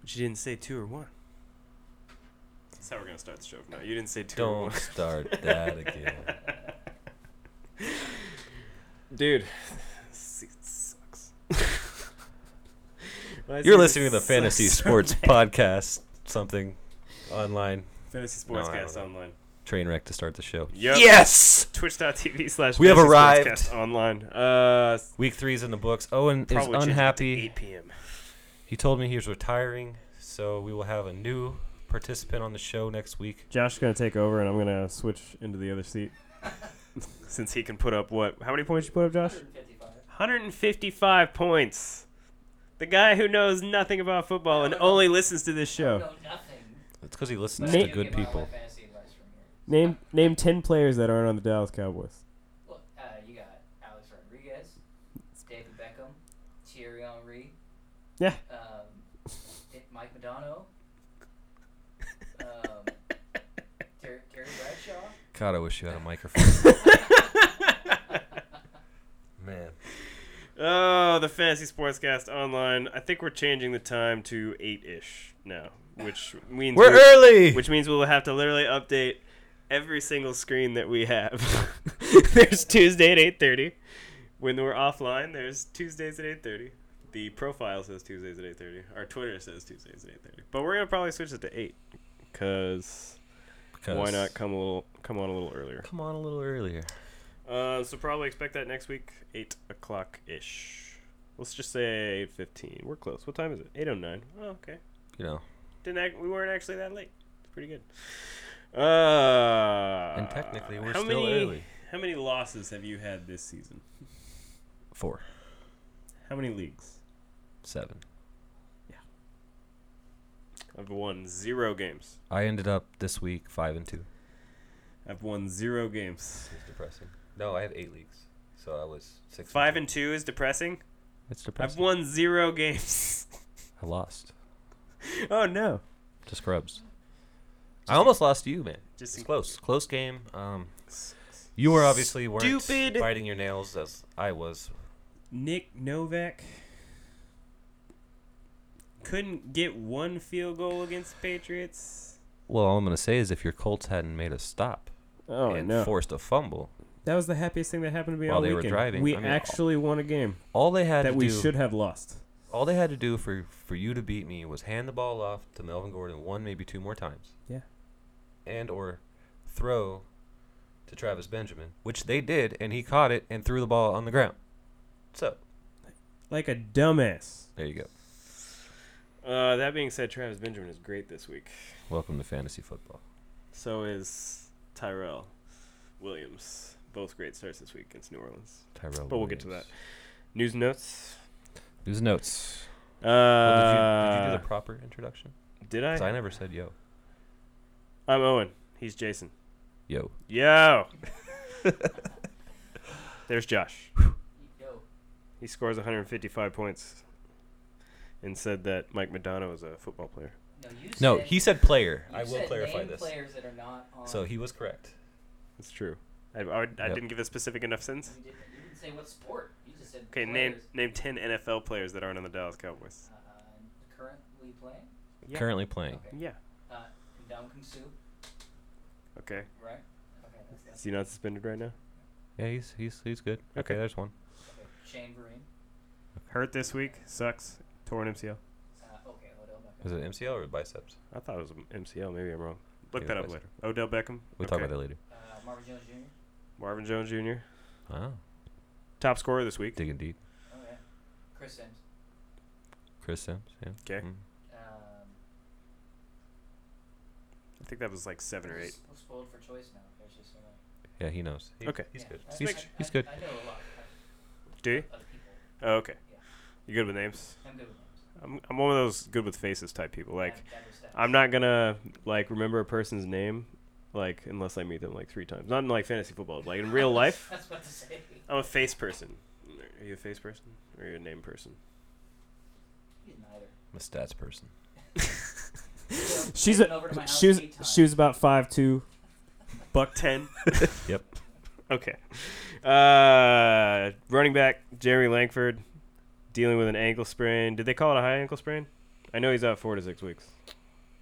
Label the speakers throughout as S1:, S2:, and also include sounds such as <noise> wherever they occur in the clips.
S1: But you didn't say two or one. That's how we're gonna start the show from now. You didn't say two or <laughs>
S2: Don't
S1: one.
S2: start that again.
S1: Dude, this
S2: <laughs>
S1: sucks. When I say
S2: You're
S1: <laughs> this
S2: listening to the
S1: sucks
S2: Fantasy
S1: so <laughs>
S2: Sports
S1: bad-
S2: Podcast, something online
S1: Fantasy
S2: No, I
S1: Sports
S2: don't
S1: Cast
S2: know.
S1: online.
S2: train wreck to start the show.
S1: Yep.
S2: Yes,
S1: Twitch.tv slash
S2: We have
S1: Fantasy
S2: arrived.
S1: Sports Cast online. Uh, s-
S2: week three's in the books. Owen is
S1: probably change it to
S2: unhappy.
S1: 8 p.m.
S2: He told me he was retiring, so we will have a new participant on the show next week.
S1: Josh is gonna take over, and I'm gonna switch into the other seat. Since he can put up what? How many points you put up, Josh? 155 points. The guy who knows nothing about football and only listens to this show.
S3: No, nothing.
S2: It's because he listens
S1: Ma-
S2: to good
S3: Give my
S2: people.
S3: fantasy advice from here.
S1: Name name 10 players that aren't on the Dallas Cowboys.
S3: Look, uh, you got Alex Rodriguez, David Beckham, Thierry Henry.
S1: Yeah.
S3: Um, it- Mike Madonna. Um, Terry, Terry Bradshaw.
S2: <laughs> God, I wish you had
S1: <laughs>
S2: a microphone. Man,
S1: <laughs> Oh, the Fantasy Sportscast online. I think we're changing the time to 8-ish now, which means
S2: we're
S1: we-
S2: <laughs> early.
S1: which means we'll have to literally update every single screen that we have. there's Tuesday at 8:30. When we're offline, there's Tuesdays at 8:30. The profile says Tuesdays at 8:30. Our Twitter says Tuesdays at 8:30. But we're going to probably switch it to 8 cuz why
S2: 'Cause-
S1: not come a little come on a little earlier.
S2: Come on a little earlier.
S1: Uh, so probably expect that next week, eight o'clock ish. Let's just say eight fifteen. We're close. What time is it? Eight oh nine. Oh, okay.
S2: You know,
S1: Didn't act, we weren't actually that late. It's pretty good. Uh,
S2: and technically we're
S1: how
S2: still
S1: many,
S2: early.
S1: How many losses have you had this season?
S2: Four,
S1: How many leagues?
S2: seven.
S1: I've won zero games.
S2: I ended up this week five and two.
S1: I've won zero games.
S2: It's depressing. No, I have eight leagues, so I was six.
S1: Five and two is depressing.
S2: It's
S1: I've
S2: depressing.
S1: won zero games. <laughs>
S2: I lost
S1: oh no!
S2: to Scrubs. I almost lost to you, man.
S1: Just
S2: It's
S1: in-
S2: close, close game. Um, you were obviously weren't
S1: Stupid.
S2: biting your nails as I was.
S1: Nick Novak couldn't get one field goal against the Patriots.
S2: Well, all I'm gonna say is if your Colts hadn't made a stop
S1: Oh
S2: and forced a fumble,
S1: that was the happiest thing that happened to me
S2: While
S1: all
S2: they were
S1: weekend.
S2: driving,
S1: we
S2: I mean,
S1: actually won a game
S2: all they had
S1: that
S2: to
S1: we
S2: do,
S1: should have lost.
S2: all they had to do for for you to beat me was hand the ball off to Melvin Gordon one, maybe two more times.
S1: Yeah.
S2: And or throw to Travis Benjamin, which they did, and he caught it and threw the ball on the ground. So
S1: Like a dumbass.
S2: there you go.
S1: Uh, that being said, Travis Benjamin is great this week.
S2: Welcome to fantasy football.
S1: So is Tyrell Williams. Both great starts this week against New Orleans.
S2: Tyrell.
S1: But we'll get to that. News and notes.
S2: News and notes.
S1: Uh,
S2: Well, did, you, did you do the proper introduction?
S1: did
S2: 'Cause
S1: I?
S2: I never said yo.
S1: I'm Owen. He's Jason.
S2: Yo. <laughs>
S1: Yo. There's Josh.
S3: Yo,
S1: He scores 155 points and said that Mike Madonna was a football player.
S3: no, you
S2: No,
S3: said,
S2: he said player.
S3: you
S2: I will
S3: said
S2: clarify
S3: name
S2: this.
S3: players that are not on.
S2: So he was correct.
S1: That's true. I, I, I
S2: Yep.
S1: didn't give a specific enough sense.
S3: You didn't, you didn't say what sport. You just said
S1: Okay, name
S3: players,
S1: name 10 NFL players that aren't on the Dallas Cowboys.
S3: Uh, currently playing.
S1: Yeah.
S2: Currently playing.
S3: Okay.
S1: Yeah.
S3: Uh, Ndamukong Suh,
S1: Okay.
S3: right? Okay, that's, that's
S1: Is he not suspended right now?
S2: Yeah, he's he's he's good. Okay,
S1: Okay.
S2: there's one.
S3: okay. Shane Vereen.
S1: Hurt this week. Sucks. Torn MCL.
S3: Uh, okay, Odell Beckham.
S2: Is it MCL or biceps?
S1: I thought it was an MCL. Maybe I'm wrong. Look
S2: Maybe
S1: that
S2: it
S1: up
S2: was.
S1: later. Odell Beckham.
S2: We'll talk about that later.
S3: Uh, Marvin Jones Jr.
S1: Marvin Jones Jr.
S2: Wow.
S1: Top scorer this week.
S2: Ah, Digging deep.
S3: Oh yeah, Chris Sims.
S2: Chris Sims. Yeah.
S1: 'Kay.
S2: Mm.
S3: Um,
S1: I think that was like seven or
S3: we're
S1: eight.
S3: s- we're spoiled for choice now. There's just so many.
S2: Yeah, he knows. He-
S1: Okay.
S2: He's
S3: Yeah,
S2: good.
S3: I-
S2: He's,
S3: I,
S2: he's
S3: I-
S2: good.
S3: I know a lot of
S1: Do you?
S3: other people.
S1: Oh, okay.
S3: Yeah.
S1: You good with names?
S3: I'm good with names.
S1: I'm, I'm one of those good with faces type people. Like,
S3: That- that was that.
S1: I'm not gonna like remember a person's name like unless I meet them like three times. Not in like fantasy football, but, like in
S3: <laughs>
S1: real life.
S3: I was about to say.
S1: I'm a face person. Are you a face person or are you a name person?
S3: He's neither.
S2: I'm a stats person.
S3: He's
S1: She's
S3: been over to my house eight times.
S1: about five two, buck ten.
S2: <laughs> Yep.
S1: Okay. Uh, running back Jeremy Langford dealing with an ankle sprain. Did they call it a high ankle sprain? I know he's out four to six weeks.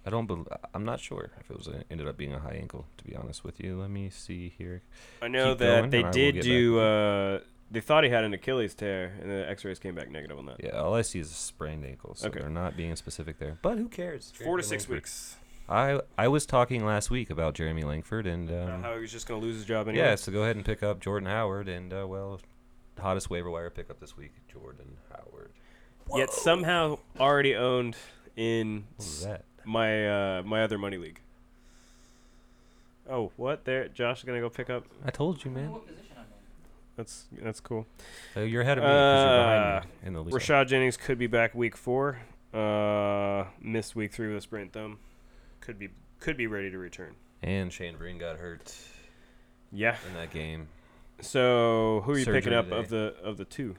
S2: I don't. Bel I'm not sure if it was a, ended up being a high ankle. To be honest with you, let me see here.
S1: I know
S2: Keep going,
S1: that they
S2: and I will
S1: did
S2: get back
S1: do.
S2: with
S1: Uh, they thought he had an Achilles tear, and the X-rays came back negative on that.
S2: Yeah, all I see is a sprained ankle, so
S1: Okay.
S2: they're not being specific there. But who cares?
S1: Four to
S2: Jeremy
S1: six
S2: Langford.
S1: weeks.
S2: I I was talking last week about Jeremy Langford and
S1: Uh,
S2: um,
S1: how he was just gonna lose his job anyway.
S2: yeah, so go ahead and pick up Jordan Howard and uh, well, hottest waiver wire pickup this week, Jordan Howard.
S1: Yet somehow already owned in
S2: What was that?
S1: my uh, my other money league. Oh, what? There, Josh is gonna go pick up.
S2: I told you,
S3: I don't know
S2: man.
S3: what position I'm in.
S1: That's that's cool.
S2: So you're ahead of me 'cause you're behind
S1: Uh,
S2: me in the league.
S1: Rashad Jennings could be back week four. Uh, missed week three with a sprained thumb. Could be could be ready to return.
S2: And Shane Breen got hurt
S1: Yeah.
S2: in that game.
S1: So who are you
S2: Surgery
S1: picking up
S2: today.
S1: of the of the two?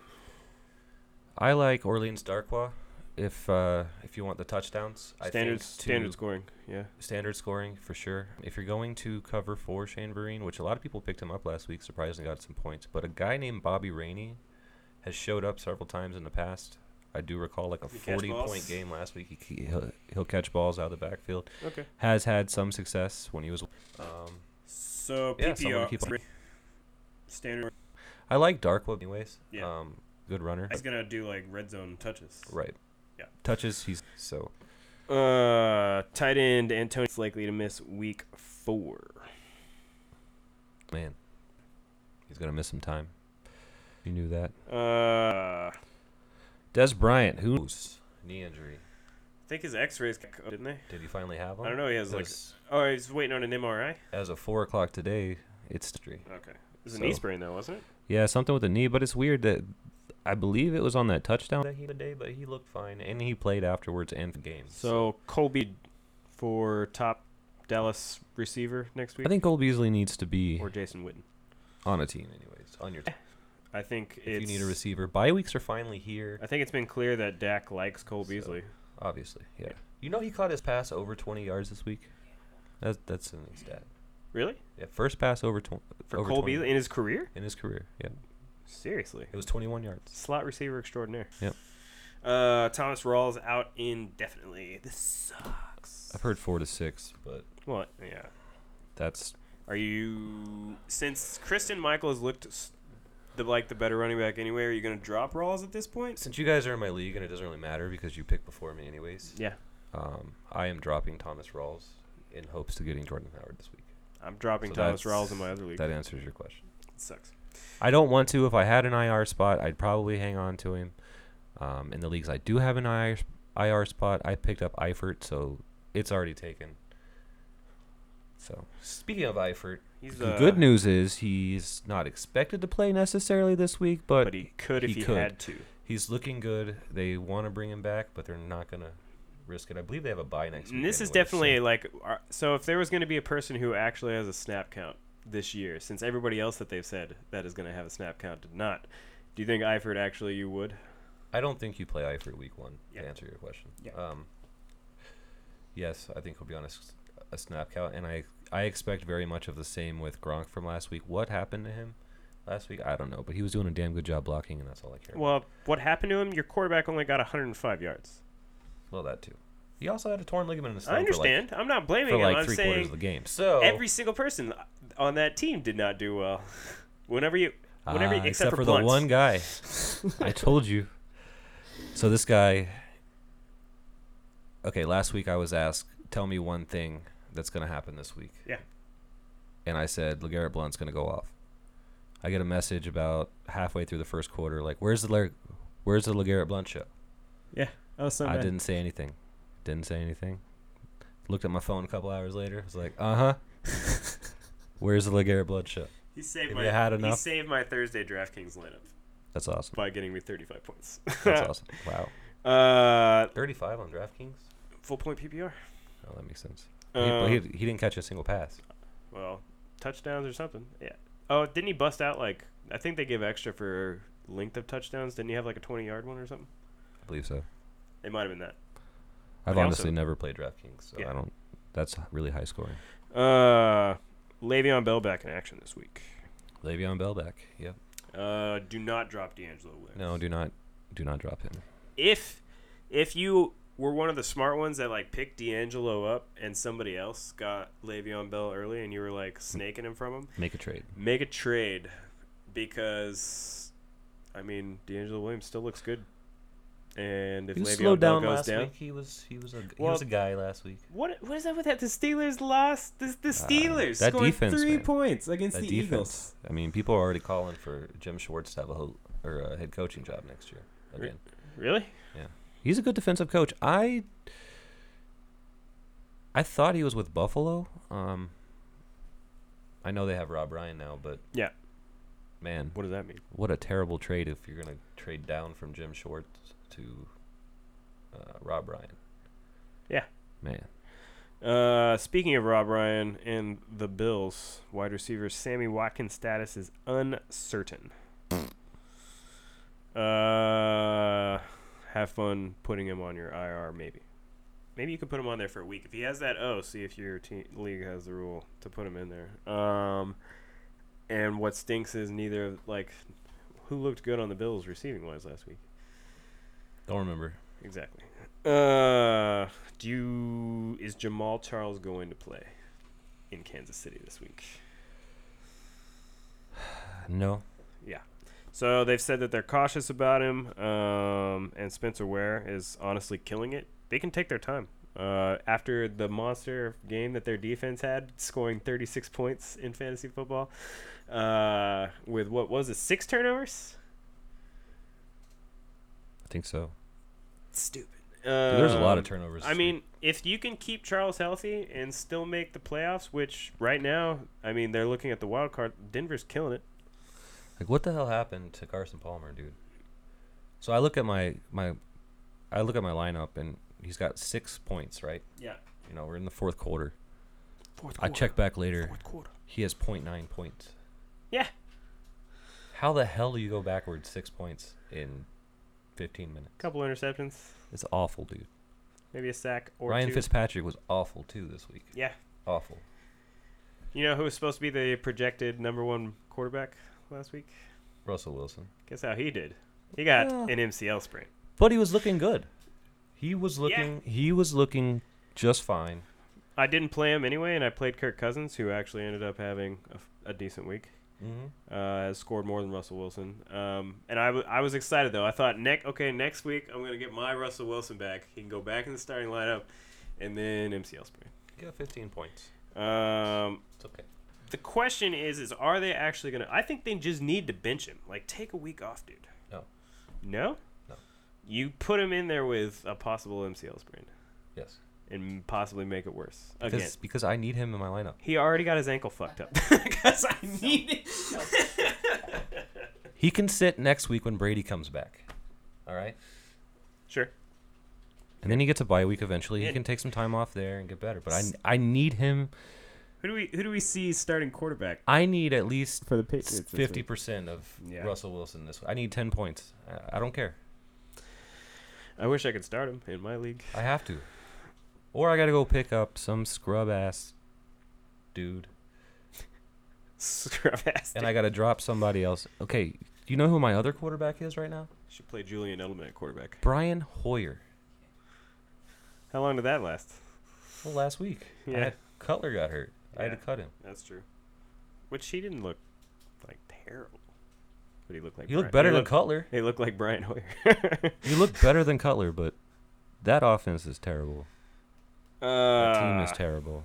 S2: I like Orleans Darkwa. If uh, if you want the touchdowns, I think
S1: Standards standard
S2: to-
S1: scoring. Yeah.
S2: standard scoring for sure. If you're going to cover for Shane Vereen, which a lot of people picked him up last week, surprisingly got some points, but a guy named Bobby Rainey has showed up several times in the past. I do recall like a
S1: He catch
S2: 40
S1: balls?
S2: point game last week. He, he- he'll, he'll catch balls out of the backfield.
S1: Okay.
S2: Has had some success when he was. Um,
S1: So
S2: Yeah, someone to keep
S1: PPR
S2: on.
S1: standard.
S2: I like Darkwood anyways.
S1: Yeah.
S2: Um, good runner.
S1: He's gonna do like red zone touches.
S2: Right.
S1: Yeah.
S2: Touches. He's so.
S1: Uh, tight end Antonio's likely to miss week four.
S2: Man, he's gonna miss some time. You knew that.
S1: Uh, I
S2: Des Bryant, who's knee injury?
S1: think his X-rays ca- didn't they?
S2: Did he finally have one?
S1: I don't know. He has like.
S2: Because
S1: Oh, he's waiting on an MRI.
S2: as of four o'clock today, it's three.
S1: Okay. It was a knee
S2: So-
S1: sprain though, wasn't it?
S2: Yeah, something with the knee, but it's weird that I believe it was on that touchdown that he today, but he looked fine and he played afterwards and the game.
S1: So Colby for top Dallas receiver next week,
S2: I think Cole Beasley needs to be
S1: or Jason Witten.
S2: on a team, anyways. On your team,
S1: I think
S2: if you
S1: it's.
S2: need a receiver, bye weeks are finally here.
S1: I think it's been clear that Dak likes Cole
S2: So-
S1: Beasley.
S2: Obviously, yeah. You know he caught his pass over twenty yards this week. That's that's an stat.
S1: Really?
S2: Yeah, first pass over twenty
S1: For
S2: over
S1: Cole
S2: 20
S1: Beasley in his career?
S2: in his career. Yeah,
S1: Seriously.
S2: it was twenty-one yards.
S1: Slot receiver extraordinaire.
S2: Yep.
S1: Uh, Thomas Rawls out indefinitely. This sucks.
S2: I've heard four to six, but
S1: What? Yeah.
S2: that's
S1: Are you since Kristen Michael has looked s- the like the better running back anyway? Are you going to drop Rawls at this point?
S2: since you guys are in my league and it doesn't really matter because you pick before me anyways.
S1: Yeah,
S2: Um, I am dropping Thomas Rawls in hopes of getting Jordan Howard this week.
S1: I'm dropping
S2: So
S1: Thomas
S2: that's-
S1: Rawls in my other league.
S2: That answers your question.
S1: It sucks.
S2: I don't want to. If I had an IR spot, I'd probably hang on to him. Um, in the leagues I do have an IR, sp- IR spot, I picked up Eifert, so it's already taken. So speaking of Eifert,
S1: He's
S2: the
S1: uh,
S2: good news is he's not expected to play necessarily this week, but,
S1: but, he could if
S2: he
S1: he,
S2: could.
S1: had to.
S2: he's looking good. They want to bring him back, but they're not gonna risk it. I believe they have a bye next week.
S1: And this is
S2: anyway, so-
S1: definitely like uh, so. If there was going to be a person who actually has a snap count this year, since everybody else that they've said that is going to have a snap count did not, do you think Eifert actually you would?
S2: I don't think you play Eifert week one
S1: Yeah.
S2: to answer your question.
S1: Yeah.
S2: Um, yes, I think he'll be on a, s- a snap count, and I I expect very much of the same with Gronk from last week. What happened to him last week? I don't know, but he was doing a damn good job blocking, and that's all I care. about.
S1: Well, what happened to him? Your quarterback only got 105 yards.
S2: well, that too. He also had a torn ligament in his thumb
S1: I understand. I'm not
S2: for
S1: blaming
S2: like, for
S1: him.
S2: like
S1: I'm
S2: three
S1: saying
S2: quarters of the Oh. game. So
S1: every single person on that team did not do well. <laughs> Whenever you, whenever
S2: Ah,
S1: you, except,
S2: except
S1: for,
S2: for
S1: Blunt. <laughs>
S2: the one guy, I told you. So this guy. Okay, last week I was asked, "Tell me one thing that's going to happen this week."
S1: Yeah.
S2: And I said, "Legarrette Blunt's going to go off." I get a message about halfway through the first quarter, like, "Where's the Lar- Where's the Legarrette Blunt show?"
S1: Oh, so
S2: I didn't say anything. Didn't say anything. Looked at my phone a couple hours later. Was like, "Uh
S1: <laughs>
S2: huh." Where's the Legarrette Blunt show?
S1: He saved
S2: If
S1: my.
S2: you had
S1: He
S2: enough-
S1: saved my Thursday DraftKings lineup
S2: That's awesome.
S1: by getting me 35 points. <laughs>
S2: That's awesome. Wow.
S1: Uh,
S2: Thirty-five on DraftKings.
S1: full point PPR.
S2: Oh, that makes sense. He-
S1: Um,
S2: but he, he didn't catch a single pass.
S1: well, touchdowns or something. Yeah. Oh, didn't he bust out like? I think they give extra for length of touchdowns. Didn't he have like a 20 yard one or something?
S2: I believe so.
S1: It might have been that.
S2: I've
S1: They also-
S2: honestly never played DraftKings, so
S1: Yeah.
S2: I don't. That's really high scoring.
S1: Uh, Le'Veon Bell back in action this week.
S2: Le'Veon Bell back. Yep.
S1: Uh, do not drop D'Angelo Williams.
S2: No, do not, do not drop him.
S1: If if you we're one of the smart ones that like picked D'Angelo up, and somebody else got Le'Veon Bell early, and you were like snaking him from him.
S2: Make a trade.
S1: Make a trade, because, I mean, D'Angelo Williams still looks good, and if
S2: He was
S1: Le'Veon
S2: slowed
S1: Bell
S2: down
S1: goes
S2: last
S1: down,
S2: week. He was he was a he
S1: Well,
S2: was a guy last week.
S1: what what is up with that? The Steelers lost. The, the Steelers
S2: Uh, that
S1: scored
S2: defense,
S1: three
S2: man.
S1: points against
S2: That
S1: the Eagles.
S2: defense. I mean, people are already calling for Jim Schwartz to have a ho- or a head coaching job next year.
S1: Re-
S2: Again,
S1: Really?
S2: he's a good defensive coach. I I thought he was with Buffalo. Um, I know they have Rob Ryan now, but
S1: Yeah.
S2: man,
S1: What does that mean?
S2: What a terrible trade if you're going to trade down from Jim Schwartz to uh, Rob Ryan.
S1: Yeah.
S2: Man.
S1: Uh, speaking of Rob Ryan and the Bills, wide receiver Sammy Watkins' status is uncertain. uh, have fun putting him on your IR, maybe. Maybe you could put him on there for a week if he has that O. See if your te- league has the rule to put him in there. Um, and what stinks is neither of like who looked good on the Bills receiving wise last week.
S2: Don't remember.
S1: Exactly. Uh, do you, is Jamal Charles going to play in Kansas City this week?
S2: No.
S1: So they've said that they're cautious about him, um, and Spencer Ware is honestly killing it. They can take their time. Uh, after the monster game that their defense had, scoring 36 points in fantasy football, uh, with what was it, six turnovers?
S2: I think so.
S1: Stupid.
S2: Dude, there's a lot of
S1: Um,
S2: turnovers.
S1: I
S2: this
S1: mean,
S2: week.
S1: if you can keep Charles healthy and still make the playoffs, which right now, I mean, they're looking at the wild card. Denver's killing it.
S2: like what the hell happened to Carson Palmer, dude? So I look at my my I look at my lineup and he's got 6 points, right?
S1: Yeah.
S2: You know, we're in the fourth quarter.
S1: Fourth
S2: I check back later.
S1: quarter.
S2: He has 0.9 points.
S1: Yeah.
S2: How the hell do you go backwards 6 points in 15 minutes?
S1: Couple interceptions,
S2: It's awful, dude.
S1: maybe a sack or
S2: Ryan
S1: two.
S2: Fitzpatrick was awful too this week.
S1: Yeah.
S2: Awful.
S1: You know who was supposed to be the projected number one quarterback last week?
S2: Russell Wilson.
S1: Guess how he did. He got
S2: Yeah.
S1: an MCL sprain.
S2: But he was looking good. He was looking he was looking just fine.
S1: I didn't play him anyway, and I played Kirk Cousins, who actually ended up having a f a a decent week.
S2: Mm-hmm.
S1: uh, has scored more than Russell Wilson. Um, and I, w- I was excited though. I thought neck okay next week I'm gonna get my Russell Wilson back. He can go back in the starting lineup, and then MCL sprain.
S2: He got 15 points.
S1: Um,
S2: It's okay.
S1: the question is is are they actually gonna? I think they just need to bench him. Like take a week off, dude.
S2: No.
S1: No.
S2: No.
S1: You put him in there with a possible MCL sprain
S2: Yes.
S1: and possibly make it worse again.
S2: Because, because I need him in my lineup.
S1: he already got his ankle fucked up <laughs> because I need it.
S2: He can sit next week when Brady comes back. All right?
S1: Sure.
S2: And then he gets a bye week eventually. He
S1: Yeah.
S2: can take some time off there and get better, but I I need him.
S1: Who do we who do we see starting quarterback?
S2: I need at least
S4: for the Patriots. this week.
S2: 50% of
S1: Yeah.
S2: Russell Wilson this week. I need 10 points. I, I don't care.
S1: I wish I could start him in my league.
S2: I have to. Or I got to go pick up some scrub ass dude.
S1: <laughs> Scrub ass.
S2: And I got to drop somebody else. Okay, do you know who my other quarterback is right now?
S1: should play Julian Edelman at quarterback.
S2: Brian Hoyer.
S1: How long did that last?
S2: Well, last week. I
S1: Yeah.
S2: had- Cutler got hurt. I had to
S1: Yeah.
S2: cut him.
S1: That's true. Which he didn't look like terrible. But he looked like
S2: You look
S1: Brian-
S2: better than
S1: he looked,
S2: Cutler.
S1: He looked like Brian Hoyer.
S2: You look better than Cutler, but that offense is terrible.
S1: <laughs> uh,
S2: That team is terrible.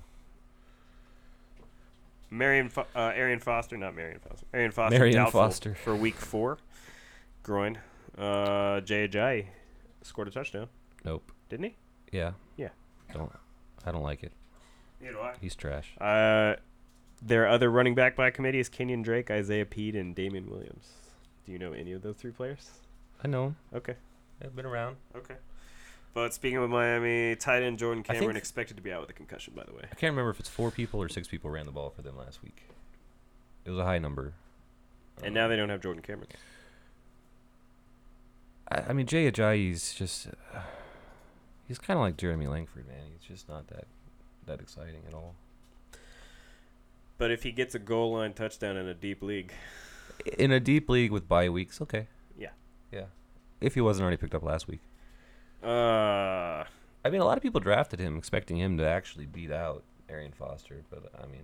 S1: Marion, Fo- uh, Arian Foster, not Marion Foster. Arian Foster.
S2: Marion
S1: doubtful
S2: Foster.
S1: for week four, groin. Uh, Jay Ajayi scored a touchdown,
S2: Nope.
S1: didn't he?
S2: Yeah.
S1: Yeah.
S2: Don't. I don't like it.
S1: You know,
S2: He's trash.
S1: Uh, their other running back by committee is Kenyon Drake, Isaiah Pede, and Damian Williams. Do you know any of those three players?
S2: I know. him.
S1: Okay.
S2: I've been around.
S1: Okay. But speaking of Miami, tight end Jordan
S2: I think-
S1: Cameron expected to be out with a concussion, by the way.
S2: I can't remember if it's four people or six people ran the ball for them last week. It was a high number.
S1: And
S2: Oh.
S1: now they don't have Jordan Cameron.
S2: I, I mean, Jay Ajayi's just. <sighs> he's kind of like Jeremy Langford, man. He's just not that that exciting at all.
S1: But if he gets a goal line touchdown in a deep league,
S2: In a deep league with bye weeks, okay.
S1: Yeah.
S2: Yeah. If he wasn't already picked up last week.
S1: uh,
S2: I mean, a lot of people drafted him expecting him to actually beat out Arian Foster, but I mean,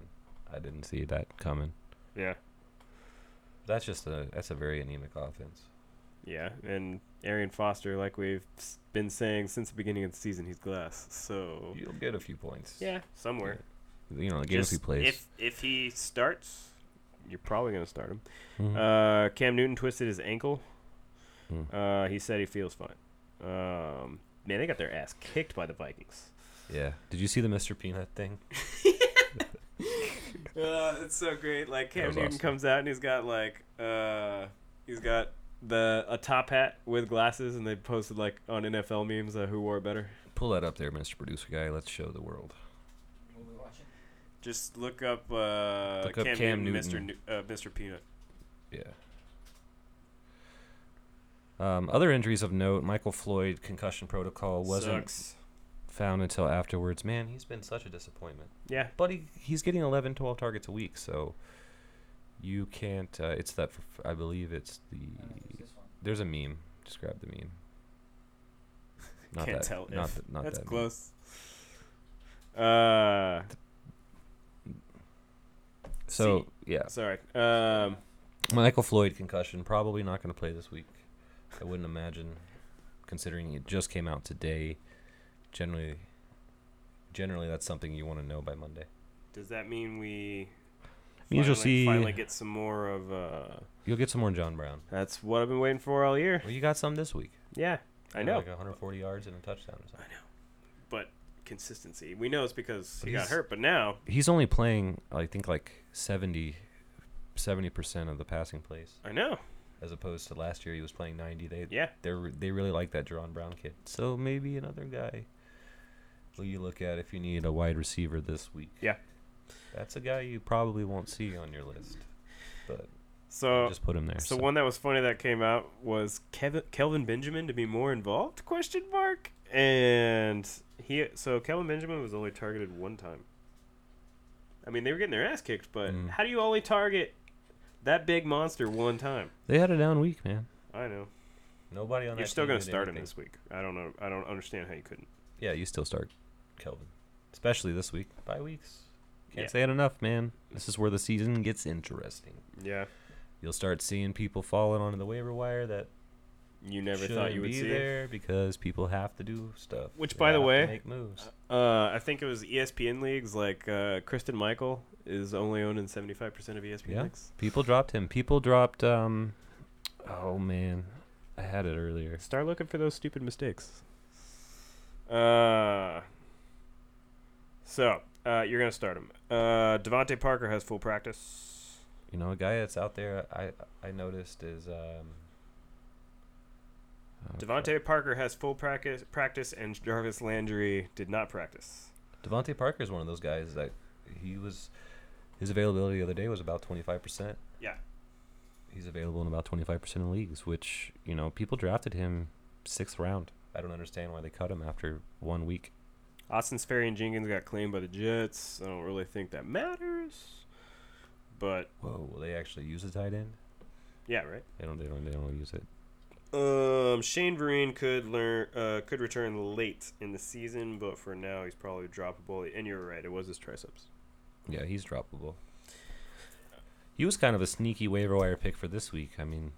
S2: I didn't see that coming.
S1: Yeah.
S2: That's just a that's a very anemic offense.
S1: Yeah, and Arian Foster, like we've s- been saying since the beginning of the season, he's glass. So
S2: You'll get a few points.
S1: yeah, somewhere.
S2: You know, the games he
S1: Just
S2: plays.
S1: If if he starts, you're probably gonna start him.
S2: Mhm.
S1: Uh, Cam Newton twisted his ankle.
S2: Mm.
S1: Uh, he said he feels fine. Um, man, they got their ass kicked by the Vikings.
S2: Mm-hmm. yeah. Did you see the Mr. Peanut thing?
S1: Uh, it's so great. Like
S2: That
S1: Cam
S2: was
S1: Newton
S2: awesome.
S1: comes out and he's got like uh, he's got the a top hat with glasses, and they posted like on NFL memes uh, who wore it better.
S2: Pull that up there, Mr. Producer Guy. Let's show the world.
S3: What we watching?
S1: Just look up uh,
S2: Look up
S1: Cam,
S2: Cam
S1: Newton, Mr.
S2: Newton.
S1: Nu- uh, Mr. Peanut.
S2: Yeah. Um, other injuries of note: Michael Floyd concussion protocol Oh, wasn't
S1: Sucks.
S2: found until afterwards. Man, he's been such a disappointment.
S1: Yeah,
S2: But he, he's getting 11, 12 targets a week, so you can't. Uh, it's that f- I believe it's the.
S3: I don't know, it's this one.
S2: There's a meme. Just grab the meme.
S1: can't
S2: that,
S1: tell.
S2: <laughs> Not
S1: if.
S2: that. Not
S1: That's
S2: that meme.
S1: close. Uh,
S2: So yeah,
S1: Uh, sorry. Um,
S2: Michael Floyd concussion probably not going to play this week. I wouldn't imagine, considering it just came out today. Generally, generally that's something you want to know by Monday.
S1: does that mean we?
S2: Means
S1: finally-
S2: you'll see-
S1: Finally, get some more of. Uh,
S2: You'll get some more John Brown.
S1: that's what I've been waiting for all year.
S2: Well, you got some this week.
S1: Yeah, I
S2: Had
S1: know.
S2: like 140 yards and a touchdown or something.
S1: but consistency. We know it's because
S2: But
S1: he got
S2: he's-
S1: hurt, but now
S2: He's only playing, I think, like 70, 70 percent of the passing plays,
S1: I know.
S2: as opposed to last year he was playing 90. They
S1: Yeah,
S2: they they really like that John Brown kid. So maybe another guy who you look at if you need a wide receiver this week.
S1: Yeah.
S2: That's a guy you probably won't see on your list. But
S1: so
S2: just put him there.
S1: so one that was funny that came out was Kevin Kelvin Benjamin to be more involved? Question mark. And he so Kelvin Benjamin was only targeted one time. I mean, they were getting their ass kicked, but
S2: Mm.
S1: how do you only target that big monster one time?
S2: they had a down week, man.
S1: I know.
S2: Nobody on
S1: You're
S2: that
S1: still
S2: team
S1: going
S2: did
S1: to start him
S2: anything.
S1: this week. I don't know. I don't understand how you couldn't.
S2: Yeah, you still start Kelvin. Especially this week. Bye weeks. Can't
S1: Yeah.
S2: say it enough, man. This is where the season gets interesting.
S1: Yeah.
S2: You'll start seeing people falling onto the waiver wire that
S1: You never
S2: shouldn't
S1: thought you would
S2: be
S1: see it.
S2: there because people have to do stuff.
S1: Which,
S2: They
S1: by the
S2: have to
S1: way,
S2: make moves.
S1: Uh, I think it was ESPN leagues. Like uh, Kristen Michael is only owned in seventy five percent of E ESPN
S2: Yeah.
S1: leagues.
S2: People dropped him. People dropped. Um, oh man, I had it earlier.
S1: Start looking for those stupid mistakes. Uh, so uh, you're gonna start him. Uh, Devonte Parker has full practice.
S2: You know, a guy that's out there. I I noticed is um. oh, crap.
S1: Devonte Parker has full practice practice, and Jarvis Landry did not practice.
S2: Devontae Parker is one of those guys that he was. His availability the other day was about twenty five percent.
S1: Yeah.
S2: He's available in about twenty five percent of leagues, which you know people drafted him sixth round. I don't understand why they cut him after one week.
S1: Austin Sperry and Jenkins got claimed by the Jets. I don't really think that matters, but
S2: Whoa, will they actually use a tight end?
S1: yeah, right.
S2: They don't. They don't. They don't use it.
S1: Um, Shane Vereen could learn, uh, could return late in the season, but for now he's probably droppable. And you're right, it was his triceps.
S2: Yeah, he's droppable. He was kind of a sneaky waiver wire pick for this week. I mean,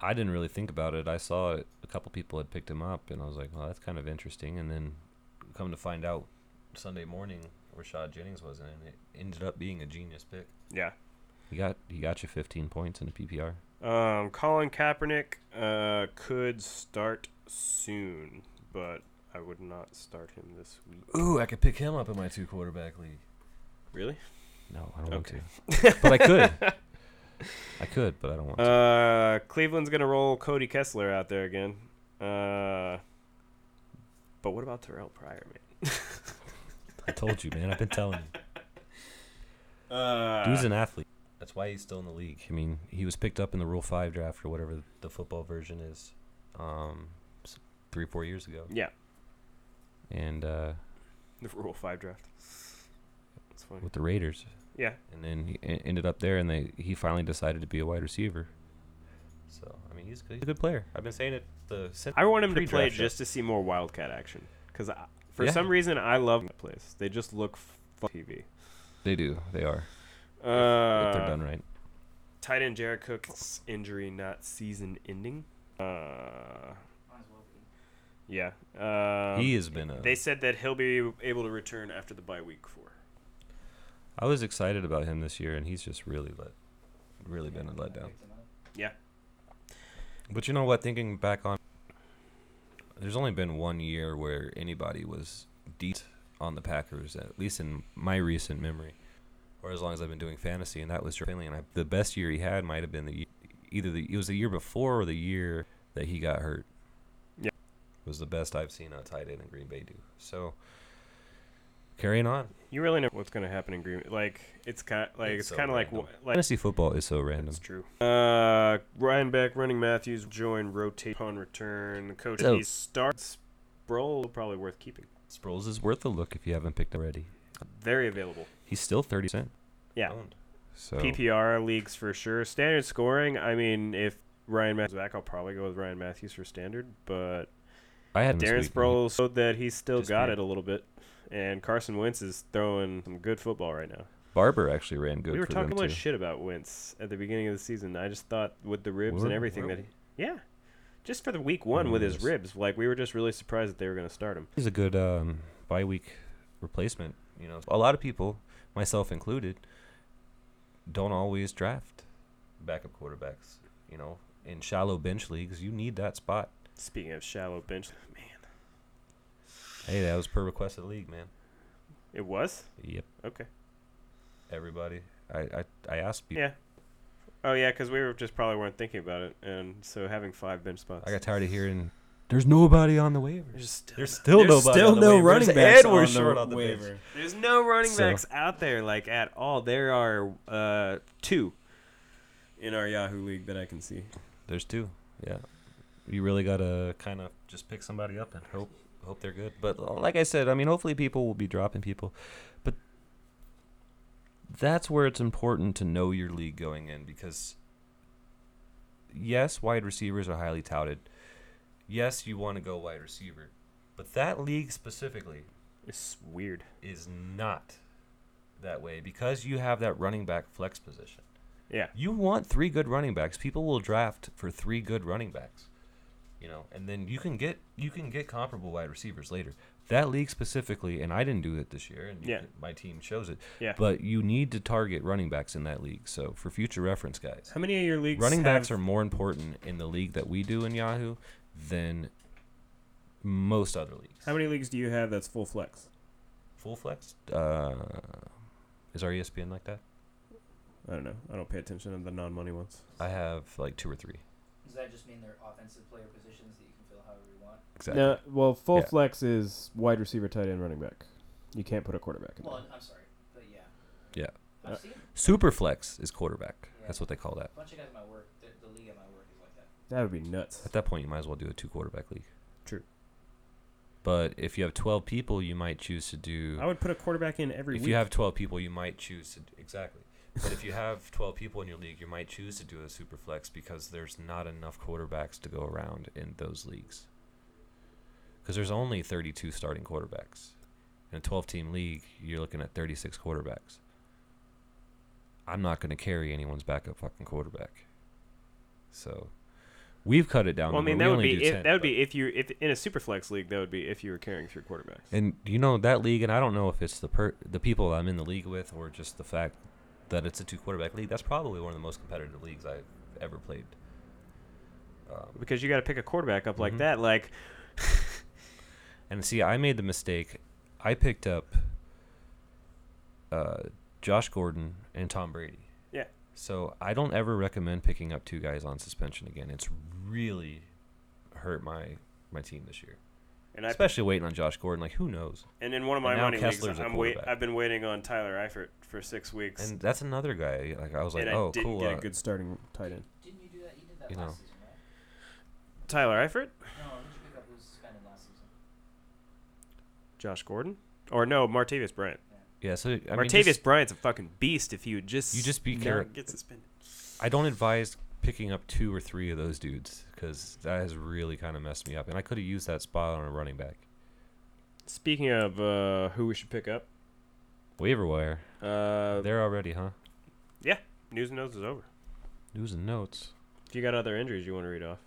S2: I didn't really think about it. I saw it, a couple people had picked him up, and I was like, well, that's kind of interesting. And then come to find out Sunday morning, Rashad Jennings wasn't in. It ended up being a genius pick.
S1: Yeah.
S2: He got he got you 15 points in a PPR.
S1: Um, Colin Kaepernick, uh, could start soon, but I would not start him this week.
S2: Ooh, I could pick him up in my two quarterback league.
S1: Really?
S2: No, I don't
S1: Okay.
S2: want to. But I could. I could, but I don't want to.
S1: Uh, Cleveland's gonna roll Cody Kessler out there again. Uh, but what about Terrell Pryor, man?
S2: I told you, man. I've been telling you.
S1: Uh,
S2: Dude's an athlete. That's why he's still in the league. I mean, he was picked up in the Rule Five draft or whatever the football version is, um, s- three four years ago.
S1: yeah,
S2: And uh,
S1: <laughs> the Rule Five draft. That's funny.
S2: with the Raiders,
S1: Yeah,
S2: and then he e- ended up there, and they he finally decided to be a wide receiver. So I mean, he's good. He's a good player. I've been saying it the since
S1: I want him to play
S2: pre-draft show.
S1: just to see more Wildcat action. Because for
S2: Yeah.
S1: some reason, I love that place. They just look f- TV.
S2: They do. They are.
S1: Uh,
S2: if they're done right.
S1: Tight end Jared Cook's injury not season ending. Uh,
S3: Might as well be.
S1: yeah. Um,
S2: he uh, has been a.
S1: They said that he'll be able to return after the bye week four.
S2: I was excited about him this year, and he's just really let, really been a
S3: I
S2: letdown.
S3: picked him up.
S2: But you know what? Thinking back on, there's only been one year where anybody was deep on the Packers, at least in my recent memory, or as long as I've been doing fantasy, and that was Jordan Finley. And I, the best year he had might have been the ye- either the it was the year before or the year that he got hurt.
S1: Yeah.
S2: was the best I've seen a tight end in Green Bay do. So carrying on.
S1: You really know what's going to happen in Green. Like it's kind like
S2: It's
S1: it's,
S2: so
S1: kind of like
S2: random.
S1: wh- like
S2: Fantasy football is so random.
S1: That's true. Uh, Ryan Beck, running Matthews, join rotate upon return. Coach
S2: So-
S1: he starts. Sproul probably worth keeping.
S2: Sproles is worth a look if you haven't picked already.
S1: Very available.
S2: He's still thirty cent.
S1: Yeah.
S2: owned. Oh, So
S1: PPR leagues for sure. Standard scoring. I mean, if Ryan Matthews is back, I'll probably go with Ryan Matthews for standard. But
S2: I had him this
S1: Darren
S2: week, and he-
S1: Sproles showed that he's still
S2: Just
S1: got
S2: me.
S1: it a little bit, and Carson Wentz is throwing some good football right now.
S2: Barber actually ran good
S1: we were
S2: for
S1: talking
S2: them
S1: a lot of
S2: too.
S1: shit about Wentz at the beginning of the season. I just thought with the ribs
S2: Were-
S1: and everything
S2: were
S1: that, he, yeah, just for the week one with his
S2: Yes.
S1: ribs, like we were just really surprised that they were going to start him.
S2: He's a good um, bye week replacement. You know, a lot of people, myself included, don't always draft backup quarterbacks. You know, in shallow bench leagues, you need that spot.
S1: Speaking of shallow bench, man,
S2: Hey, that was per request of the league, man.
S1: it was
S2: Yep,
S1: okay.
S2: everybody. I I, I asked people.
S1: Yeah. Oh yeah, because we were just probably weren't thinking about it, and so having five bench spots.
S2: I got tired of hearing. There's nobody on the waivers.
S1: There's still,
S2: There's still nobody. on the waivers, and we're short
S4: wa-
S2: on the bench.
S1: there's no running
S2: So-
S1: backs out there like at all. There are uh, two in our Yahoo league that I can see.
S2: There's two. Yeah. You really gotta kind of just pick somebody up and hope hope they're good. But l- like I said, I mean, hopefully people will be dropping people, but that's where it's important to know your league going in because yes, wide receivers are highly touted. Yes, you want to go wide receiver, but that league specifically
S1: It's weird.
S2: is not that way because you have that running back flex position.
S1: Yeah.
S2: You want three good running backs. People will draft for three good running backs. You know, and then you can get you can get comparable wide receivers later. That league specifically, and I didn't do it this year, and you
S1: Yeah.
S2: could- my team chose it.
S1: Yeah.
S2: But you need to target running backs in that league. So for future reference, guys,
S1: How many of your leagues
S2: running
S1: have-
S2: backs are more important in the league that we do in Yahoo than most other leagues.
S4: How many leagues do you have that's full flex?
S2: Full flex uh, is our E ESPN like that?
S4: I don't know. I don't pay attention to the non-money ones.
S2: I have like two or three.
S3: Does that just mean they're offensive player positions that you can fill however you want?
S2: Exactly.
S4: No, well, full
S2: Yeah.
S4: flex is wide receiver, tight end, running back. You can't put a quarterback in there.
S3: Well, I'm sorry, but yeah.
S2: Yeah.
S3: I've seen
S2: Superflex is quarterback. That's what they call that.
S3: a bunch of guys at my work. The, the league at my work is like that.
S4: That would be nuts.
S2: At that point, you might as well do a two quarterback league.
S4: True.
S2: But if you have 12 people, you might choose to
S4: I
S2: do.
S4: would put a quarterback in every
S2: If
S4: week.
S2: you have 12 people, you might choose to. d- Exactly. But if you have <laughs> 12 people in your league, you might choose to do a super flex because there's not enough quarterbacks to go around in those leagues. Because there's only 32 starting quarterbacks. In a 12 team league, you're looking at 36 quarterbacks. I'm not going to carry anyone's backup fucking quarterback. So we've cut it down.
S1: Well, I
S2: to where
S1: mean
S2: we
S1: that would
S2: only
S1: be
S2: do
S1: if,
S2: 10,
S1: that would
S2: but-
S1: be if you if in a super flex league that would be if you were carrying three quarterbacks.
S2: And you know that league, and I don't know if it's the per- the people I'm in the league with, or just the fact that it's a two quarterback league. That's probably one of the most competitive leagues I've ever played. Um,
S1: because you got to pick a quarterback up like
S2: Mhm.
S1: that. Like
S2: and see, I made the mistake. I picked up uh, Josh Gordon and Tom Brady.
S1: Yeah.
S2: So I don't ever recommend picking up two guys on suspension again. It's really hurt my my team this year,
S1: and I
S2: especially waiting on Josh Gordon. Like who knows?
S1: and in one of my
S2: and now
S1: money leagues,
S2: Kessler's a
S1: I'm wait.
S2: quarterback.
S1: I've been waiting on Tyler Eifert for six weeks.
S2: And that's another guy. Like I was like,
S1: And I
S2: oh,
S1: didn't
S2: cool.
S1: get a
S2: uh,
S4: good starting tight end.
S3: Didn't you do that? You did that
S2: You
S3: last
S2: know.
S3: season, right?
S1: Tyler Eifert,
S3: No, who'd you pick up who was suspended last season?
S1: Josh Gordon, or no, Martavius Bryant.
S2: yeah. So I mean,
S1: Martavius
S2: just-
S1: Bryant's a fucking beast. If you would just
S2: You just be
S1: not
S2: care-
S1: get suspended.
S2: I don't advise picking up two or three of those dudes because that has really kind of messed me up. And I could have used that spot on a running back.
S1: Speaking of uh, who we should pick up,
S2: Waiver wire.
S1: uh,
S2: They're already, huh?
S1: news and notes is over.
S2: News and notes.
S1: If you got other injuries you want to read off,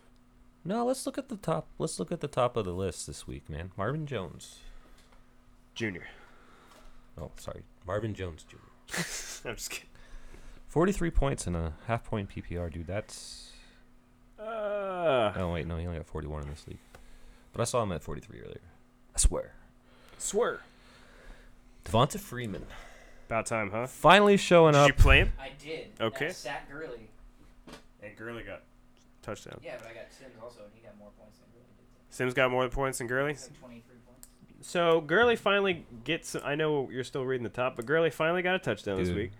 S2: No, let's look at the top. Let's look at the top of the list this week, man. Marvin Jones.
S1: Junior. <laughs>
S2: Oh, sorry, Marvin Jones Jr.
S1: I'm just kidding.
S2: Forty-three points and a half point PPR, dude. That's
S1: Uh,
S2: oh wait, no, he only got forty-one in this league. But I saw him at forty-three earlier. I swear.
S1: swear.
S2: Devonta Freeman
S1: About time, huh?
S2: finally showing
S1: Did
S2: up.
S1: you play him?
S3: I did.
S1: Okay.
S3: I sacked Gurley.
S1: And Gurley got touchdown.
S3: Yeah, but I got Sims also, and he got more points than Gurley did.
S1: Sims got more points than Gurley.
S3: He got 23 points.
S1: So Gurley finally gets. I know you're still reading the top, but Gurley finally got a touchdown this
S2: Dude,
S1: week.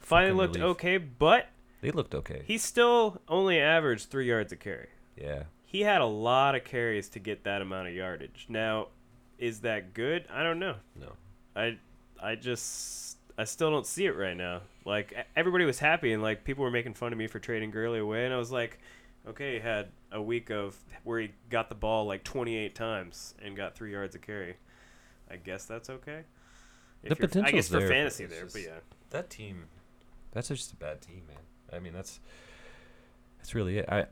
S1: Finally
S2: fucking
S1: looked
S2: relief.
S1: okay, but
S2: They looked okay.
S1: he still only averaged three yards a carry.
S2: yeah.
S1: He had a lot of carries to get that amount of yardage. Now, is that good? I don't know.
S2: No.
S1: I, I just, I still don't see it right now. Like e- everybody was happy and like people were making fun of me for trading Gurley away, and I was like, okay, he had a week of where he got the ball like 28 times and got three yards of carry. I guess that's okay.
S2: The
S1: If you're- I guess
S2: potential's
S1: for
S2: there, but
S1: fantasy
S2: it's
S1: there, but
S2: just-
S1: yeah.
S2: That team. That's just a bad team, man. I mean, that's that's really it. I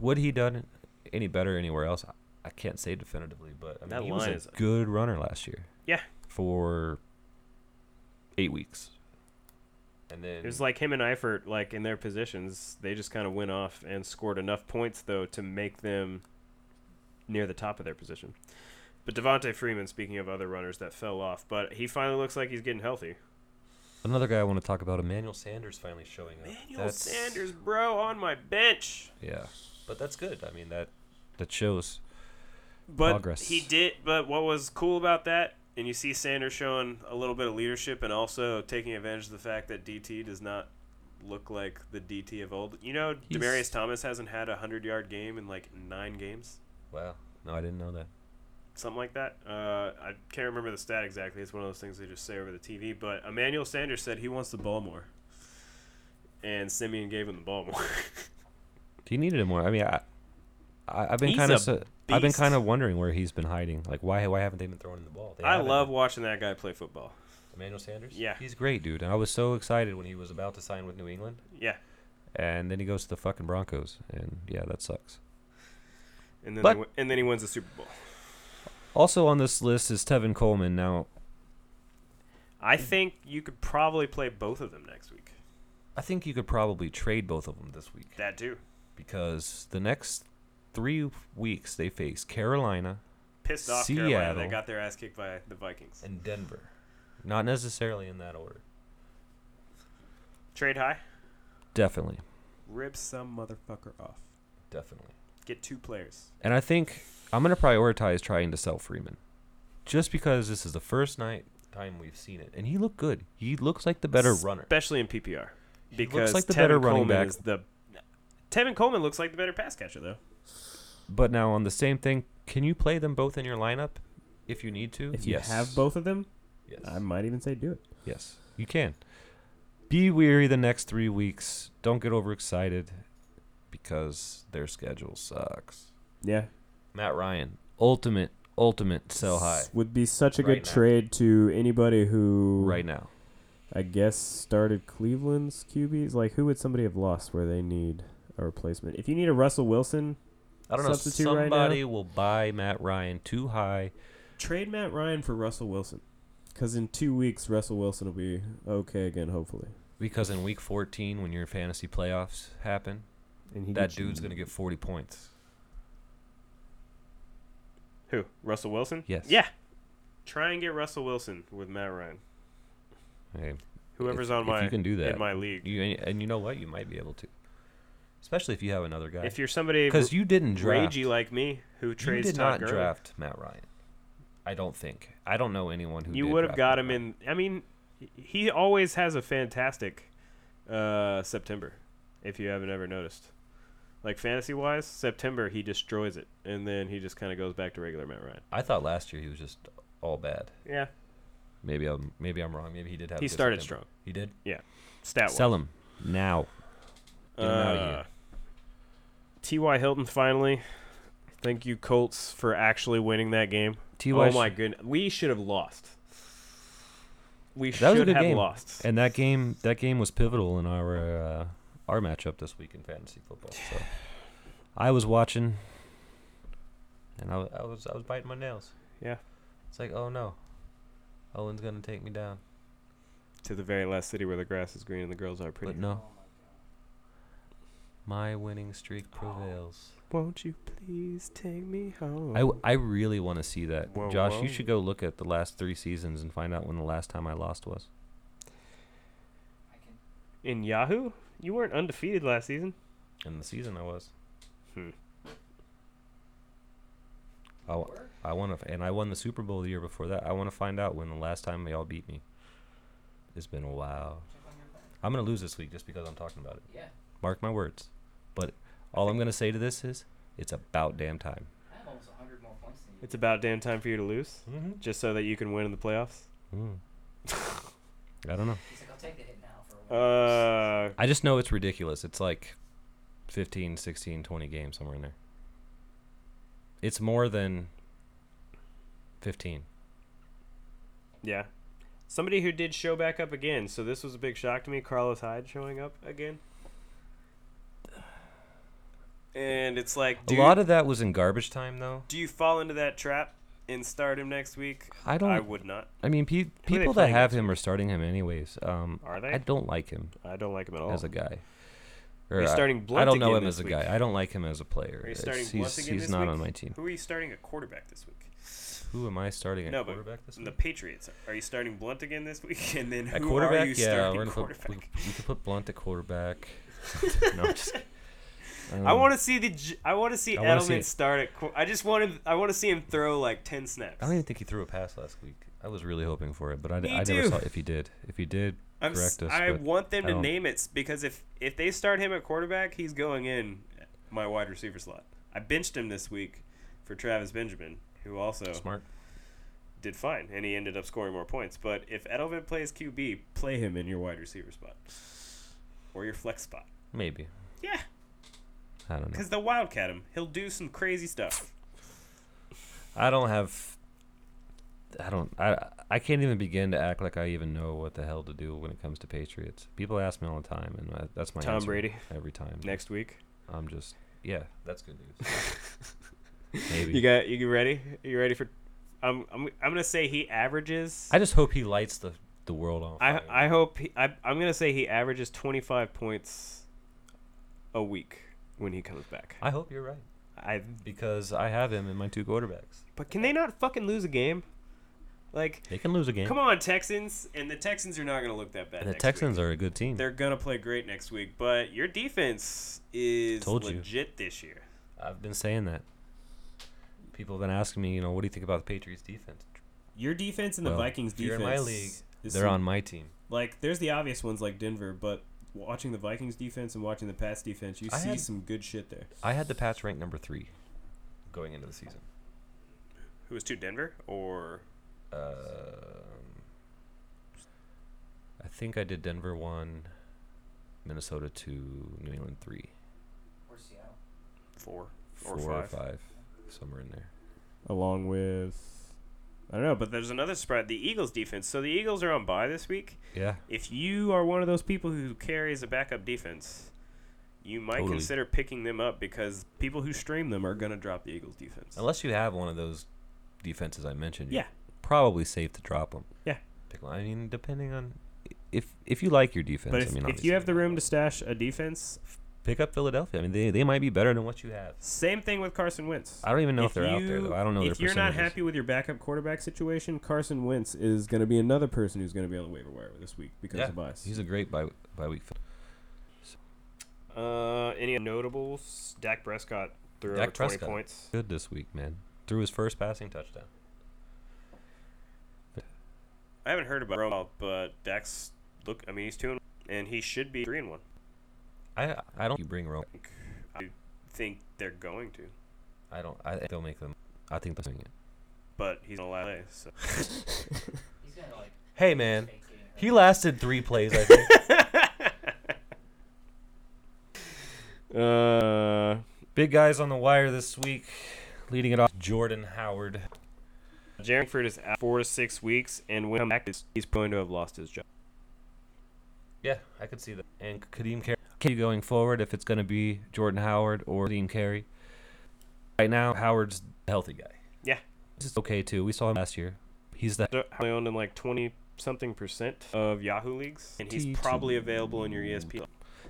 S2: would he done any better anywhere else? I, I can't say definitively, but I mean,
S1: That
S2: he was
S1: line
S2: a
S1: is-
S2: good runner last year.
S1: Yeah.
S2: For eight weeks. And then
S1: It was like him and Eifert, like in their positions, they just kind of went off and scored enough points though to make them near the top of their position. But Devontae Freeman, speaking of other runners that fell off, but he finally looks like he's getting healthy.
S2: another guy I want to talk about, Emmanuel Sanders, finally showing up.
S1: Manuel
S2: That's-
S1: Sanders, bro, on my bench.
S2: Yeah, but that's good. I mean that that shows.
S1: But
S2: Progress.
S1: he did. But what was cool about that, and you see Sanders showing a little bit of leadership and also taking advantage of the fact that DT does not look like the DT of old. You know,
S2: He's-
S1: Demarius Thomas hasn't had a hundred yard game in like nine games.
S2: Wow. No, I didn't know that.
S1: something like that. Uh, I can't remember the stat exactly. It's one of those things they just say over the TV. But Emmanuel Sanders said he wants the ball more, and Simeon gave him the ball more. <laughs>
S2: He needed it more. I mean, I, I I've been
S1: He's
S2: kind
S1: a
S2: of su- I've been
S1: beast.
S2: kind of wondering where he's been hiding. Like why why haven't they been throwing him the ball? They
S1: I
S2: haven't.
S1: love watching that guy play football.
S2: Emmanuel Sanders.
S1: Yeah.
S2: he's great, dude. And I was so excited when he was about to sign with New England,
S1: Yeah,
S2: and then he goes to the fucking Broncos, and yeah, that sucks.
S1: and then
S2: But-
S1: they win- and then he wins the Super Bowl.
S2: Also on this list is Tevin Coleman. Now
S1: I think you could probably play both of them next week.
S2: I think you could probably trade both of them this week
S1: That too.
S2: because the next three weeks they face Carolina
S1: Pissed off Carolina that
S2: Seattle.
S1: got their ass kicked by the Vikings.
S2: and Denver, not necessarily in that order.
S1: Trade high,
S2: Definitely,
S1: rip some motherfucker off.
S2: definitely.
S1: Get two players.
S2: And I think I'm going to prioritize trying to sell Freeman. Just because this is the first night time we've seen it. And he looked good. He looks like the better runner.
S1: especially in PPR. Because
S2: like the
S1: Tevin
S2: better running
S1: Coleman
S2: back.
S1: is the Tevin Coleman looks like the better pass catcher though.
S2: But now on the same thing, can you play them both in your lineup if you need to?
S4: If you have both of them,
S2: Yes.
S4: I might even say do it.
S2: yes. You can. Be weary the next 3 weeks. Don't get overexcited because their schedule sucks.
S4: Yeah,
S2: Matt Ryan, ultimate ultimate sell high
S4: S- Would be such a
S2: Right
S4: good
S2: now.
S4: trade to anybody who,
S2: right now.
S4: I guess, started Cleveland's QBs. Like, who would somebody have lost where they need a replacement? If you need a Russell Wilson,
S2: I don't know
S4: Substitute right now?
S2: somebody will buy Matt Ryan too high.
S4: trade Matt Ryan for Russell Wilson. Because in two weeks, Russell Wilson will be okay again, hopefully.
S2: Because in week 14, when your fantasy playoffs happen,
S4: And he
S2: that
S4: gets you-
S2: dude's going to get 40 points.
S1: Who? Russell Wilson?
S2: Yes.
S1: Yeah. Try and get Russell Wilson with Matt Ryan.
S2: Hey,
S1: Whoever's
S2: if,
S1: on my
S2: If you can do that.
S1: in my league.
S2: you, and, and you know what? You might be able to. Especially if you have another guy.
S1: If you're somebody
S2: Because
S1: r-
S2: you didn't draft.
S1: ragey like me who
S2: you
S1: trades
S2: did
S1: Todd
S2: not
S1: Gurley,
S2: draft Matt Ryan. I don't think. I don't know anyone who
S1: you
S2: did
S1: would have
S2: draft
S1: got him
S2: Matt Ryan.
S1: in. I mean, he- he always has a fantastic uh, September. If you haven't ever noticed, like fantasy wise, September he destroys it, and then he just kind of goes back to regular Matt Ryan.
S2: I thought last year he was just all bad.
S1: Yeah,
S2: Maybe I'm maybe I'm wrong. Maybe he did have.
S1: he
S2: a good
S1: started
S2: September.
S1: strong. Oh
S2: He did.
S1: Stat
S2: Sell him now. Get him outta here.
S1: Uh, T.Y. Hilton finally. Thank you, Colts, for actually winning that game.
S2: Ty.
S1: oh my goodness, we should have lost. We
S2: That was a
S1: should
S2: good
S1: have
S2: game.
S1: lost.
S2: And that game, that game was pivotal in our uh, our matchup this week in fantasy football. So I was watching, and I, wa- I was I was biting my nails.
S1: Yeah.
S2: It's like, oh no, Owen's gonna take me down.
S1: to the very last city where the grass is green and the girls are pretty.
S2: But no,
S3: Oh,
S2: my winning streak prevails.
S1: Won't you please take me home?
S2: I, w- I really want to see that.
S1: Whoa,
S2: Josh,
S1: whoa.
S2: you should go look at the last three seasons and find out when the last time I lost was.
S3: I can
S1: In Yahoo, you weren't undefeated last season.
S2: And the season I was.
S1: Hmm.
S2: I, w-
S3: work.
S2: I want to, and I won the Super Bowl the year before that. I want to find out when the last time y'all beat me. It's been a while.
S3: Check on your phone.
S2: I'm gonna lose this week just because I'm talking about it.
S3: Yeah.
S2: Mark my words. But all I'm gonna say to this is, it's about damn time.
S3: I have almost 100 more points than you.
S1: It's about damn time for you to lose,
S2: Mm-hmm.
S1: just so that you can win in the playoffs. <laughs>
S2: Mm, I don't know.
S3: He's like, I'll take the hit now for a while.
S1: Uh,
S2: I just know it's ridiculous. It's like 15, 16, 20 games somewhere in there. It's more than 15.
S1: yeah. Somebody who did show back up again. So this was a big shock to me. Carlos Hyde showing up again. And it's like, dude,
S2: a lot of that was in garbage time, though.
S1: do you fall into that trap and start him next week?
S2: I don't.
S1: I
S2: I,
S1: would not.
S2: mean, pe-
S1: they
S2: people that
S1: playing
S2: have
S1: next
S2: him are starting him anyways. Um,
S1: Are they?
S2: I don't like him
S1: I don't like him at all.
S2: as a guy.
S1: Are you
S2: I-
S1: starting
S2: I
S1: Blunt
S2: don't know
S1: again
S2: him
S1: this
S2: as a
S1: week?
S2: guy. I don't like him as a player.
S1: Are you
S2: It's-
S1: starting
S2: he's
S1: Blunt again
S2: he's
S1: this
S2: not
S1: week?
S2: on my team.
S1: Who are you starting at quarterback this week?
S2: Who am I starting at
S1: No, but
S2: quarterback this
S1: The
S2: week?
S1: Patriots. Are you starting Blunt again this week? <laughs> And then
S2: At
S1: who
S2: quarterback,
S1: are you
S2: yeah,
S1: starting
S2: we're gonna put, we,
S1: quarterback?
S2: we could put Blunt
S1: <laughs>
S2: at quarterback. no, I'm just kidding.
S1: I
S2: Um,
S1: want to see the. J- I want to see
S2: I wanna see
S1: Edelman
S2: it.
S1: start at. Qu- I just wanted. I want to see him throw like ten snaps.
S2: I don't even think he threw a pass last week. I was really hoping for it, but I,
S1: Me
S2: I never
S1: too.
S2: saw if he did. If he did,
S1: I'm s-
S2: correct us,
S1: I
S2: but
S1: want them
S2: I
S1: to
S2: don't-
S1: name it s- because if if they start him at quarterback, he's going in my wide receiver slot. I benched him this week for Travis Benjamin, who also
S2: smart.
S1: did fine, and he ended up scoring more points. But if Edelman plays QB, play him in your wide receiver spot or your flex spot.
S2: Maybe.
S1: Yeah,
S2: I don't know.
S1: because they'll wildcat him. He'll do some crazy stuff.
S2: I don't have. I don't. I I can't even begin to act like I even know what the hell to do when it comes to Patriots. People ask me all the time, and I, that's my
S1: Tom
S2: answer
S1: Brady.
S2: every time.
S1: Next week,
S2: I'm just yeah. That's good news. Maybe.
S1: <laughs> you got you ready? You ready for? I'm I'm I'm gonna say he averages.
S2: I just hope he lights the the world on
S1: I
S2: fire.
S1: I hope he, I I'm gonna say he averages 25 points a week when he comes back.
S2: I hope you're right
S1: I
S2: because I have him in my two quarterbacks.
S1: but can they not fucking lose a game? Like,
S2: They can lose a game.
S1: come on Texans, and the Texans are not gonna look that bad.
S2: the
S1: next
S2: Texans
S1: week.
S2: are a good team.
S1: They're gonna play great next week, but your defense is
S2: Told you.
S1: legit this year.
S2: I've been saying that. People have been asking me, you know, what do you think about the Patriots defense?
S1: Your defense and
S2: the Well, Vikings if you're in my defense league, They're on my team.
S1: Like, there's the obvious ones like Denver, but watching the Vikings defense and watching the Pats defense, you
S2: I see had-
S1: some good shit there.
S2: I had the Pats ranked number three going into the season.
S1: Who was to Denver or
S2: Um, I think I did Denver one, Minnesota two, New England three,
S3: Or Seattle.
S1: four
S2: four or five, somewhere in there.
S4: along with I don't know, but
S1: But there's another spread, the Eagles defense. So the Eagles are on bye this week.
S2: Yeah,
S1: If you are one of those people who carries a backup defense, you might
S2: Totally.
S1: consider picking them up because people who stream them are going to drop the Eagles defense.
S2: unless you have one of those defenses I mentioned. you're
S1: Yeah.
S2: probably safe to drop them.
S1: Yeah.
S2: Pick one. I mean, depending on if if you like your defense.
S1: But if,
S2: I mean,
S1: if you have the
S2: obviously.
S1: room to stash a defense,
S2: pick up Philadelphia. I mean, they, they might be better than what you have.
S1: same thing with Carson Wentz.
S2: I don't even know if, they're out there though. I don't know
S1: If
S2: their
S1: you're not
S2: percentages.
S1: happy with your backup quarterback situation,
S4: Carson Wentz is going to be another person who's going to be on the waiver wire this week because
S2: Yeah,
S4: of us.
S2: He's a great by by week. fi-
S1: uh, any notables? Dak Prescott threw
S2: Dak
S1: over 20
S2: Prescott.
S1: points.
S2: Good this week, man. Threw his first passing touchdown.
S1: I haven't heard about Romo, but Dak's look. I mean, he's two and, and he should be three and one.
S2: I I don't think you bring Rome.
S1: I think they're going to,
S2: I don't. I think they'll make them. I think they're doing it.
S1: but he's in LA. <laughs> So.
S3: He's gonna like.
S2: Hey man,
S3: fake getting hurt.
S2: he lasted three plays.
S1: <laughs>
S2: I think.
S1: uh,
S2: Uh,
S1: Uh,
S2: Big guys on the wire this week. Leading it off, Jordan Howard.
S1: Jaren Ford is out four to six weeks, and when he comes back, he's- he's going to have lost his job.
S2: Yeah, I could see that. And Kadeem Carey okay, going forward, if it's going to be Jordan Howard or Kadeem Carey. Right now, Howard's the healthy guy.
S1: Yeah.
S2: This is okay, too. We saw him last year. He's the
S1: So they own in like twenty something percent of Yahoo leagues, and he's
S2: T2.
S1: probably available in your E ESPN.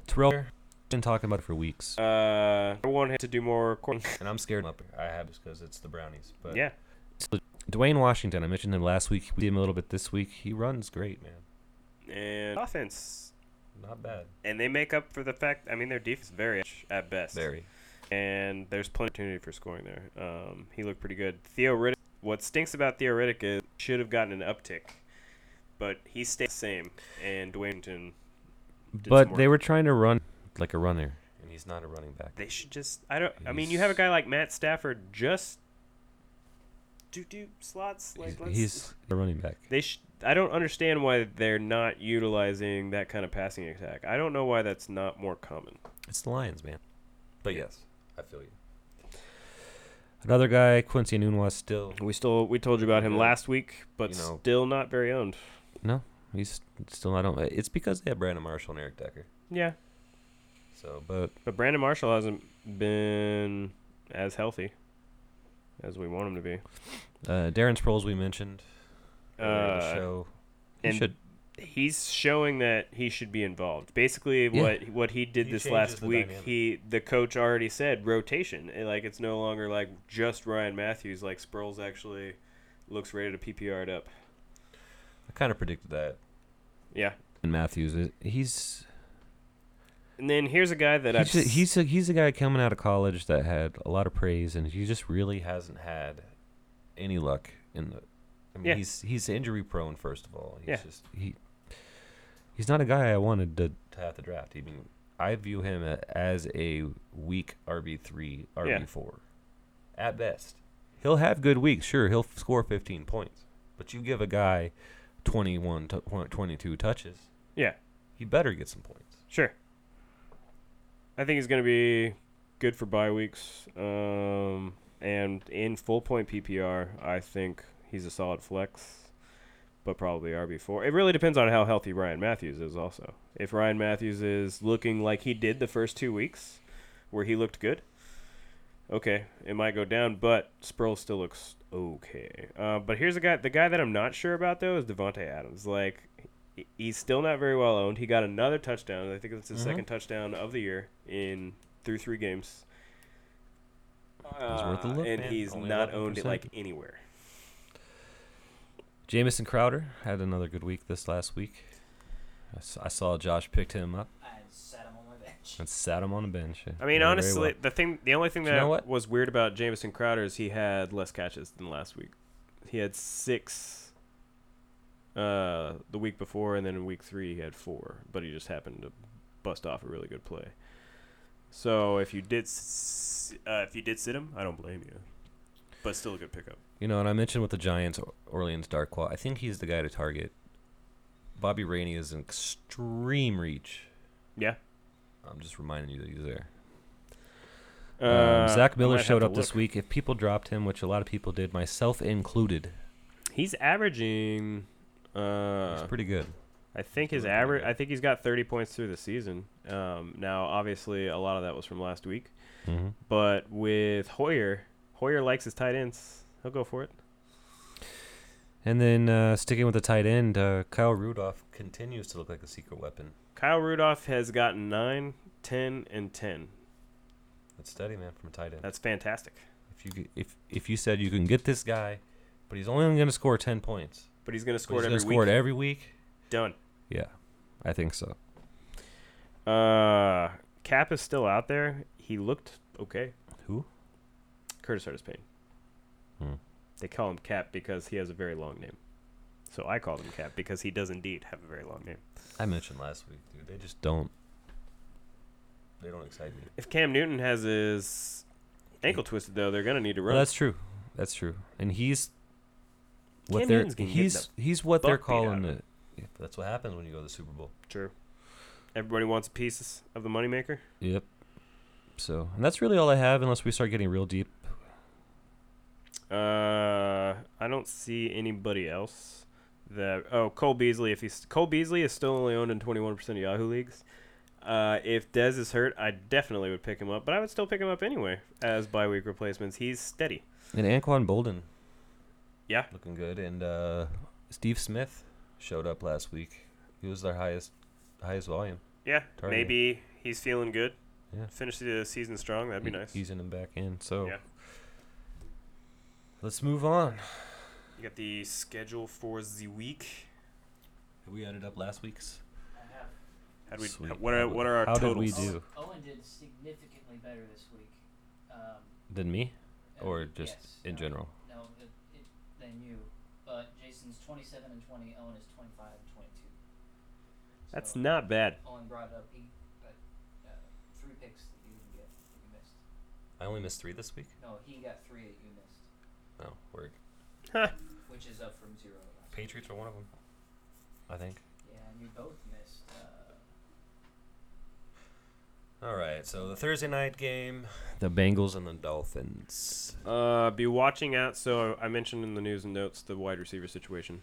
S2: Terrell. Been talking about it for weeks,
S1: Uh, I want him to do more recording.
S2: and I'm scared up. I have because it's the brownies. But
S1: yeah,
S2: Dwayne Washington. I mentioned him last week. We did him a little bit this week. He runs great, man.
S1: and offense,
S2: Not bad.
S1: and they make up for the fact. I mean, their defense is very average at best.
S2: Very.
S1: and there's plenty of opportunity for scoring there. Um, he looked pretty good. Theo Riddick, what stinks about Theo Riddick is should have gotten an uptick, but he stayed the same. And Dwayneton, some
S2: But
S1: work.
S2: they were trying to run like a runner, and he's not a running back.
S1: they should just. I don't. I mean, you have a guy like Matt Stafford just do do slots like
S2: He's,
S1: let's.
S2: he's a running back.
S1: they sh- I don't understand why they're not utilizing that kind of passing attack. I don't know why that's not more common.
S2: It's the Lions, man. But yes, I feel you. Another guy, Quincy Nunwa, still
S1: We still we told you about him
S2: Yeah.
S1: last week, but
S2: You know-
S1: still not very owned.
S2: he's still not on. It's because they have Brandon Marshall and Eric Decker.
S1: Yeah,
S2: So, but
S1: But Brandon Marshall hasn't been as healthy as we want him to be.
S2: uh, Darren Sproles we mentioned. earlier in the
S1: Uh,
S2: show. He
S1: and
S2: should
S1: He's showing that he should be involved. Basically,
S2: Yeah.
S1: what what he did
S2: He
S1: this
S2: changes
S1: last
S2: the
S1: week,
S2: dynamic.
S1: he the coach already said rotation. And, Like it's no longer like just Ryan Matthews. Like Sproles actually looks ready to PPR it up.
S2: I kind of predicted that.
S1: Yeah.
S2: And Matthews, it- he's
S1: And then here's a guy that I've
S2: he's a,
S1: s-
S2: he's a he's a guy coming out of college that had a lot of praise, and he just really hasn't had any luck in the. I mean,
S1: Yeah.
S2: he's he's injury prone. First of all, he's
S1: Yeah.
S2: just he. He's not a guy I wanted to, to have to draft. I mean, I view him a- as a weak RB three, RB four, at best. He'll have good weeks, sure. He'll f- score 15 points, but you give a guy 21, t- 22 touches,
S1: yeah
S2: he better get some points.
S1: sure. I think he's gonna be good for bye weeks. Um, and in full point PPR, I think he's a solid flex, but probably RB four. It really depends on how healthy Ryan Matthews is. Also, if Ryan Matthews is looking like he did the first two weeks, where he looked good, okay, it might go down. But Sproul still looks okay. Uh, but here's a guy. The guy that I'm not sure about though is Devonte Adams. Like. he- He's still not very well owned. He got another touchdown. I think it's his
S2: Mhm.
S1: second touchdown of the year in through three games.
S2: worth a
S1: Uh,
S2: look,
S1: and
S2: man.
S1: he's
S2: Only
S1: not owned it
S2: 11%.
S1: like anywhere.
S2: Jamison Crowder had another good week this last week. I s- I saw Josh picked him up
S3: I set him on my bench.
S2: and sat him on a bench.
S1: I mean,
S2: Very, very
S1: honestly,
S2: well.
S1: the thing, the only thing
S2: You
S1: that
S2: know what?
S1: was weird about Jamison Crowder is he had less catches than last week. He had six uh, the week before, and then in week three he had four. But he just happened to bust off a really good play. So if you did, s- uh, if you did sit him, I don't blame you. But still a good pickup.
S2: you know, and I mentioned with the Giants, Or- Orleans Darkwa, I think he's the guy to target. Bobby Rainey is an extreme reach.
S1: Yeah.
S2: I'm just reminding you that he's there.
S1: Uh,
S2: um, Zach
S1: I Uh, might
S2: Miller
S1: have
S2: showed
S1: to
S2: up this
S1: look.
S2: week. If people dropped him, which a lot of people did, myself included,
S1: He's averaging. Uh,
S2: he's pretty good.
S1: I think his
S2: Really
S1: average.
S2: good.
S1: I think he's got 30 points through the season. Um, now, obviously, a lot of that was from last week,
S2: Mm-hmm.
S1: but with Hoyer, Hoyer likes his tight ends. He'll go for it.
S2: And then uh, sticking with the tight end, uh, Kyle Rudolph continues to look like a secret weapon.
S1: Kyle Rudolph has gotten 9, 10, and 10.
S2: That's steady, man, from a tight end.
S1: That's fantastic.
S2: If you g- if if you said you can get this guy, but he's only going to score ten points,
S1: But he's going to
S2: but
S1: score it
S2: he's gonna
S1: every
S2: score
S1: week.
S2: it every week.
S1: Done.
S2: Yeah, I think so.
S1: Uh, Cap is still out there. He looked okay.
S2: Who?
S1: Curtis Artis Payne.
S2: Hmm.
S1: They call him Cap because he has a very long name. So I called him Cap because he does indeed have a very long name.
S2: I mentioned last week, dude. They just don't. They don't excite me.
S1: If Cam Newton has his ankle twisted, though, they're gonna need to
S2: Well,
S1: run.
S2: that's true. That's true. And he's what
S1: Cam
S2: they're
S1: Newton's gonna get
S2: he's he's what
S1: buck
S2: they're
S1: beat
S2: calling
S1: out of
S2: the. Yeah, that's what happens when you go to the Super Bowl.
S1: true. Everybody wants a piece of the moneymaker.
S2: Yep. So, and that's really all I have, unless we start getting real deep.
S1: Uh, I don't see anybody else. That oh, Cole Beasley. If he's Cole Beasley is still only owned in twenty one percent of Yahoo leagues. Uh, if Dez is hurt, I definitely would pick him up, but I would still pick him up anyway as bye week replacements. He's steady.
S2: And Anquan Bolden.
S1: Yeah.
S2: Looking good. And uh, Steve Smith showed up last week. He was their highest highest volume.
S1: Yeah,
S2: Target.
S1: maybe he's feeling good.
S2: Yeah.
S1: Finish the season strong. That'd be nice.
S2: Easing him back in. So
S1: Yeah.
S2: let's move on.
S1: You got the schedule for the week.
S2: Have we ended up last week's?
S3: I have.
S1: How do we?
S2: Sweet.
S1: What are what are our
S2: How did
S1: totals?
S2: we
S3: Owen-
S2: do?
S3: Owen did significantly better this week. Um,
S2: Than me?
S3: uh,
S2: Or just
S3: yes,
S2: in
S3: no,
S2: general?
S3: No, it, it, than you. But Jason's 27 and 20. Owen is 25 and 22.
S1: That's
S3: So,
S1: not bad.
S3: Owen brought up he, but uh, three picks that you didn't get. That you missed.
S2: I only missed three this week.
S3: No, he got three that you missed,
S2: Oh, word.
S3: which is up from zero. Last week.
S2: Patriots are one of them. I think.
S3: Yeah, and you both missed. Uh,
S2: All right. So the Thursday night game. The Bengals and the Dolphins.
S1: Uh, be watching out. So I mentioned in the news and notes the wide receiver situation.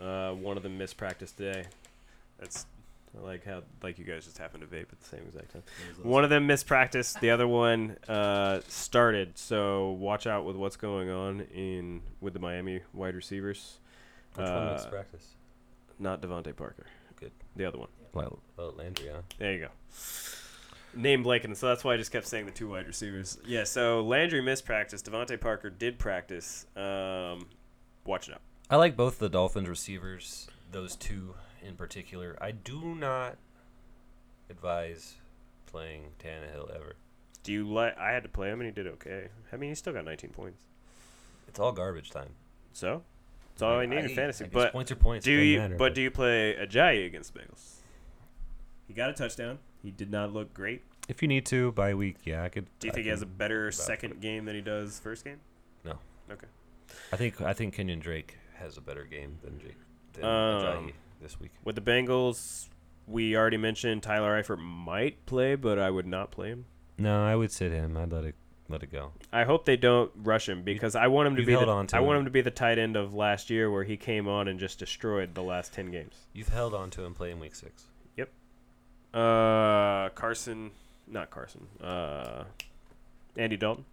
S1: Uh, one of them missed practice today. That's I like how like you guys just happened to vape at the same exact time. One of them missed practice. The other one uh, started. So watch out with what's going on in with the Miami wide receivers.
S2: Which one makes
S1: uh,
S2: practice?
S1: Not Devontae Parker.
S2: Good.
S1: The other one.
S2: Well, well, Landry, huh?
S1: There you go. Name blanking, so that's why I just kept saying the two wide receivers. Yeah, so Landry missed practice. Devontae Parker did practice. Um, watch it out.
S2: I like both the Dolphins receivers, those two in particular. I do not advise playing Tannehill ever.
S1: Do you like? I had to play him, and he did okay. I mean, he still got 19 points.
S2: It's all garbage time.
S1: So it's all I need in fantasy.
S2: I guess
S1: but
S2: points are points.
S1: do
S2: it doesn't
S1: you?
S2: matter,
S1: but do you play Ajayi against the Bengals? He got a touchdown. He did not look great.
S2: if you need to by week, yeah, I could.
S1: Do you
S2: I
S1: think he has a
S2: can-
S1: better
S2: about
S1: second game than he does first game?
S2: No.
S1: Okay.
S2: I think I think Kenyon Drake has a better game than Jake than
S1: Um,
S2: Ajayi this week.
S1: With the Bengals, we already mentioned Tyler Eifert might play, but I would not play him.
S2: No, I would sit him. I'd let it let it go.
S1: I hope they don't rush him because I want him to
S2: you've
S1: be the,
S2: held on to
S1: I want
S2: him.
S1: him to be the tight end of last year where he came on and just destroyed the last 10 games.
S2: You've held on to him playing week six.
S1: Uh Carson, not Carson. Uh Andy Dalton.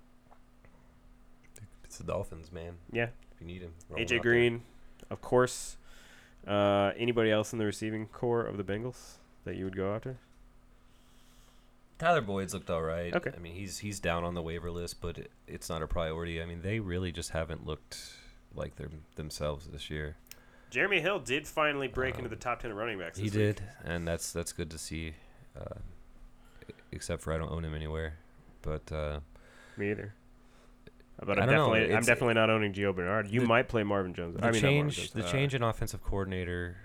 S2: It's the Dolphins, man.
S1: Yeah.
S2: If you need him, roll him out
S1: AJ
S2: there.
S1: Green, of course. Uh anybody else in the receiving core of the Bengals that you would go after?
S2: Tyler Boyd's looked all right.
S1: Okay.
S2: I mean, he's he's down on the waiver list, but it, it's not a priority. I mean, they really just haven't looked like their themselves this year.
S1: Jeremy Hill did finally break into
S2: Um,
S1: the top 10 of running backs.
S2: He
S1: this
S2: did,
S1: week.
S2: and that's that's good to see. Uh, except for I don't own him anywhere, but uh,
S1: Me either. Uh, But
S2: I
S1: I'm
S2: don't know,
S1: definitely I'm
S2: it's-
S1: definitely not owning Gio Bernard. You
S2: the-
S1: might play Marvin Jones.
S2: the
S1: I mean, not Marvin
S2: change the
S1: Jones, uh,
S2: change in offensive coordinator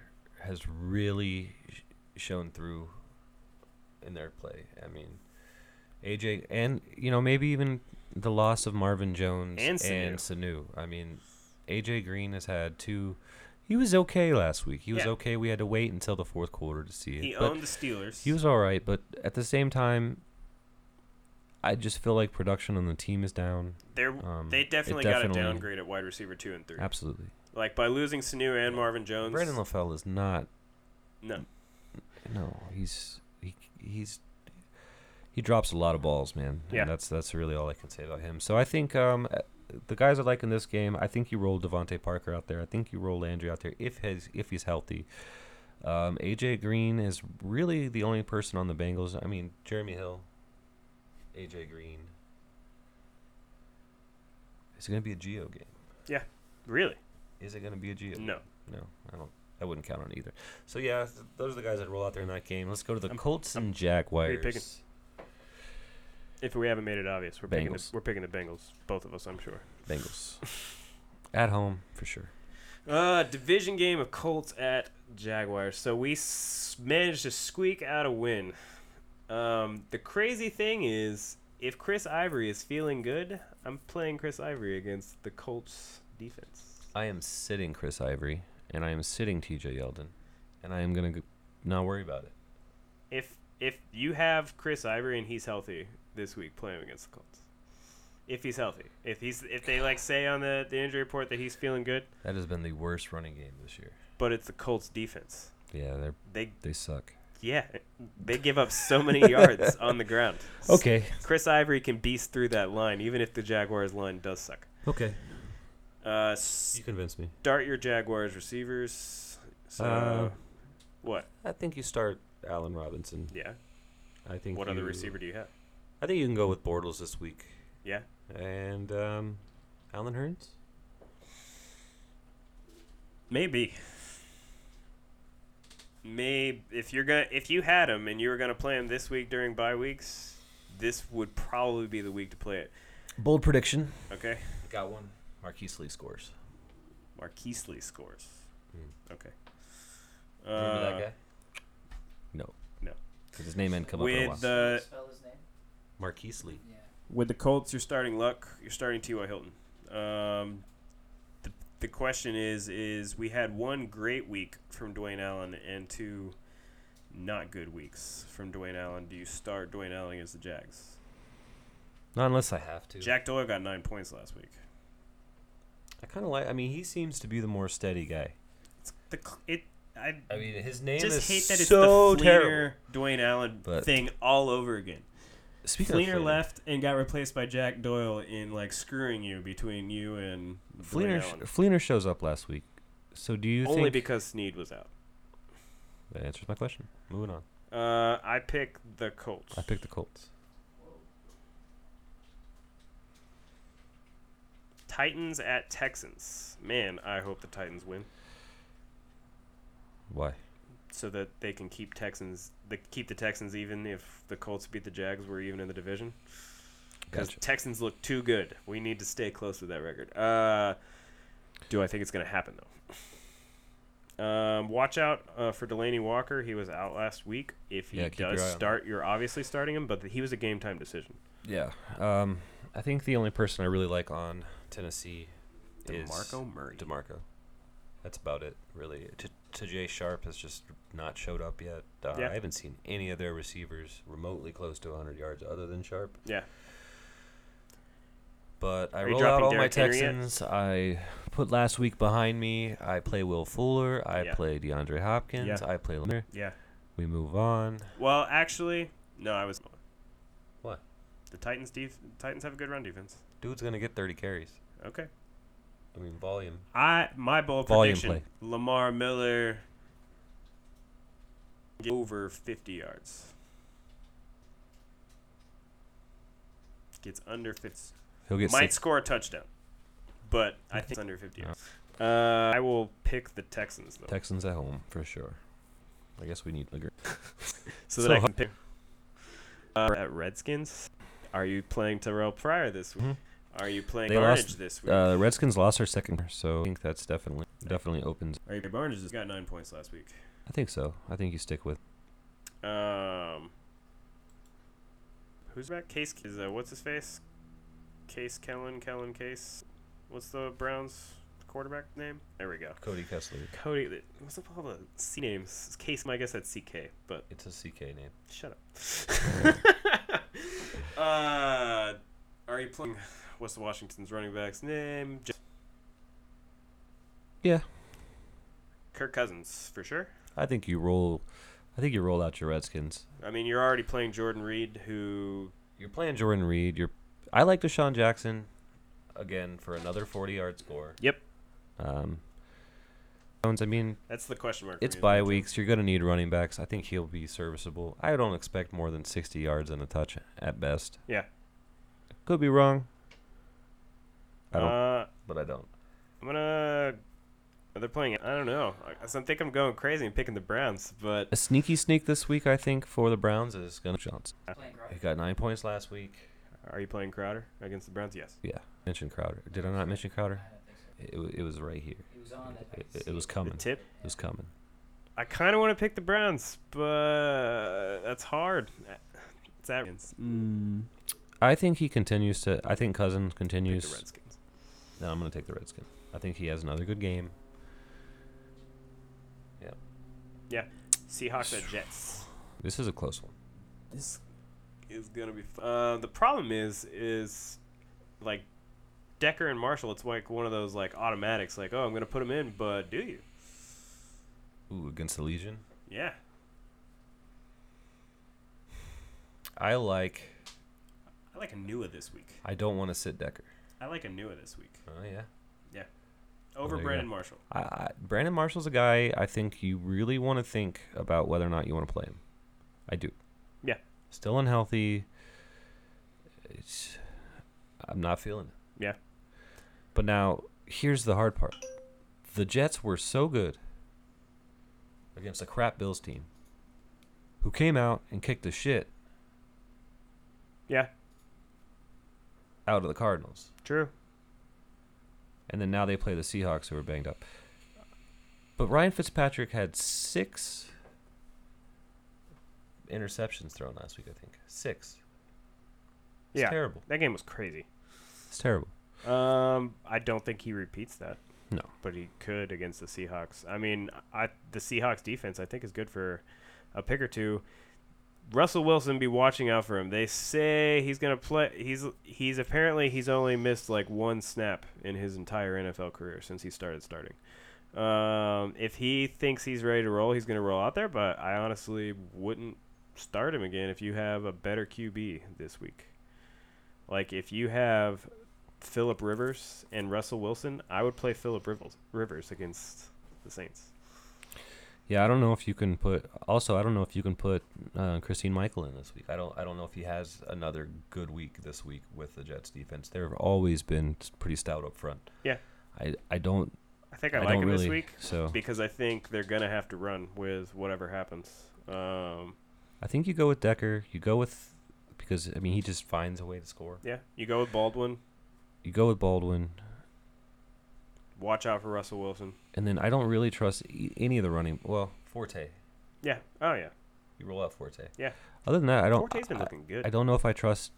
S2: has really sh- shown through in their play. I mean, AJ and you know maybe even the loss of Marvin Jones
S1: And
S2: Sanu. I mean, AJ Green has had two. He was okay last week. He was
S1: Yeah.
S2: okay. We had to wait until the fourth quarter to see it.
S1: He
S2: but
S1: owned the Steelers.
S2: he was all right, but at the same time, I just feel like production on the team is down.
S1: They're,
S2: Um,
S1: Mm-hmm. they
S2: it
S1: definitely, got
S2: definitely-
S1: a downgrade at wide receiver two and three.
S2: Absolutely,
S1: Like by losing Sanu and Marvin Jones.
S2: Brandon LaFell is not
S1: no,
S2: No, he's he he's he drops a lot of balls, man.
S1: Yeah.
S2: and that's that's really all I can say about him. So I think um, uh, the guys I like in this game. I think you roll Devonte Parker out there. I think you roll Landry out there if his if he's healthy. Um, AJ Green is really the only person on the Bengals. I mean, Jeremy Hill, AJ Green. Is it going to be a Geo game?
S1: really,
S2: Is it going to be a Geo?
S1: no.
S2: No, I don't. I wouldn't count on either. So yeah, th- those are the guys that roll out there in that game. Let's go to the
S1: I'm-
S2: Colts
S1: I'm-
S2: and Jaguars.
S1: you picking? If we haven't made it obvious, we're picking the,
S2: Bengals.
S1: we're picking the Bengals. Both of us, I'm sure.
S2: Bengals at home for sure.
S1: Uh, division game of Colts at Jaguars. So we s- managed to squeak out a win. Um, the crazy thing is, if Chris Ivory is feeling good, I'm playing Chris Ivory against the Colts defense.
S2: I am sitting Chris Ivory, and I am sitting T.J. Yeldon, and I am gonna g- not worry about it.
S1: if if you have Chris Ivory and he's healthy this week playing against the Colts, if he's healthy. If he's if they like say on the, the injury report that he's feeling good,
S2: That has been the worst running game this year.
S1: but it's the Colts defense.
S2: Yeah, they
S1: They
S2: they suck.
S1: yeah, they give up so
S2: <laughs>
S1: many yards on the ground.
S2: Okay.
S1: Chris Ivory can beast through that line, even if the Jaguars line does suck.
S2: Okay.
S1: Uh,
S2: You convinced me.
S1: start your Jaguars receivers. So,
S2: Uh,
S1: what?
S2: I think you start Allen Robinson.
S1: Yeah.
S2: I think.
S1: What other
S2: you-
S1: receiver do you have?
S2: I think you can go with Bortles this week.
S1: Yeah.
S2: And um, Allen Hearns.
S1: Maybe. Maybe if you're gonna if you had him and you were gonna play him this week during bye weeks, this would probably be the week to play it.
S2: Bold prediction.
S1: Okay.
S2: Got one. Marquise Lee scores.
S1: Marquise Lee scores.
S2: Hmm.
S1: Okay.
S3: Remember
S1: Uh,
S3: that guy?
S2: No.
S1: No.
S2: Because his name didn't come up in a while.
S1: With the
S3: Spell his name?
S2: Marquise Lee.
S3: Yeah.
S4: With the Colts,
S1: you're starting Luck, you're starting T.Y. Hilton. Um, the, the question is, is we had one great week from Dwayne Allen and two not good weeks from Dwayne Allen. Do you start Dwayne Allen against the Jags?
S2: Not unless I have to.
S1: Jack Doyle got nine points last week.
S2: I kind of like. I mean, he seems to be the more steady guy.
S1: It's the cl- it I
S2: I mean, his name
S1: just hate that it's
S2: so
S1: the
S2: terrible.
S1: Fleener Dwayne Allen
S2: But-
S1: thing all over again.
S2: Speaking
S1: Fleener,
S2: of Fleener,
S1: left and got replaced by Jack Doyle in like screwing you between you and Dwayne
S2: Fleener, sh-
S1: Allen.
S2: Fleener shows up last week. So do you
S1: Only
S2: think
S1: because Snead was out.
S2: that answers my question? Moving on.
S1: Uh, I pick the Colts.
S2: I picked the Colts.
S1: Titans at Texans. Man, I hope the Titans win
S2: Why?
S1: so that they can keep Texans they can keep the Texans even if the Colts beat the Jags we're even in the division cuz
S2: Gotcha.
S1: Texans look too good. We need to stay close to that record. Uh do I think it's going to happen though? Um, watch out uh, for Delaney Walker. He was out last week. If he
S2: Yeah, keep your
S1: does
S2: eye on him.
S1: start, you're obviously starting him, but he was a game time decision.
S2: Yeah. Um, I think the only person I really like on Tennessee
S1: DeMarco
S2: is
S1: Murray.
S2: DeMarco. That's about it, really. T- Tajay Sharp has just not showed up yet. Uh,
S1: Yeah.
S2: I haven't seen any of their receivers remotely close to 100 yards other than Sharp.
S1: yeah.
S2: But I
S1: Are you
S2: roll out
S1: dropping
S2: all
S1: Derrick
S2: my
S1: Henry yet?
S2: Texans. I put last week behind me. I play Will Fuller. I
S1: Yeah.
S2: play DeAndre Hopkins.
S1: Yeah.
S2: I play Lamar.
S1: Yeah.
S2: We move on.
S1: Well, actually, no, I was
S2: What?
S1: The Titans def- Titans have a good run defense.
S2: Dude's going to get 30 carries.
S1: Okay.
S2: I mean, volume.
S1: I my bold
S2: Volume
S1: prediction: Lamar Miller get over fifty yards. Gets under fifty.
S2: He'll get
S1: Might
S2: six.
S1: score a touchdown, but I think it's under fifty yards. Uh, I will pick the Texans though,
S2: Texans at home for sure. I guess we need Liger.
S1: so that
S2: so
S1: I can pick. Uh, at Redskins, are you playing Terrell Pryor this week?
S2: Mhm.
S1: Are you playing
S2: They
S1: Carnage
S2: lost,
S1: this week?
S2: Uh, Redskins lost their second, so I think that's definitely definitely opens.
S1: Are you Barnes just got nine points last week?
S2: I think so. I think you stick with
S1: Um, who's back? Case is uh, what's his face? Case Kellen, Kellen Case. What's the Browns quarterback name? There we go.
S2: Cody Kessler.
S1: Cody. th- What's up with all the C names? It's Case. I guess that's CK. But
S2: It's a CK name.
S1: shut up. <laughs> uh, are you playing? What's the Washington's running back's name? Just
S2: Yeah,
S1: Kirk Cousins for sure.
S2: I think you roll. I think you roll out your Redskins.
S1: I mean, you're already playing Jordan Reed, who
S2: You're playing Jordan Reed. You're. I like Deshaun Jackson again for another 40 yard score.
S1: Yep.
S2: Um. Jones, I mean,
S1: that's the question mark. for
S2: it's
S1: me.
S2: bye weeks. You're going to need running backs. I think he'll be serviceable. I don't expect more than 60 yards and a touch at best.
S1: Yeah.
S2: Could be wrong. I don't,
S1: Uh,
S2: but I don't.
S1: I'm gonna. uh, They're playing. I don't know. I, so I think I'm going crazy and picking the Browns, but
S2: A sneaky sneak this week, I think, for the Browns is Gunnar Johnson.
S3: Playing
S2: He
S3: Gronk.
S2: got nine points last week.
S1: are you playing Crowder against the Browns? Yes.
S2: Yeah, mention Crowder. Did I not mention
S3: I
S2: Crowder?
S3: don't think so.
S2: It, wa- it was right here.
S3: He was on that.
S2: It,
S3: I could
S2: it-
S3: see
S2: it was
S1: The
S2: coming. It
S1: tip.
S2: was coming.
S1: I kind of want to pick the Browns, but that's hard. It's at Redskins.
S2: Mm. I think he continues to. I think Cousins
S1: Pick the
S2: continues.
S1: Redskins.
S2: No, I'm going to take the Redskins. I think he has another good game.
S1: Seahawks at Jets
S2: This is a close one.
S4: this
S1: is gonna be. F- uh, the problem is, is like Decker and Marshall, it's like one of those like automatics. Like, oh, I'm gonna put them in, but do you?
S2: Ooh, against the Legion.
S1: Yeah,
S2: I like.
S1: I like Anua this week.
S2: I don't want to sit Decker.
S1: I like Anua this week
S2: Oh yeah.
S1: over
S2: there you go.
S1: Brandon Marshall.
S2: I, I, Brandon Marshall's a guy I think you really want to think about whether or not you want to play him. I do.
S1: Yeah.
S2: Still unhealthy. It's, I'm not feeling it.
S1: Yeah.
S2: But now here's the hard part: the Jets were so good against a crap Bills team, who came out and kicked the shit
S1: Yeah,
S2: out of the Cardinals.
S1: true.
S2: and then now they play the Seahawks, who are banged up. But Ryan Fitzpatrick had six interceptions thrown last week. I think six. It's
S1: Yeah.
S2: terrible.
S1: That game was crazy.
S2: It's terrible.
S1: Um, I don't think he repeats that.
S2: No.
S1: but he could against the Seahawks. I mean, I the Seahawks defense I think is good for a pick or two. Russell Wilson be watching out for him. They say he's gonna play. He's he's apparently he's only missed like one snap in his entire NFL career since he started starting. Um, if he thinks he's ready to roll, he's gonna roll out there. But I honestly wouldn't start him again if you have a better QB this week. Like if you have Philip Rivers and Russell Wilson, I would play Philip Rivers, Rivers against the Saints.
S2: Yeah, I don't know if you can put. Also, I don't know if you can put uh, Christine Michael in this week. I don't. I don't know if he has another good week this week with the Jets defense. They've always been s- pretty stout up front.
S1: Yeah.
S2: I, I don't.
S1: I think I,
S2: I,
S1: like
S2: don't
S1: him
S2: really.
S1: this week
S2: So
S1: because I think they're gonna have to run with whatever happens. Um,
S2: I think you go with Decker. You go with because I mean he just finds a way to score.
S1: yeah, you go with Baldwin.
S2: You go with Baldwin.
S1: Watch out for Russell Wilson.
S2: And then I don't really trust e- any of the running. Well, Forte,
S1: Yeah. Oh yeah.
S2: you roll out Forte.
S1: Yeah.
S2: Other than that, I don't.
S1: Forte's been
S2: I,
S1: looking good.
S2: I don't know if I trust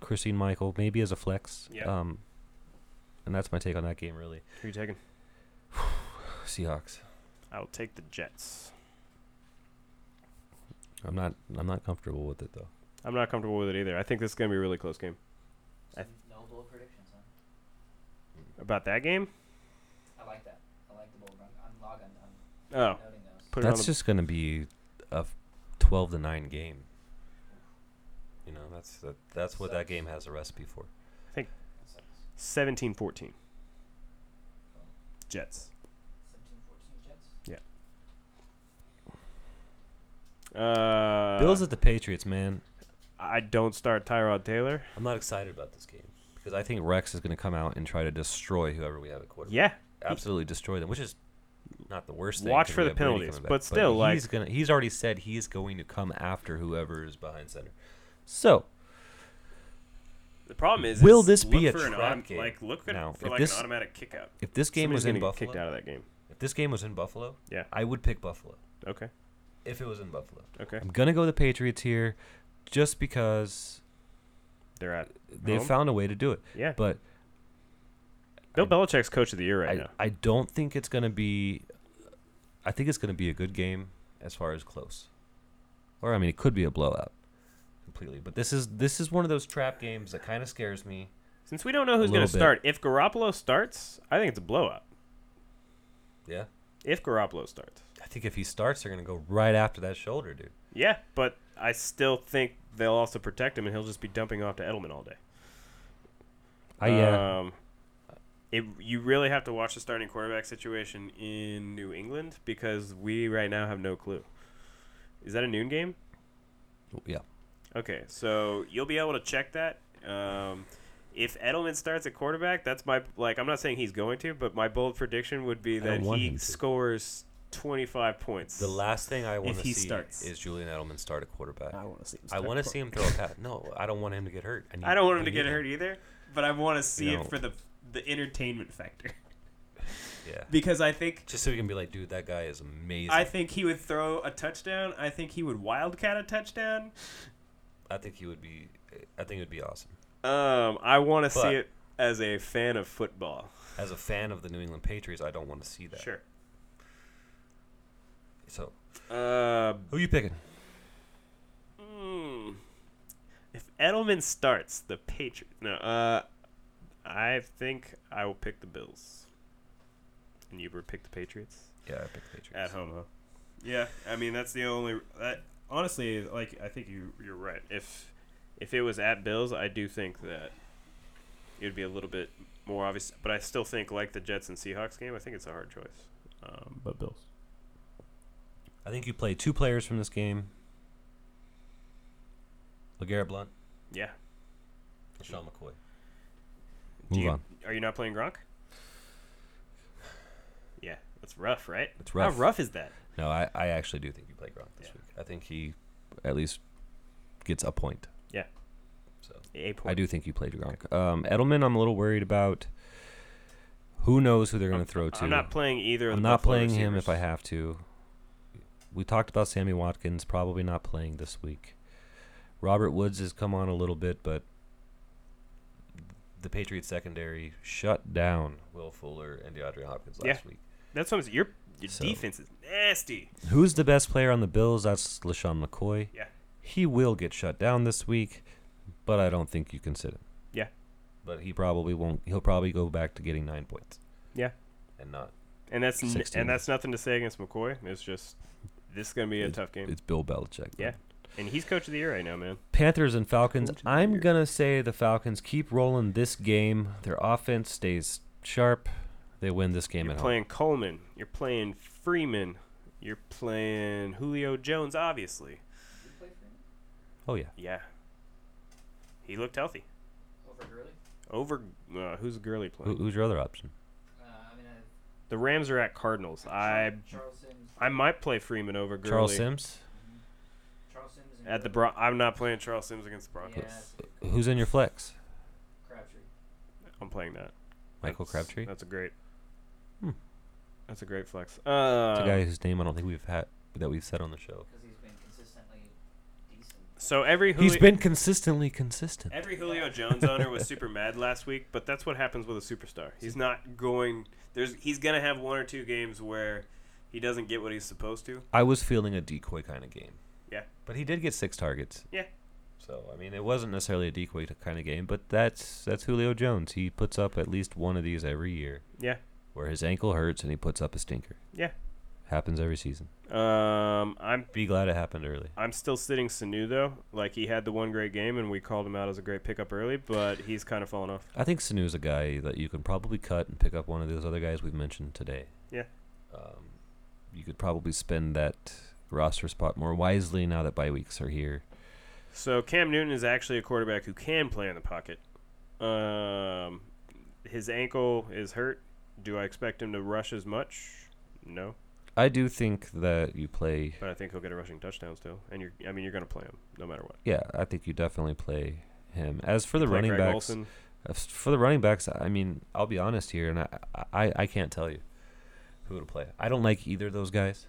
S2: Christine Michael. Maybe as a flex.
S1: Yeah.
S2: Um, and that's my take on that game. Really, <sighs>
S1: Who you taking?
S2: Seahawks.
S1: I'll take the Jets.
S2: I'm not. I'm not comfortable with it though.
S1: I'm not comfortable with it either. I think this is gonna be a really close game. I-
S3: Some no bold predictions, huh?
S1: About that game?
S3: I like that. I like the bold run. I'm logging. I'm
S1: Oh,
S3: noting those.
S1: put
S2: that's
S1: it on
S2: just gonna be a f- twelve to nine game. You know, that's that, that's what that
S3: Sucks.
S2: game has a recipe for.
S3: That sucks.
S1: the 17-14. Jets.
S3: 17-14 Jets.
S1: Uh,
S2: Bills at the Patriots, man.
S1: I don't start Tyrod Taylor.
S2: I'm not excited about this game because I think Rex is gonna come out and try to destroy whoever we have at quarterback.
S1: Yeah,
S2: absolutely destroy them, which is not the worst thing.
S1: Watch
S2: 'cause
S1: for
S2: we
S1: the
S2: have Brady
S1: penalties,
S2: coming back,
S1: but still, like-
S2: he's gonna he's already said he's going to come after whoever is behind center. So
S1: The problem is,
S2: Will
S1: is
S2: this
S1: look
S2: be a
S1: for an
S2: trap
S1: autom-
S2: game?
S1: Like look at,
S2: No,
S1: for
S2: if
S1: like
S2: this
S1: an automatic kick out.
S2: if this game
S1: Somebody's
S2: was in
S1: gonna get kicked
S2: Buffalo,
S1: out of that game.
S2: if this game was in Buffalo,
S1: Yeah.
S2: I would pick Buffalo
S1: Okay,
S2: if it was in Buffalo.
S1: okay, <laughs>
S2: I'm gonna go the Patriots here, just because
S1: they're at.
S2: they
S1: Home?
S2: found a way to do it.
S1: Yeah,
S2: But
S1: Bill
S2: I-
S1: Belichick's coach of the year right
S2: I,
S1: now.
S2: I don't think it's gonna be. I think it's gonna be a good game as far as close, or I mean, it could be a blowout completely. But this is this is one of those trap games that kind of scares me.
S1: Since we don't know who's
S2: a
S1: going to
S2: little
S1: start,
S2: bit.
S1: if Garoppolo starts, I think it's a blowout.
S2: Yeah,
S1: If Garoppolo starts,
S2: I think if he starts, they're gonna go right after that shoulder, dude.
S1: yeah, but I still think they'll also protect him, and he'll just be dumping off to Edelman all day.
S2: I yeah,
S1: Um, it, you really have to watch the starting quarterback situation in New England because we right now have no clue. Is that a noon game?
S2: yeah.
S1: Okay, so you'll be able to check that. Um, if Edelman starts at quarterback, that's my like. I'm not saying he's going to, but my bold prediction would be
S2: I don't
S1: that
S2: want
S1: he
S2: him to.
S1: scores 25 points.
S2: The last thing I want to see
S1: he starts.
S2: is Julian Edelman start at quarterback.
S4: want to see.
S2: I want to see <laughs> him throw a pass. No, I don't want him to get hurt. need-
S1: I don't want
S2: we
S1: him to
S2: need
S1: get hurt either, but I want to see
S2: know.
S1: it for the the entertainment factor <laughs>
S2: Yeah.
S1: because I think
S2: Just so we can be like, dude, that guy is amazing.
S1: I think he would throw a touchdown. I think he would wildcat a touchdown.
S2: I think he would be. I think it would be awesome.
S1: Um, I want to
S2: But-
S1: see it as a fan of football.
S2: As a fan of the New England Patriots, I don't want to see that.
S1: Sure.
S2: So,
S1: Uh,
S2: who you picking?
S1: Hmm. Mm. If Edelman starts, the Patriots. No, uh, I think I will pick the Bills. And you were pick the Patriots
S2: Yeah, I picked the Patriots.
S1: at home, huh? Yeah, I mean that's the only. That, honestly, like I think you you're right. If if it was at Bills, I do think that it would be a little bit more obvious. But I still think like the Jets and Seahawks game, I think it's a hard choice. Um,
S4: But Bills.
S2: I think you play two players from this game. LeGarrette Blunt
S1: yeah.
S2: and Sean McCoy.
S1: Do
S2: Move
S1: you,
S2: on.
S1: Are you not playing Gronk? Yeah, that's rough, right?
S2: It's rough.
S1: How rough is that?
S2: No, I, I actually do think you play Gronk this
S1: Yeah.
S2: week. I think he at least gets a point.
S1: Yeah.
S2: So
S1: A
S2: I
S1: point.
S2: do think you played Gronk. Um, Edelman, I'm a little worried about. Who knows who they're going to throw to?
S1: I'm not playing either of
S2: I'm
S1: the
S2: not
S1: Buffalo
S2: playing him if I
S1: receivers.
S2: have to. We talked about Sammy Watkins probably not playing this week. Robert Woods has come on a little bit, but the Patriots secondary shut down Will Fuller and DeAndre Hopkins last
S1: Yeah.
S2: week.
S1: That's what I'm saying. Your, your
S2: So-
S1: defense is nasty.
S2: Who's the best player on the Bills? That's LaShawn McCoy.
S1: Yeah.
S2: He will get shut down this week, but I don't think you can sit him.
S1: Yeah.
S2: But he probably won't. He'll probably go back to getting nine points.
S1: Yeah.
S2: And not.
S1: And that's n-
S2: 16.
S1: and that's nothing to say against McCoy. It's just this is gonna be a tough game.
S2: It's Bill Belichick.
S1: Yeah. And he's coach of the year right now, man.
S2: Panthers and Falcons.
S1: Coach of the
S2: I'm
S1: year.
S2: gonna say the Falcons keep rolling this game. Their offense stays sharp. They win this game
S1: You're
S2: at
S1: playing Coleman. You're playing Freeman. You're playing Julio Jones, obviously.
S3: You play for him?
S2: home. Oh yeah.
S1: Yeah. He looked healthy.
S3: Over Gurley?
S1: Over uh, who's Gurley playing?
S2: Who, who's your other option?
S3: Uh, I mean, uh,
S1: The Rams are at Cardinals. I
S3: Charles Sims.
S1: I might play Freeman over Gurley.
S2: Charles Sims.
S3: Charles Sims Mm-hmm. and
S1: At the
S3: Gurley.
S1: Bron- I'm not playing Charles Sims against the Broncos.
S3: Yeah, that's a good call.
S2: Who's in your flex?
S3: Crabtree.
S1: I'm playing that.
S2: Michael
S1: That's-
S2: Crabtree.
S1: That's a great.
S2: Hmm.
S1: That's a great flex.
S2: It's
S1: Uh,
S2: a guy whose name I don't think we've had that we've said on the show.
S3: Because he's been consistently decent.
S1: So every Julio,
S2: He's been consistently consistent.
S1: every Julio Jones owner was super mad last week, but that's what happens with a superstar. He's not going. There's he's gonna have one or two games where he doesn't get what he's supposed to.
S2: I was feeling a decoy kind of game.
S1: Yeah.
S2: But he did get six targets.
S1: Yeah.
S2: So I mean, it wasn't necessarily a decoy kind of game, but that's that's Julio Jones. He puts up at least one of these every year.
S1: Yeah.
S2: Where his ankle hurts and he puts up a stinker.
S1: Yeah.
S2: Happens every season.
S1: Um, I'm
S2: Be glad it happened early.
S1: I'm still sitting Sanu though. Like he had the one great game, and we called him out as a great pickup early, but he's kind of fallen off.
S2: I think Sanu's a guy that you can probably cut and pick up one of those other guys we've mentioned today.
S1: Yeah.
S2: Um, you could probably spend that roster spot more wisely now that bye weeks are here.
S1: So Cam Newton is actually a quarterback who can play in the pocket. Um, his ankle is hurt. Do I expect him to rush as much? No,
S2: I do think that you play
S1: but I think he'll get a rushing touchdown still. And you're, I mean, you're going to play him no matter what.
S2: Yeah, I think you definitely play him. As for the
S1: Play
S2: running
S1: Greg
S2: backs,
S1: Olsen.
S2: as for the running backs, I mean, I'll be honest here, and I, I, I can't tell you who to play. I don't like either of those guys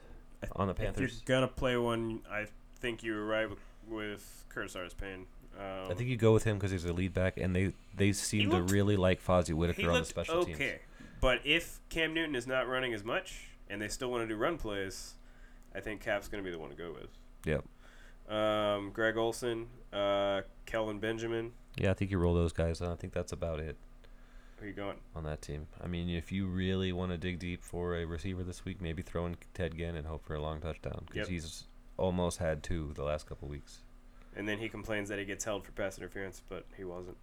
S2: on the
S1: If you're
S2: Panthers.
S1: going to play one, I think you were right with, with Curtis Artis Payne. Um,
S2: I think you go with him because he's a lead back, and they they seem to
S1: looked-
S2: really like Fozzie
S1: he
S2: Whitaker on the
S1: looked
S2: special
S1: okay.
S2: teams.
S1: But if Cam Newton is not running as much and they still want to do run plays, I think Cap's going to be the one to go with.
S2: Yep.
S1: Um, Greg Olson, uh, Kelvin Benjamin.
S2: Yeah, I think you roll those guys, and I think that's about it
S1: Who you going?
S2: on that team. I mean, if you really want to dig deep for a receiver this week, maybe throw in Ted Ginn and hope for a long touchdown because
S1: Yep.
S2: he's almost had two the last couple weeks.
S1: And then he complains that he gets held for pass interference, but he wasn't.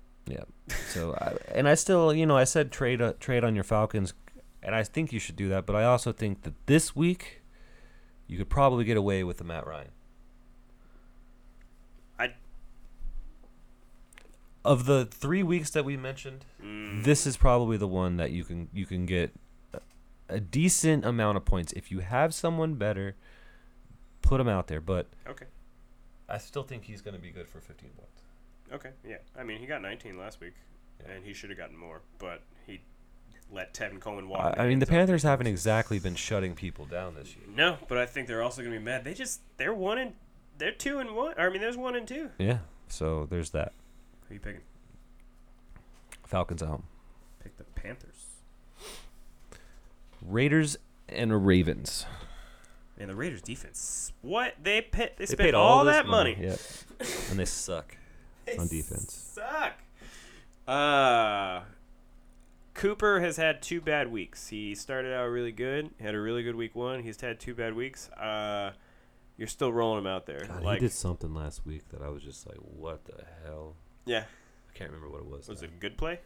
S2: So, I, and I still, you know, I said trade uh, trade on your Falcons, and I think you should do that. But I also think that this week, you could probably get away with the Matt Ryan.
S1: I-
S2: of the three weeks that we mentioned,
S1: Mm.
S2: this is probably the one that you can you can get a- a decent amount of points if you have someone better. Put him out there, but
S1: Okay.
S2: I still think he's going to be good for 15 points.
S1: Okay. Yeah. I mean, he got 19 last week,
S2: Yeah.
S1: and he should have gotten more, but he let Tevin Coleman walk.
S2: I,
S1: into
S2: I mean, the
S1: end zone.
S2: Panthers haven't exactly been shutting people down this year.
S1: No, but I think they're also going to be mad. They just they're one and they're two and one. I mean, there's one and two.
S2: Yeah, so there's that.
S1: Who you picking?
S2: Falcons at home.
S1: Pick the Panthers.
S2: Raiders and Ravens.
S1: And the Raiders defense. What they pay, they,
S2: They
S1: spent all, that money. <laughs>
S2: Yep. and they suck.
S1: They
S2: on defense.
S1: Suck. Uh Cooper has had two bad weeks. He started out really good, had a really good week one. He's had two bad weeks. Uh, you're still rolling him out there.
S2: God,
S1: like
S2: he did something last week that I was just like, what the hell?
S1: yeah,
S2: I can't remember what it was.
S1: was
S2: now.
S1: it a good play?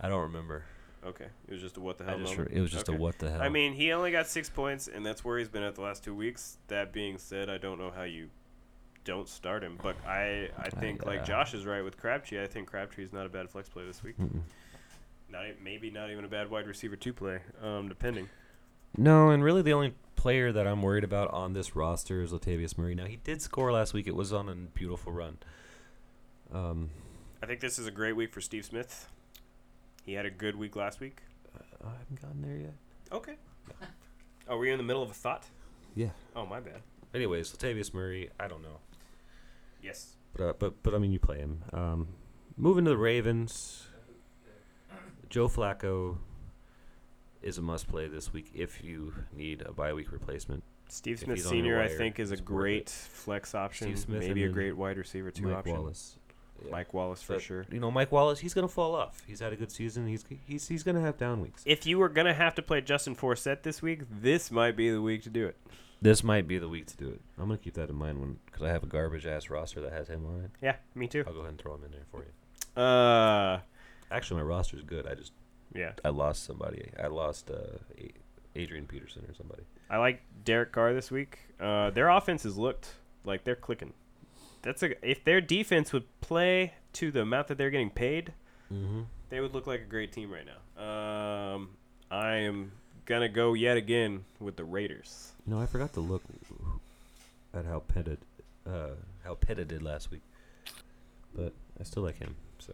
S2: I don't remember.
S1: Okay, it was just a what the
S2: I
S1: hell.
S2: just
S1: moment.
S2: re- it was just
S1: Okay.
S2: a what the hell.
S1: I mean, he only got six points, and that's where he's been at the last two weeks. That being said, I don't know how you don't start him, but I I
S2: I-
S1: think
S2: uh,
S1: like Josh is right with Crabtree. I think Crabtree's not a bad flex play this week.
S2: Mm-mm.
S1: Not e- maybe not even a bad wide receiver two play, um, depending.
S2: No, and really the only player that I'm worried about on this roster is Latavius Murray. Now he did score last week. It was on a beautiful run. Um,
S1: I think this is a great week for Steve Smith. He had a good week last week.
S2: I haven't gotten there yet.
S1: Okay. Oh, were you in the middle of a thought?
S2: Yeah.
S1: Oh, my bad.
S2: Anyways, Latavius Murray. I don't know.
S1: Yes.
S2: But uh, but but I mean, you play him. Um, moving to the Ravens, Joe Flacco is a must-play this week if you need a bye week replacement.
S1: Steve
S2: If
S1: Smith
S2: he's on your
S1: Sr., I
S2: wire,
S1: think, is a
S2: it's worth
S1: great flex option.
S2: Smith and
S1: maybe a
S2: then
S1: great wide receiver two
S2: Mike
S1: option.
S2: Wallace. Yeah.
S1: Mike Wallace for
S2: But,
S1: sure.
S2: You know, Mike Wallace. He's gonna fall off. He's had a good season. He's he's he's gonna have down weeks.
S1: If you were gonna have to play Justin Forsett this week, this might be the week to do it.
S2: This might be the week to do it. I'm gonna keep that in mind when because I have a garbage ass roster that has him on it.
S1: Yeah, me too.
S2: I'll go ahead and throw him in there for you.
S1: Uh,
S2: Actually, my roster's good. I just
S1: yeah,
S2: I lost somebody. I lost uh, A- Adrian Peterson or somebody.
S1: I like Derek Carr this week. Uh, their offense has looked like they're clicking. That's a if their defense would play to the amount that they're getting paid,
S2: Mm-hmm.
S1: they would look like a great team right now. Um, I am gonna go yet again with the Raiders.
S2: You know, I forgot to look at how Pettit uh, how Pettit did last week, but I still like him. So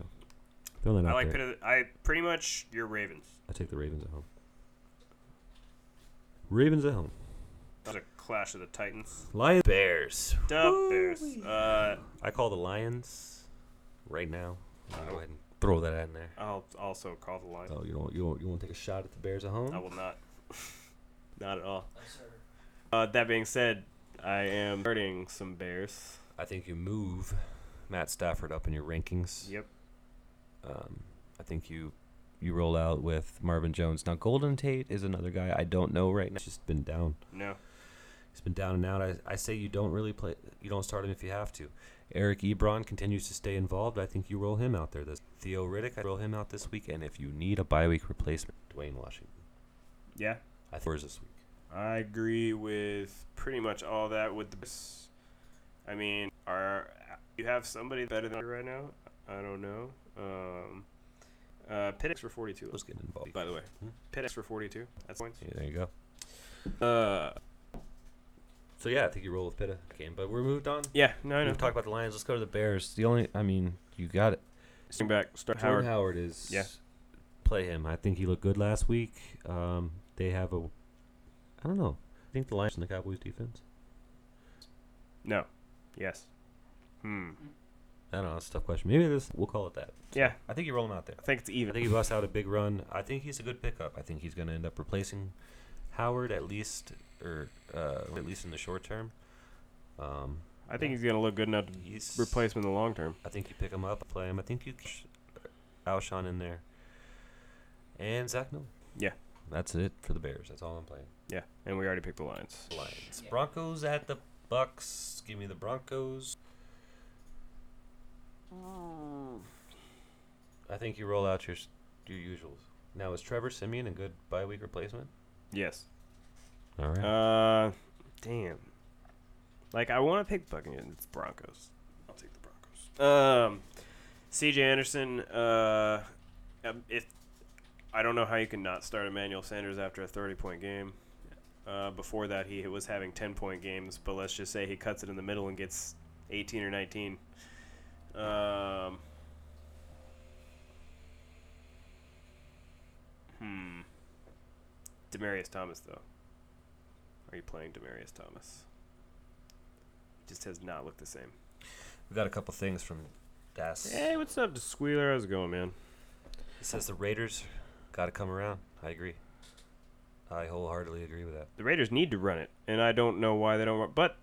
S2: throwing that out there,
S1: Pitt. I pretty much your Ravens.
S2: I take the Ravens at home. Ravens at home.
S1: That's a clash of the Titans.
S2: Lions Bears.
S1: The Bears. Uh,
S2: I call the Lions right now. I'll go ahead and throw that in there.
S1: I'll also call the line.
S2: Oh, you don't you don't you won't take a shot at the Bears at home?
S1: I will not. <laughs> not at all.
S3: No, Oh, sir.
S1: Uh, that being said, I am starting some Bears.
S2: I think you move Matt Stafford up in your rankings.
S1: Yep.
S2: Um, I think you you roll out with Marvin Jones. Now Golden Tate is another guy I don't know right now. He's just been down.
S1: No.
S2: He's been down and out. I, I say you don't really play you don't start him if you have to. Eric Ebron continues to stay involved. I think you roll him out there this Theo Riddick, I roll him out this week, and if you need a bye week replacement, Dwayne Washington.
S1: Yeah.
S2: I think Where's this week.
S1: I agree with pretty much all that. With the Bears, I mean, are you have somebody better than right now? I don't know. Um, uh, Pittix for forty-two.
S2: Let's get involved.
S1: By the way,
S2: Hmm?
S1: Pittix for forty-two. That's points.
S2: Yeah, there you go.
S1: Uh,
S2: So yeah, I think you roll with Pitta game, but we're moved on.
S1: yeah. No, I know.
S2: We've talked about the Lions. Let's go to the Bears. The only, I mean, you got it.
S1: Bring back. Start Howard.
S2: Jordan Howard, is.
S1: Yeah.
S2: Play him. I think he looked good last week. Um, they have a. I don't know. I think the Lions and the Cowboys defense.
S1: No. Yes. Hmm.
S2: I don't know. It's a tough question. Maybe this. We'll call it that.
S1: Yeah.
S2: I think you roll him out there.
S1: I think it's
S2: I
S1: even.
S2: think he busts out a big run. I think he's a good pickup. I think he's going to end up replacing Howard at least, or uh, at least in the short term. Um,
S1: I think he's gonna look good enough to
S2: he's
S1: replace him in the long term.
S2: I think you pick him up, play him. I think you sh- Alshon in there, and Zach Miller.
S1: Yeah.
S2: that's it for the Bears. That's all I'm playing.
S1: Yeah, and we already picked the Lions.
S2: Lions,
S3: Yeah.
S2: Broncos at the Bucks. Give me the Broncos. I think you roll out your s- your usuals. Now is Trevor Simeon a good bye week replacement?
S1: Yes.
S2: All right.
S1: Uh, damn. Like I want to pick Buccaneers. It's Broncos. I'll take the Broncos. Um, C.J. Anderson. Uh, um, if I don't know how you can not start Emmanuel Sanders after a thirty-point game. Uh, before that, he was having ten-point games, but let's just say he cuts it in the middle and gets eighteen or nineteen. Um. Hmm. Demarius Thomas, though. Are you playing Demarius Thomas? He just has not looked the same.
S2: we got a couple things from Das.
S1: Hey, what's up, Squealer? How's it going, man?
S2: It says the Raiders got to come around. I agree. I wholeheartedly agree with that.
S1: The Raiders need to run it, and I don't know why they don't. Run, but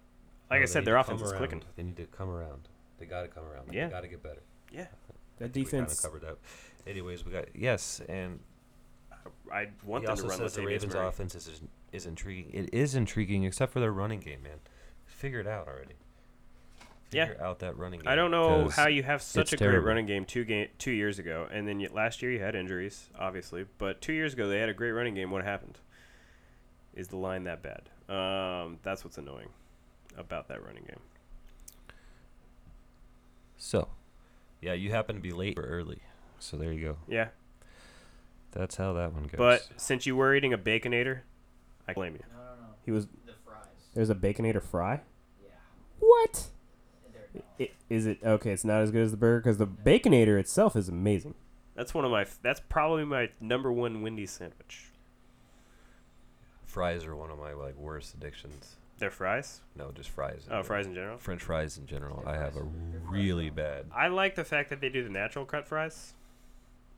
S1: like
S2: No,
S1: I
S2: they
S1: said,
S2: need
S1: their
S2: to come
S1: offense is
S2: around.
S1: clicking.
S2: They need to come around. They got to come around.
S1: Yeah.
S2: They got to get better.
S1: Yeah.
S4: That
S2: We kinda
S4: defense.
S2: covered that. Anyways, we got yes, and
S1: I want
S2: he
S1: them
S2: also
S1: to run
S2: says the
S1: Latavius
S2: Ravens'
S1: Murray.
S2: offense is, is intriguing. It is intriguing, except for their running game, man. Figure it out already.
S1: Yeah.
S2: Figure out that running game.
S1: I don't know
S2: 'cause
S1: how you have such
S2: it's
S1: a
S2: terrible.
S1: great running game two game two years ago, and then yet last year you had injuries, obviously. But two years ago they had a great running game. What happened? Is the line that bad? Um, that's what's annoying about that running game.
S2: So, yeah, you happen to be late or early. So there you go.
S1: Yeah,
S2: That's how that one goes.
S1: but since you were eating a baconator, I blame you.
S3: No, no, no.
S4: He was.
S3: The fries.
S4: There's a baconator fry.
S3: Yeah.
S4: What?
S3: They're not.
S4: I- Is it okay? It's not as good as the burger because the baconator itself is amazing.
S1: That's one of my. f- That's probably my number one Wendy's sandwich.
S2: fries are one of my like worst addictions.
S1: Their fries.
S2: No, just fries. in
S1: Oh,
S2: general.
S1: fries in general.
S2: French fries in general.
S3: French
S2: I have
S3: fries
S2: a
S3: are- fries
S2: really
S3: are-
S2: bad.
S1: I like the fact that they do the natural cut fries,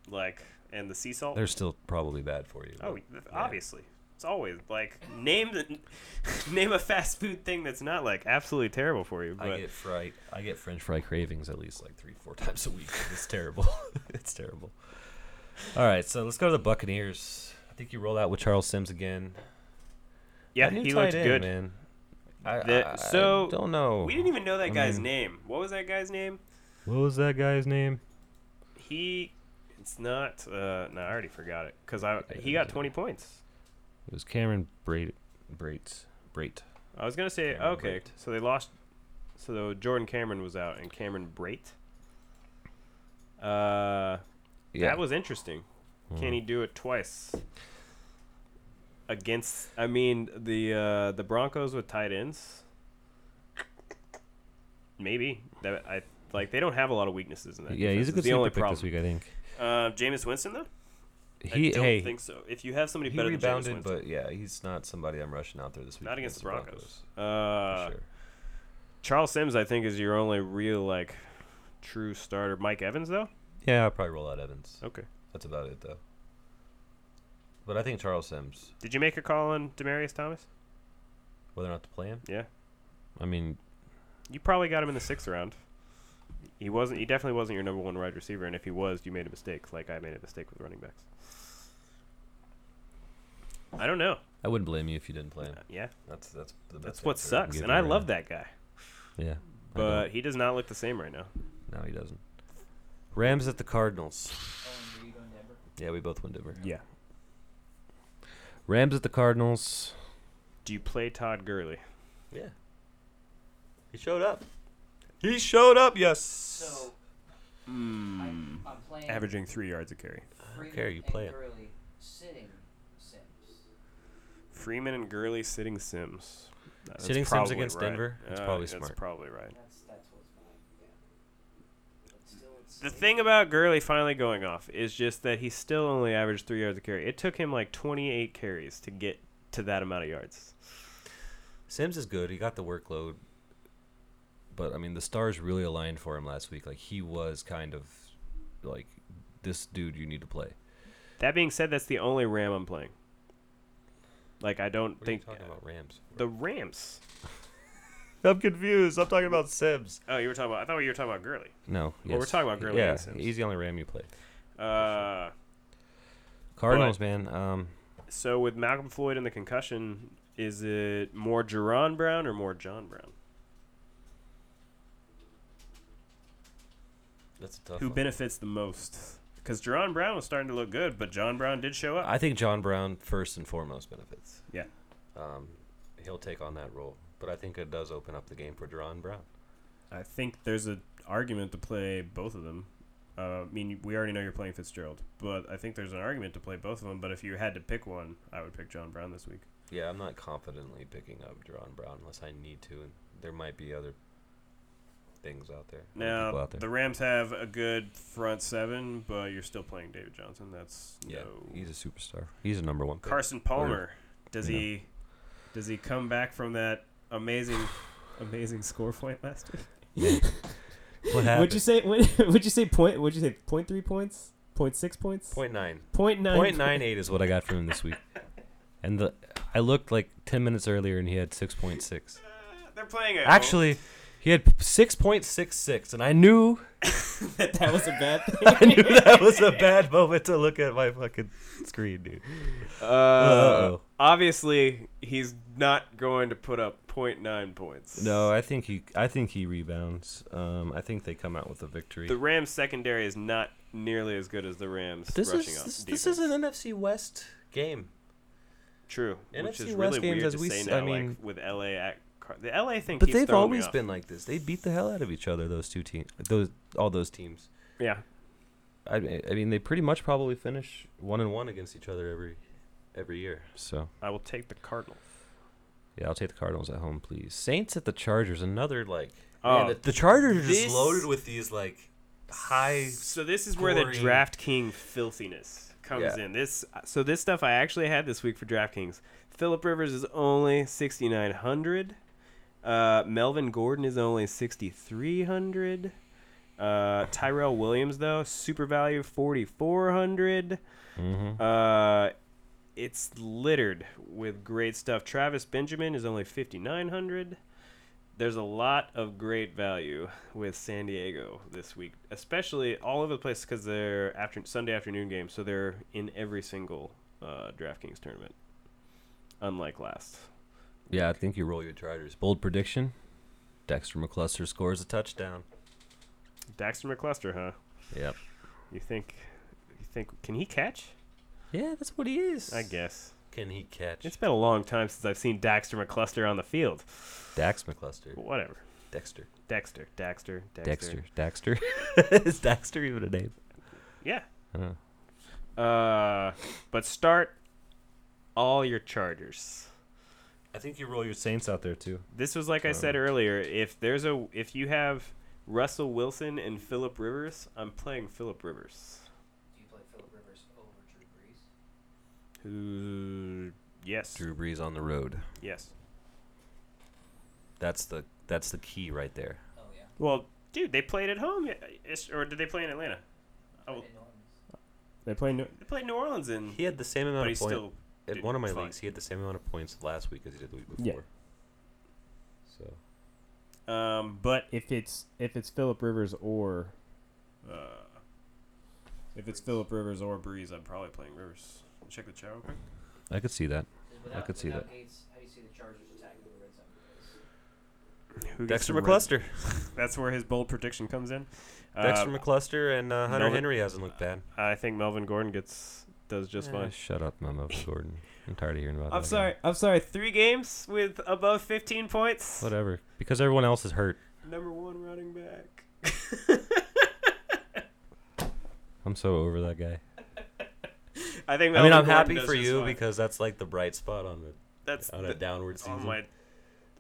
S1: like and the sea salt.
S2: They're still probably bad for you.
S1: Oh,
S2: but-
S1: th- obviously. It's always like name the, <laughs> name a fast food thing that's not like absolutely terrible for you.
S2: I
S1: But
S2: get fry. I get French fry cravings at least like three, four <laughs> times a week. It's terrible. <laughs> it's terrible. All right, so let's go to the Buccaneers. I think you roll out with Charles Sims again.
S1: yeah,
S2: That new
S1: he
S2: tight
S1: looked
S2: end,
S1: good.
S2: man. I,
S1: That-
S2: I- I
S1: so,
S2: don't know.
S1: We didn't even know that
S2: Oh, I
S1: guy's
S2: mean-
S1: name. What was that guy's name?
S2: What was that guy's name?
S1: He. It's not. Uh, no, I already forgot it because I he got twenty points.
S2: It was Cameron Brait. Brait. Brait.
S1: I was gonna say
S2: Cameron
S1: okay.
S2: Brate.
S1: So they lost. So Jordan Cameron was out and Cameron Brait. Uh, that was interesting.
S2: Hmm.
S1: Can he do it twice? Against, I mean, the uh, the Broncos with tight ends. Maybe that I like. They don't have a lot of weaknesses in that.
S2: Yeah,
S1: defense.
S2: he's a
S1: It's
S2: good
S1: the only
S2: sleeper pick this
S1: problem.
S2: week, I think.
S1: Uh, Jameis Winston though.
S2: He
S1: I don't
S2: hey,
S1: think so. If you have somebody
S2: he
S1: better
S2: rebounded,
S1: than Jameis Winston,
S2: but yeah, he's not somebody I'm rushing out there this week.
S1: not against the Broncos.
S2: for
S1: Uh,
S2: sure.
S1: Charles Sims, I think, is your only real like true starter. Mike Evans though.
S2: Yeah, I'll probably roll out Evans.
S1: Okay.
S2: That's about it though. But I think Charles Sims,
S1: Did you make a call on Demarius Thomas?
S2: whether or not to play him.
S1: Yeah.
S2: I mean,
S1: You probably got him in the sixth round. He wasn't. He definitely wasn't your number one wide receiver, and if he was, you made a mistake, like I made a mistake with running backs. I don't know.
S2: I wouldn't blame you if you didn't play him.
S1: Yeah,
S2: That's that's the
S1: that's
S2: best
S1: what
S2: answer I can
S1: sucks,
S2: give
S1: and
S2: you
S1: I
S2: right
S1: love
S2: now.
S1: that guy,
S2: Yeah, I don't.
S1: but he does not look the same right now.
S2: no, he doesn't. Rams at the Cardinals.
S3: Owen Reed on Denver.
S2: Yeah, we both went Denver.
S4: Yeah.
S2: Rams at the Cardinals.
S1: Do you play Todd Gurley?
S2: Yeah. He showed up. He showed up. Yes.
S3: So
S1: Mm.
S3: I'm, I'm playing.
S1: Averaging three yards a carry.
S3: Freeman
S2: care, you
S3: and
S2: play it.
S3: Gurley sitting Sims.
S1: Freeman and Gurley sitting Sims. Uh, that's
S2: Sitting Sims
S1: probably
S2: against
S1: right.
S2: Denver? That's
S1: Uh,
S2: probably
S1: That's
S2: smart.
S1: probably right.
S3: That's that's what's mine. Yeah. But still, it's
S1: The
S3: safe.
S1: thing about Gurley finally going off is just that he still only averaged three yards a carry. It took him like 28 carries to get to that amount of yards.
S2: Sims is good. He got the workload. But I mean, the stars really aligned for him last week. Like he was kind of like this dude you need to play.
S1: That being said, that's the only Ram I'm playing. Like I don't think
S2: about Rams?
S1: the Rams.
S2: I'm confused. I'm talking about Sims.
S1: Oh, you were talking about. I thought you were talking about Gurley.
S2: No.
S1: Well, we're
S2: yes.
S1: talking about Gurley
S2: Yeah,
S1: and Sims.
S2: he's the only Ram you play.
S1: Uh,
S2: Cardinals, man. Um,
S1: so with Malcolm Floyd and the concussion, is it more Jerron Brown or more John Brown,
S2: that's a tough.
S1: who
S2: one.
S1: benefits the most? Because Jerron Brown was starting to look good, but John Brown did show up.
S2: I think John Brown first and foremost benefits.
S1: Yeah.
S2: Um, he'll take on that role, but I think it does open up the game for John Brown.
S1: I think there's an argument to play both of them. Uh, I mean, we already know you're playing Fitzgerald, but I think there's an argument to play both of them. But if you had to pick one, I would pick John Brown this week.
S2: Yeah, I'm not confidently picking up John Brown unless I need to, and there might be other things out there. other people
S1: Now
S2: out there.
S1: the Rams have a good front seven, but you're still playing David Johnson. That's
S2: yeah,
S1: no
S2: he's a superstar. He's a number one. Pick.
S1: Carson Palmer. Does
S2: you know.
S1: he does he come back from that amazing <sighs> amazing score point last week?
S2: <laughs> What happened?
S4: Would you say? <laughs> Would, would you say point? Would you say point three points? Point six points?
S2: Point nine.
S4: point nine.
S2: Point nine eight is what I got from him this week, and the I looked like ten minutes earlier, and he had six point six.
S1: they're playing at
S2: Actually, he had six point six six, and I knew <laughs>
S4: <laughs> that that was a bad thing.
S2: I knew that was a bad moment to look at my fucking screen, dude.
S1: <laughs> Uh,
S2: Uh-oh.
S1: obviously, he's not going to put up 0.9 points.
S2: No, I think he. I think he rebounds. Um, I think they come out with a victory.
S1: The Rams secondary is not nearly as good as the Rams
S2: this
S1: rushing
S2: is
S1: up.
S2: this,
S1: defense.
S2: this is an NFC West game.
S1: true, which
S2: NFC
S1: is
S2: West
S1: really
S2: games,
S1: weird
S2: as
S1: to
S2: we
S1: say
S2: s-
S1: now.
S2: I mean-
S1: like with LA, at, Car- the LA thing.
S2: But
S1: keeps
S2: they've
S1: throwing me
S2: always
S1: off.
S2: been like this. They beat the hell out of each other. Those two teams. Those all those teams.
S1: yeah.
S2: I, mean- I mean, they pretty much probably finish one and one against each other every every year. So
S1: I will take the Cardinals.
S2: yeah, I'll take the Cardinals at home, please. Saints at the Chargers. Another like
S1: Oh,
S2: man, the, the Chargers are just
S1: this-
S2: loaded with these like high.
S1: So this is where the
S2: scoring-
S1: DraftKings filthiness comes
S2: Yeah.
S1: in. This so this stuff I actually had this week for DraftKings. Philip Rivers is only sixty nine hundred. Uh, Melvin Gordon is only sixty three hundred. Uh, Tyrell Williams though super value forty four hundred.
S2: Mm-hmm.
S1: Uh, it's littered with great stuff. Travis Benjamin is only fifty nine hundred. There's a lot of great value with San Diego this week, especially all over the place because they're after Sunday afternoon games, so they're in every single uh, DraftKings tournament. Unlike last,
S2: Yeah, I think you roll your Chargers. Bold prediction: Dexter McCluster scores a touchdown.
S1: Daxter McCluster, huh?
S2: Yep.
S1: You think? You think? Can he catch?
S2: Yeah, that's what he is.
S1: I guess
S2: Can he catch?
S1: it's been a long time since I've seen Daxter McCluster on the field.
S2: Dax McCluster.
S1: But whatever,
S2: Dexter.
S1: Dexter, Daxter, Dexter.
S2: Dexter. Dexter. is Dexter even a name?
S1: Yeah,
S2: I don't know.
S1: Uh, but start all your chargers.
S2: I think you roll your Saints out there too.
S1: This was like I said earlier. If there's a if you have Russell Wilson and Philip Rivers, I'm playing Philip Rivers.
S3: Do you play Philip Rivers over
S1: Who?
S3: Drew Brees?
S1: Yes.
S2: Drew Brees on the road.
S1: Yes.
S2: That's the that's the key right there.
S3: Oh yeah.
S1: Well, dude, they played at home, eh, Is- or did they play in Atlanta?
S3: I
S1: Oh,
S3: didn't know him.
S4: They play no.
S1: they played New Orleans in.
S2: He had the same amount
S1: But
S2: of
S1: he's
S2: points.
S1: still.
S2: At
S1: dude,
S2: one of my
S1: fine.
S2: leagues, he had the same amount of points last week as he did the week before.
S4: Yeah.
S2: So
S1: Um, but
S4: If it's if it's Philip Rivers or
S1: uh, if it's Philip Rivers or Breeze, I'm probably playing Rivers. Check the chat real quick.
S2: I could see that.
S3: Without,
S2: could see
S3: without
S2: that.
S3: Gates, how do you see the Chargers attacking the red zone?
S1: Who gets
S2: Dexter
S1: the red-
S2: McCluster. <laughs>
S1: That's where his bold prediction comes in.
S2: Dexter
S1: Uh,
S2: McCluster and uh, Hunter
S1: Melvin-
S2: Henry hasn't looked bad.
S1: I think Melvin Gordon gets does just
S2: Eh,
S1: fine.
S2: Shut up, Memo Gordon. I'm tired of hearing about that.
S1: I'm
S2: guy.
S1: sorry. I'm sorry. Three games with above 15 points.
S2: Whatever. Because everyone else is hurt.
S1: Number one running back.
S2: I'm so over that guy.
S1: I think.
S2: I mean,
S1: Melvin
S2: I'm
S1: Gordon
S2: happy
S1: does
S2: for
S1: just
S2: you
S1: fine.
S2: because that's like the bright spot on the
S1: that's
S2: on a
S1: the-
S2: downward
S1: oh
S2: season.
S1: my.
S2: like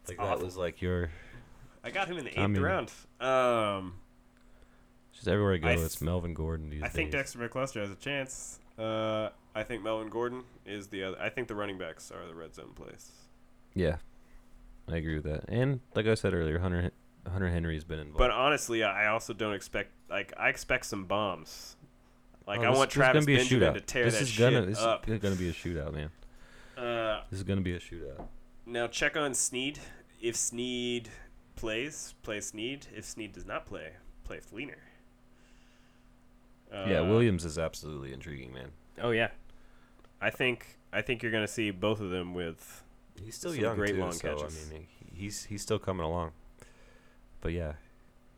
S2: that
S1: awful.
S2: was like your
S1: I got him in the eighth
S2: I mean-
S1: round. Um,
S2: just everywhere I go.
S1: I
S2: it's
S1: th-
S2: Melvin Gordon these
S1: I think
S2: days.
S1: Dexter McCluster has a chance. Uh, I think Melvin Gordon is the other. I think the running backs are the red zone plays.
S2: Yeah, I agree with that. And like I said earlier, Hunter Hen- Hunter Henry's been involved.
S1: But honestly, I also don't expect like I expect some bombs. Like
S2: Oh,
S1: I
S2: this-
S1: want
S2: this is gonna
S1: Travis
S2: be a
S1: Benjamin
S2: shootout.
S1: to tear
S2: this
S1: that
S2: is gonna,
S1: shit
S2: this
S1: up.
S2: is gonna be a shootout, man.
S1: Uh,
S2: This is gonna be a shootout.
S1: now check on Sneed. If Sneed plays, play Sneed. If Sneed does not play, play Fleener. Uh,
S2: yeah, Williams is absolutely intriguing, man.
S1: Oh yeah, I think I think you're gonna see both of them with.
S2: He's still
S1: Some
S2: young,
S1: great
S2: too,
S1: long
S2: so,
S1: catches.
S2: I mean, he- he's he's still coming along. But yeah,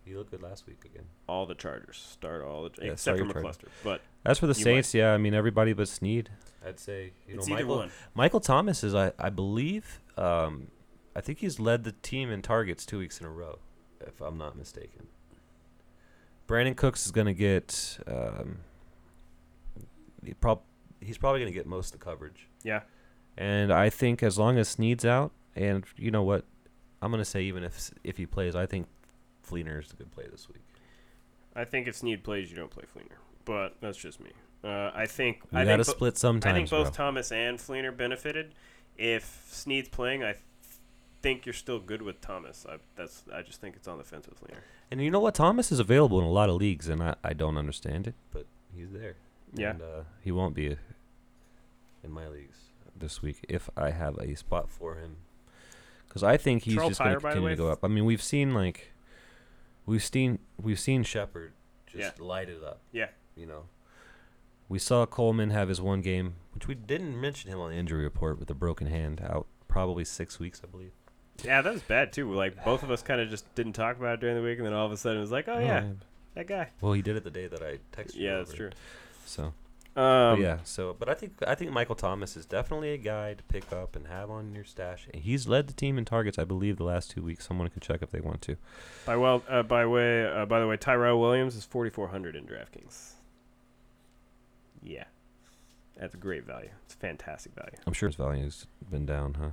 S2: he looked good last week again.
S1: All the Chargers start all the
S2: Yeah,
S1: except for
S2: start your
S1: McCluster, but
S2: As for the
S1: You might-
S2: Saints, yeah, I mean everybody but Snead. I'd say you
S1: it's
S2: know
S1: either
S2: Michael,
S1: one.
S2: Michael Thomas is, I, I believe, um, I think he's led the team in targets two weeks in a row, if I'm not mistaken. Brandon Cooks is going to get, um, he prob- he's probably going to get most of the coverage.
S1: Yeah.
S2: And I think as long as Snead's out, and you know what, I'm going to say even if S- if he plays, I think Fleener is a good play this week.
S1: I think if Sneed plays, you don't play Fleener, but that's just me. Uh, I think
S2: We
S1: I
S2: got
S1: think
S2: to
S1: bo-
S2: split sometimes,
S1: I think both
S2: bro.
S1: Thomas and Fleener benefited. If Snead's playing, I think you're still good with Thomas. I that's I just think it's on the fence with Fleener.
S2: And you know what? Thomas is available in a lot of leagues, and I, I don't understand it, but he's there.
S1: Yeah.
S2: And, uh, he won't be in my leagues this week if I have a spot for him. Because I think he's
S1: Terrell
S2: just going
S1: Pryor,
S2: to
S1: by the
S2: continue
S1: way,
S2: to go
S1: f-
S2: up. I mean, we've seen like, we've seen we've seen Shepard just light it up.
S1: Yeah.
S2: You know. We saw Coleman have his one game, which we didn't mention him on the injury report with a broken hand out probably six weeks, I believe.
S1: Yeah, that was bad too. Like both of us kind of just didn't talk about it during the week, and then all of a sudden it was like, oh yeah, that guy.
S2: Well, he did it the day that I texted. you
S1: Yeah, that's
S2: over
S1: true.
S2: it. So but
S1: Um,
S2: yeah, so but I think I think Michael Thomas is definitely a guy to pick up and have on your stash. And he's led the team in targets, I believe, the last two weeks. Someone can check if they want to.
S1: By well, uh, by way, uh, by the way, Tyrell Williams is forty four hundred in DraftKings. Yeah, that's great value. It's fantastic value.
S2: I'm sure his value's been down, huh?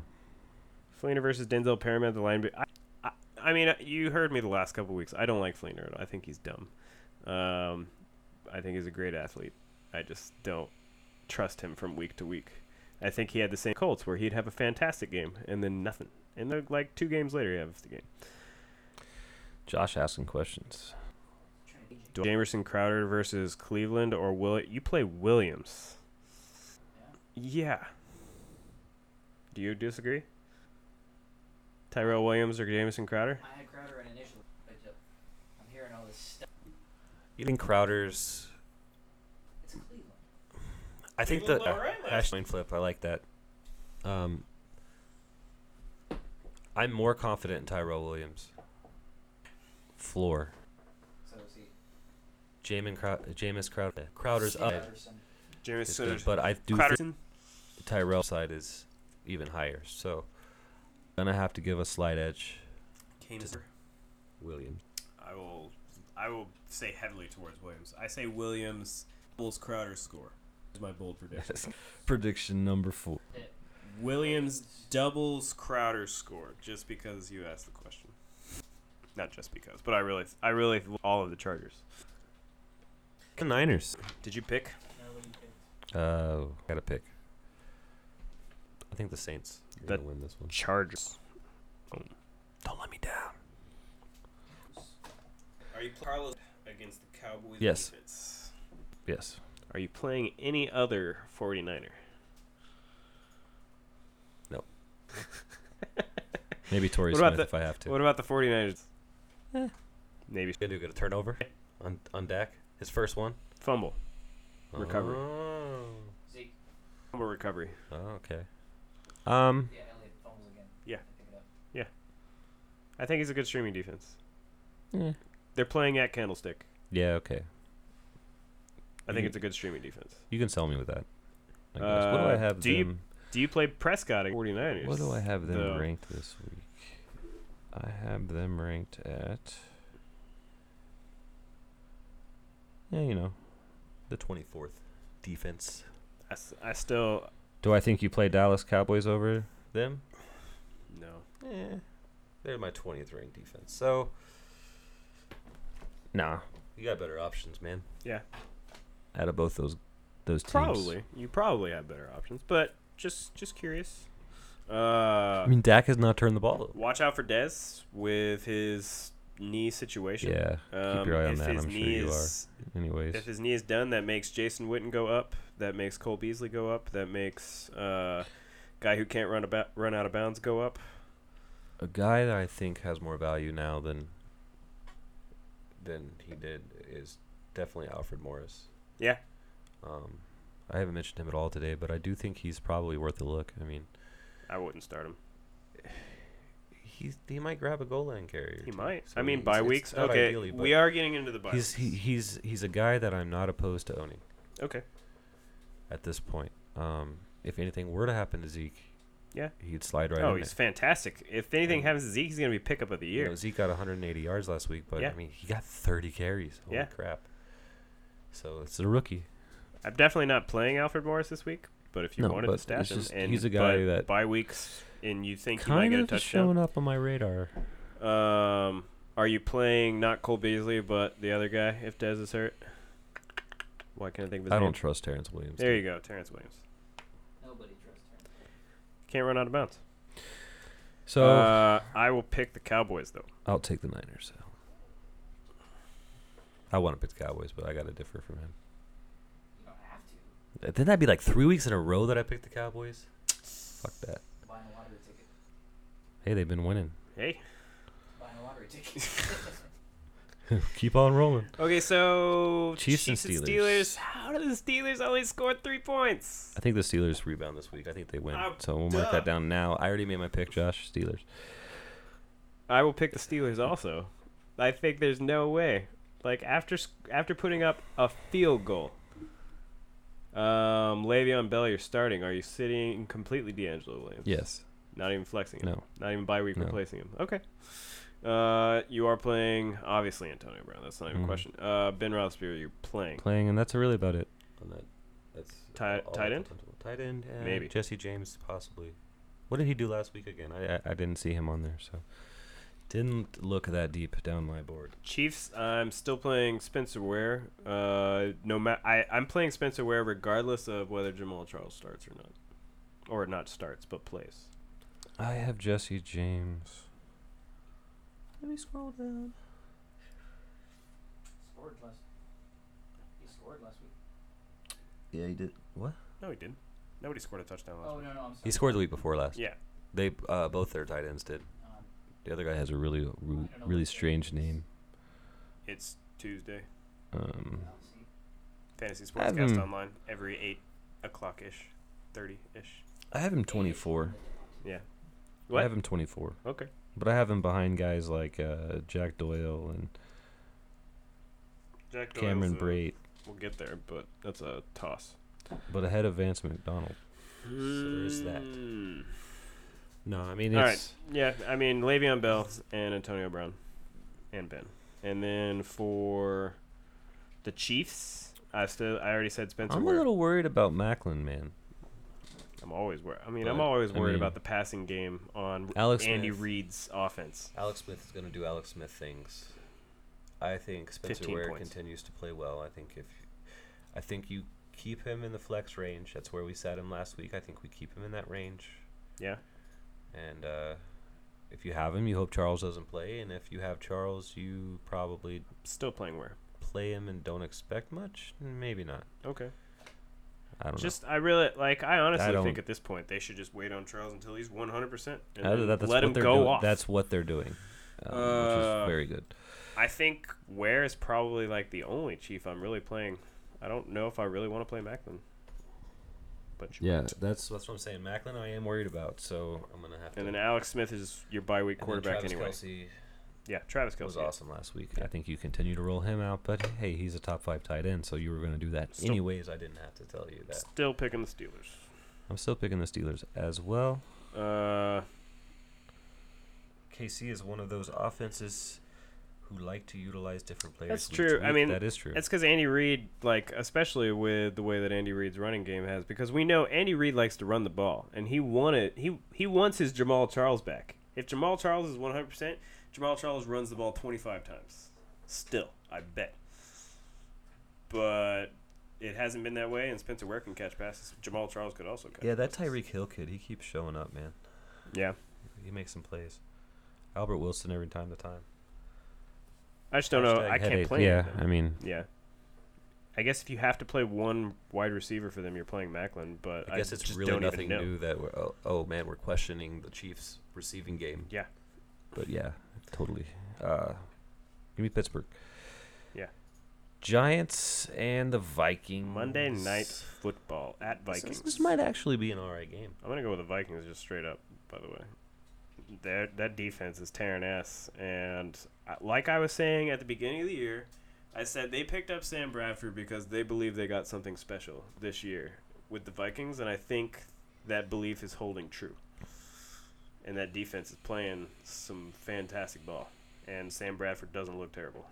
S1: Fleener versus Denzel Perriman, the line. I, I, I mean, you heard me the last couple weeks. I don't like Fleener at all. I think he's dumb. Um, I think he's a great athlete. I just don't trust him from week to week. I think he had the same Colts where he'd have a fantastic game and then nothing. And then, like two games later, he has the game.
S2: Josh asking questions.
S3: Trinity.
S1: Do Jamerson Crowder versus Cleveland or will it? You play Williams. Yeah. Do you disagree? Tyrell Williams or Jamison Crowder?
S3: I had Crowder in initially, but uh, I'm hearing all this stuff.
S2: You think Crowder's?
S3: It's Cleveland.
S2: I think
S1: He
S2: the
S1: looked all right
S2: hash line flip. I like that. Um, I'm more confident in Tyrell Williams. Floor.
S3: So see.
S2: Jamin Crow- Jameis Crowder. Crowder's up.
S3: Jefferson.
S2: is good, but I do think
S1: Crowderson.
S2: Tyrell side is even higher. So gonna have to give a slight edge Just- Williams.
S1: I will I will say heavily towards Williams. I say Williams Bulls Crowder score. Is my bold prediction.
S2: Prediction number four.
S1: Williams doubles Crowder score just because you asked the question. Not just because, but I really I really all of the Chargers.
S2: The Niners.
S1: Did you pick?
S3: No, what do you think?
S2: Uh gotta pick. I think the Saints are
S1: That-
S2: gonna win this one.
S1: Chargers.
S2: Don't let me down.
S1: Are you Carlos against the Cowboys
S2: Yes.
S1: defense?
S2: Yes.
S1: Are you playing any other 49er?
S2: Maybe Torrey
S1: What about
S2: Smith
S1: the-
S2: if I have to. Eh.
S1: What about the 49ers? Maybe
S2: gonna do? Get a turnover on on Dak. His first one.
S1: fumble. Recovery.
S2: Oh.
S3: Zeke.
S1: Fumble recovery.
S2: Oh, okay. Um.
S3: Yeah, Elliott fumbles again.
S1: Yeah.
S3: I pick it up.
S1: I think he's a good streaming defense.
S2: Yeah.
S1: They're playing at Candlestick.
S2: Yeah. Okay.
S1: I think
S2: You-
S1: it's a good streaming defense.
S2: You can sell me with that. I guess. what do I
S1: Uh,
S2: have?
S1: do you-
S2: them-
S1: Do you play Prescott at 49ers?
S2: What do I have them
S1: the-
S2: ranked this week? I have them ranked at. Yeah, you know, the twenty fourth defense.
S1: I, s- I still
S2: Do I think you play Dallas Cowboys over them?
S1: no.
S2: Yeah, they're my twentieth ranked defense. So, nah, you got better options, man.
S1: Yeah.
S2: Out of both those, those teams.
S1: Probably you probably have better options, but just just curious. Uh,
S2: I mean, Dak has not turned the ball. over.
S1: watch out for Dez with his knee situation.
S2: Yeah.
S1: Um,
S2: keep your eye on
S1: if
S2: that.
S1: his
S2: I'm sure
S1: knee
S2: you are.
S1: is
S2: Anyways.
S1: if his knee is done, that makes Jason Witten go up. That makes Cole Beasley go up. That makes uh, guy who can't run about run out of bounds go up.
S2: a guy that I think has more value now than than he did is definitely Alfred Morris.
S1: Yeah.
S2: Um, I haven't mentioned him at all today, but I do think he's probably worth a look. I mean,
S1: I wouldn't start him.
S2: he's he might grab a goal line carrier.
S1: He
S2: too.
S1: might.
S2: So
S1: I mean,
S2: it's-
S1: bye
S2: it's
S1: weeks.
S2: not
S1: Okay,
S2: ideally,
S1: we
S2: but
S1: are getting into the bye.
S2: He's he, he's he's a guy that I'm not opposed to owning
S1: okay.
S2: at this point. Um, if anything were to happen to Zeke,
S1: Yeah.
S2: he'd slide right.
S1: oh,
S2: in
S1: he's
S2: there.
S1: fantastic. If anything
S2: Um,
S1: happens to Zeke, he's gonna be pickup of the
S2: You
S1: year.
S2: know, Zeke got 180 yards last week, but
S1: Yeah.
S2: I mean, he got 30 carries. Holy
S1: Yeah.
S2: crap! So it's a rookie.
S1: I'm definitely not playing Alfred Morris this week, but if you
S2: No,
S1: wanted
S2: but
S1: to
S2: it's
S1: stash him,
S2: just-
S1: and
S2: he's a guy
S1: but
S2: that
S1: bye weeks, and you think he might
S2: kind
S1: get a
S2: of is
S1: touchdown.
S2: showing up on my radar.
S1: Um, are you playing not Cole Beasley, but the other guy if Dez is hurt? Why can't I think of his
S2: I
S1: name?
S2: don't trust Terrence Williams.
S1: there you go, Terrence Williams.
S3: Nobody trusts him.
S1: Can't run out of bounds.
S2: So
S1: uh, I will pick the Cowboys though.
S2: I'll take the Niners. I want to pick the Cowboys, but I got to differ from him.
S3: You don't have to.
S2: Uh, Didn't that be like three weeks in a row that I picked the Cowboys? Fuck that.
S3: Buying a lottery ticket.
S2: Hey, they've been winning. <laughs>
S1: Hey, <laughs>
S3: Buying a lottery ticket.
S2: Keep on rolling.
S1: Okay, so
S2: Chiefs and
S1: Chiefs
S2: Steelers.
S1: How do the Steelers always score three points?
S2: I think the Steelers rebound this week. I think they win.
S1: Oh,
S2: so we'll mark
S1: duh.
S2: that down now. I already made my pick, Josh. Steelers.
S1: I will pick the Steelers also. I think there's no way. Like after s- after putting up a field goal, um, Le'Veon Bell, you're starting. Are you sitting completely D'Angelo Williams?
S2: Yes.
S1: Not even flexing him.
S2: No.
S1: Not even bye week
S2: No.
S1: replacing him. Okay. Uh, you are playing obviously Antonio Brown. That's not even
S2: Mhm.
S1: a question. Uh, Ben Roethlisberger, you're playing.
S2: Playing, and that's really about it. That's
S1: Ti- all tight end?
S2: Tight end. And
S1: Maybe.
S2: Jesse James, possibly. What did he do last week again? I, I I didn't see him on there, so didn't look that deep down my board.
S1: Chiefs, I'm still playing Spencer Ware. Uh, no ma- I I'm playing Spencer Ware regardless of whether Jamal Charles starts or not, or not starts but plays.
S2: I have Jesse James. Let me scroll down.
S3: Scored last. He scored last week.
S2: Yeah, he did. What?
S1: No, he didn't. Nobody scored a touchdown last
S3: Oh
S1: week.
S3: no no I'm sorry.
S2: He scored the week before last.
S1: Yeah.
S2: They uh, both their tight ends did.
S3: Um,
S2: The other guy has a really
S3: know
S2: really,
S3: what
S2: really
S3: that
S2: strange
S3: is.
S2: name.
S1: It's Tuesday.
S2: Um,
S3: I'll see.
S1: Fantasy
S2: Hmm.
S1: Sportscast
S2: haven't-
S1: Online every 8 o'clock ish, 30 ish.
S2: I have him
S3: Eight is
S2: 24.
S3: the
S1: Yeah. What?
S2: I have him 24.
S1: Okay.
S2: But I have him behind guys like uh, Jack Doyle and
S1: Jack Doyle's,
S2: Cameron
S1: uh,
S2: Brate,
S1: We'll get there, but that's a toss.
S2: but ahead of Vance McDonald.
S1: So
S2: there's that. No, I mean,
S1: All right.
S2: it's.
S1: Hmm. Yeah, I mean, Le'Veon Bell and Antonio Brown and Ben. And then for the Chiefs, I still I already said Spencer
S2: I'm
S1: Ware.
S2: a little worried about Macklin, man.
S1: I'm always worried. I mean, I'm
S2: But,
S1: always
S2: I
S1: worried
S2: mean-
S1: about the passing game on
S2: Alex
S1: Andy
S2: Smith.
S1: Reid's offense.
S2: Alex Smith is going to do Alex Smith things. I think Spencer
S1: 15
S2: Ware
S1: points.
S2: continues to play well. I think if, I think you keep him in the flex range. That's where we sat him last week. I think we keep him in that range.
S1: Yeah.
S2: And uh, if you have him, you hope Charles doesn't play. And if you have Charles, you probably
S1: Still playing Ware.
S2: play him and don't expect much. Maybe not.
S1: Okay.
S2: I don't
S1: Just I really like. I honestly
S2: uh, don't-
S1: think at this point they should just wait on Charles until he's one hundred percent
S2: know.
S1: and
S2: Uh,
S1: then
S2: that- that's
S1: let
S2: what
S1: him
S2: they're
S1: go
S2: doing-
S1: off.
S2: That's what they're doing, um, which
S1: Uh,
S2: is very good.
S1: I think Ware is probably like the only chief I'm really playing. I don't know if I really want to play Macklin, but you
S2: Yeah, that's that's what I'm saying. Macklin, I am worried about, so I'm gonna have to.
S1: And then Alex Smith is your bye week
S2: and then
S1: quarterback
S2: Travis
S1: anyway.
S2: Kelce
S1: Yeah, Travis Kelsey
S2: was awesome last week.
S1: Yeah.
S2: I think you continue to roll him out, but hey, he's a top five tight end, so you were gonna do that
S1: Still-
S2: anyways. I didn't have to tell you that.
S1: Still picking the Steelers.
S2: I'm still picking the Steelers as well.
S1: Uh,
S2: KC is one of those offenses who like to utilize different players.
S1: That's
S2: week
S1: true.
S2: to
S1: I
S2: week.
S1: mean,
S2: that is true.
S1: That's because Andy Reid, like, especially with the way that Andy Reid's running game has, because we know Andy Reid likes to run the ball, and he wanted he he wants his Jamal Charles back. If Jamal Charles is one hundred percent, Jamal Charles runs the ball twenty five times. Still, I bet. But it hasn't been that way, and Spencer Ware can catch passes. Jamal Charles could also catch.
S2: Yeah, that
S1: passes.
S2: Tyreek Hill kid, he keeps showing up, man.
S1: Yeah,
S2: He makes some plays. Albert Wilson every time to time.
S1: I just don't know.
S2: Hashtag
S1: I can't
S2: headache.
S1: play.
S2: Yeah,
S1: anything.
S2: I mean,
S1: Yeah. I guess if you have to play one wide receiver for them, you're playing Macklin. But I,
S2: I guess it's
S1: just
S2: really
S1: don't
S2: nothing
S1: even know.
S2: new that we're oh, oh man, we're questioning the Chiefs receiving game.
S1: Yeah.
S2: But yeah, totally. Uh give me Pittsburgh.
S1: Yeah.
S2: Giants and the Vikings.
S1: Monday night football at Vikings.
S2: This, this might actually be an alright game.
S1: I'm gonna go with the Vikings just straight up. By the way, their that defense is tearing ass, and I- like I was saying at the beginning of the year, I said they picked up Sam Bradford because they believe they got something special this year with the Vikings, and I think that belief is holding true. And that defense is playing some fantastic ball, and Sam Bradford doesn't look terrible.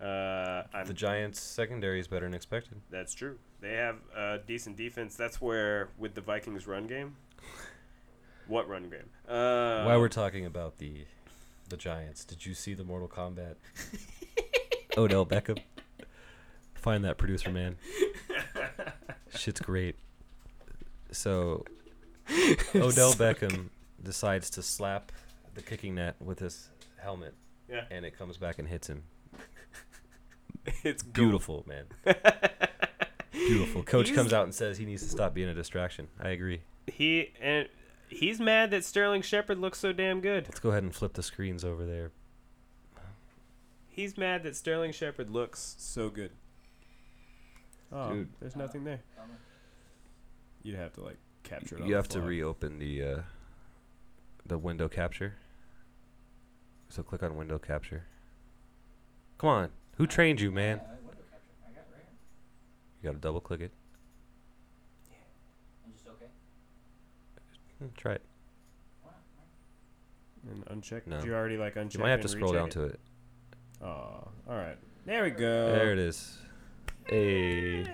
S1: Uh, I'm
S2: The Giants secondary is better than expected.
S1: that's true. They have a decent defense. That's where with the Vikings run game. what run game? Uh,
S2: While we're talking about the the Giants, did you see the Mortal Kombat <laughs> Odell Beckham? Find that producer man. Shit's great. So Odell Beckham decides to slap the kicking net with his helmet.
S4: <laughs>
S1: Yeah.
S2: And it comes back and hits him.
S1: it's gold.
S2: Beautiful, man. Beautiful. Coach
S1: He's-
S2: comes out and says he needs to stop being a distraction. I agree.
S1: <laughs> He and he's mad that Sterling Shepard looks so damn good.
S2: Let's go ahead and flip the screens over there.
S1: he's mad that Sterling Shepard looks so good.
S4: Oh,
S2: Dude.
S4: there's nothing there.
S3: Bummer.
S4: You'd have to like capture it.
S2: you have to reopen the uh, the window capture. So click on window capture. Come on, who trained you, man?
S3: Yeah, I would look after him. I got rare.
S2: You gotta double click it.
S3: I'm just okay.
S2: Hmm, Try it.
S3: Wow. alright.
S4: and uncheck.
S2: No.
S4: Did you already like uncheck?
S2: You might have to scroll down to it.
S4: Oh, all right. There we go.
S2: There it is. Hey.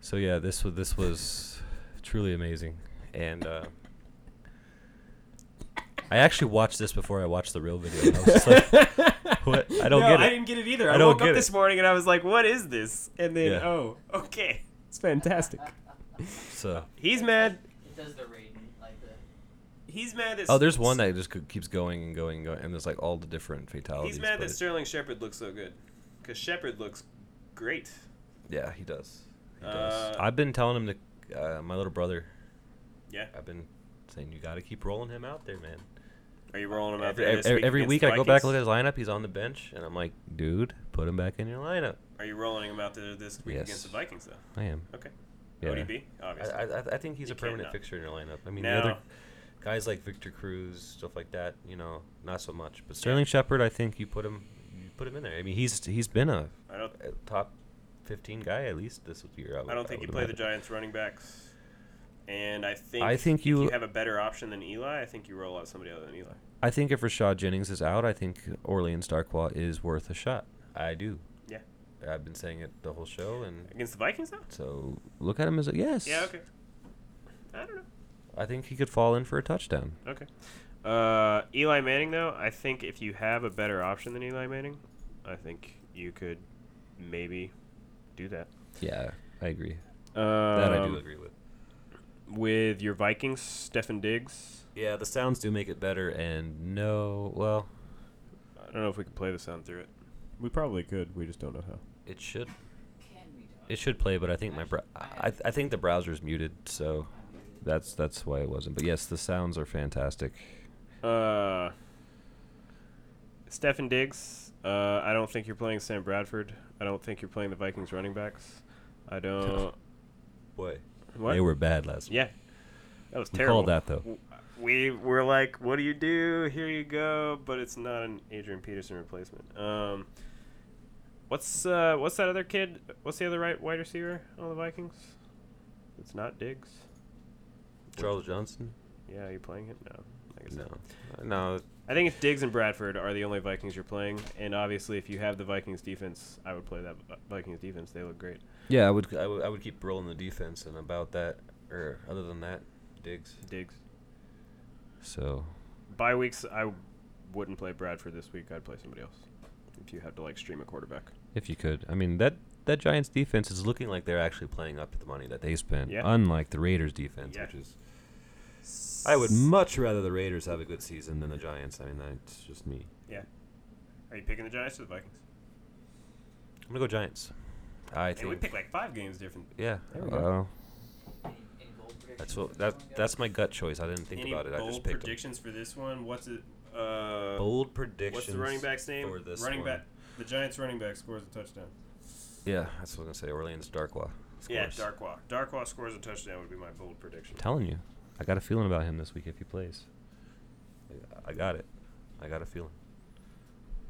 S2: So yeah, this was this was truly amazing, and uh, I actually watched this before I watched the real video. and I was just like,
S1: <laughs>
S2: what? I don't
S1: no,
S2: get it.
S1: I didn't get it either.
S2: I
S1: I,
S2: don't
S1: woke
S2: get
S1: up
S2: it.
S1: this morning and I was like, "What is this?" And then,
S2: Yeah.
S1: oh, okay.
S3: <laughs>
S4: It's fantastic.
S2: So
S1: He's mad.
S3: It does the Raiden, like the.
S1: He's mad that.
S2: oh, there's one that just c- keeps going and going and going, and there's like all the different fatalities.
S1: He's mad
S2: but
S1: that Sterling Shepard looks so good, because Shepard looks great.
S2: yeah, he does. He does.
S1: Uh,
S2: I've been telling him to uh, my little brother.
S1: Yeah.
S2: I've been saying you got to keep rolling him out there, man.
S1: Are you rolling him out
S2: Every,
S1: there this
S2: every,
S1: week
S2: every
S1: against
S2: week
S1: the
S2: I go back
S1: Vikings?
S2: look at his lineup. He's on the bench, and I'm like, dude, put him back in your lineup.
S1: Are you rolling him out there this week
S2: Yes.
S1: against the Vikings though?
S2: I am.
S1: Okay.
S2: Yeah.
S1: ODB,
S2: I,
S1: obviously.
S2: I, I- I think he's
S1: You
S2: a permanent
S1: cannot.
S2: fixture in your lineup. I mean,
S1: Now-
S2: the other guys like Victor Cruz, stuff like that, you know, not so much. But Sterling Shepard, I think you put him, you put him in there. I mean, he's he's been a,
S1: I don't.
S2: a top fifteen guy at least this year. would-
S1: I don't think
S2: would
S1: you play the
S2: imagine.
S1: Giants running backs. And I think
S2: I think
S1: if
S2: you-
S1: have a better option than Eli. I think you roll out somebody other than Eli.
S2: I think if Rashad Jennings is out, I think Orlean Starqua is worth a shot. I do.
S1: Yeah.
S2: I've been saying it the whole show, and
S1: Against the Vikings though?
S2: so look at him as a yes.
S1: Yeah, okay. I don't know.
S2: I think he could fall in for a touchdown.
S1: Okay. Uh, Eli Manning, though, I think if you have a better option than Eli Manning, I think you could maybe do that.
S2: Yeah, I agree.
S1: Um,
S2: that I do agree with.
S1: With your Vikings, Stefan Diggs.
S2: Yeah, the sounds do make it better, and no, well,
S1: I don't know if we can play the sound through it.
S4: we probably could. We just don't know how.
S2: it should
S3: Can we talk?
S2: it should play, but I think my br- I I think the browser's muted, so that's that's why it wasn't. But yes, the sounds are fantastic.
S1: Uh, Stefan Diggs. Uh, I don't think you're playing Sam Bradford. I don't think you're playing the Vikings running backs. I
S2: <laughs>
S1: don't.
S2: Boy,
S1: What?
S2: they were bad last week.
S1: Yeah, that was
S2: We
S1: terrible.
S2: called that though.
S1: W- We were like, "What do you do? Here you go," but it's not an Adrian Peterson replacement. Um, what's uh, what's that other kid? What's the other right wide receiver on the Vikings? It's not Diggs.
S2: Charles Johnson.
S1: Yeah, are you playing him? No, I guess
S2: No,
S1: not.
S2: no,
S1: I think it's Diggs and Bradford are the only Vikings you're playing, and obviously, if you have the Vikings defense, I would play that Vi- Vikings defense. They look great.
S2: Yeah, I would, I would I would keep rolling the defense, and about that, or other than that, Diggs.
S1: Diggs.
S2: So
S1: Bye weeks, I wouldn't play Bradford this week. I'd play somebody else. If you had to like stream a quarterback.
S2: if you could, I mean that that Giants defense is looking like they're actually playing up to the money that they spent,
S1: Yeah.
S2: unlike the Raiders defense,
S1: Yeah.
S2: which is. I would much rather the Raiders have a good season than the Giants. I mean, that's just me.
S1: Yeah. Are you picking the Giants or the Vikings?
S2: I'm gonna go Giants. I
S1: And we
S2: think.
S1: pick like five games different.
S2: Yeah.
S4: There we
S2: uh,
S4: go.
S3: Any, any goal predictions?
S2: that's what
S3: for
S2: that
S3: this one, guys?
S2: that's my gut choice. I didn't think
S1: Any
S2: about it. I
S1: bold
S2: just picked 'em.
S1: predictions for this one? What's it? Uh,
S2: Bold predictions.
S1: what's the running back's name?
S2: for this
S1: running
S2: one.
S1: back. The Giants running back scores a touchdown.
S2: Yeah, that's what I'm gonna say. Orleans Darkwa.
S1: Yeah,
S2: scores.
S1: Darkwa. Darkwa scores a touchdown would be my bold prediction.
S2: I'm telling you, I got a feeling about him this week if he plays. I- I got it. I got a feeling.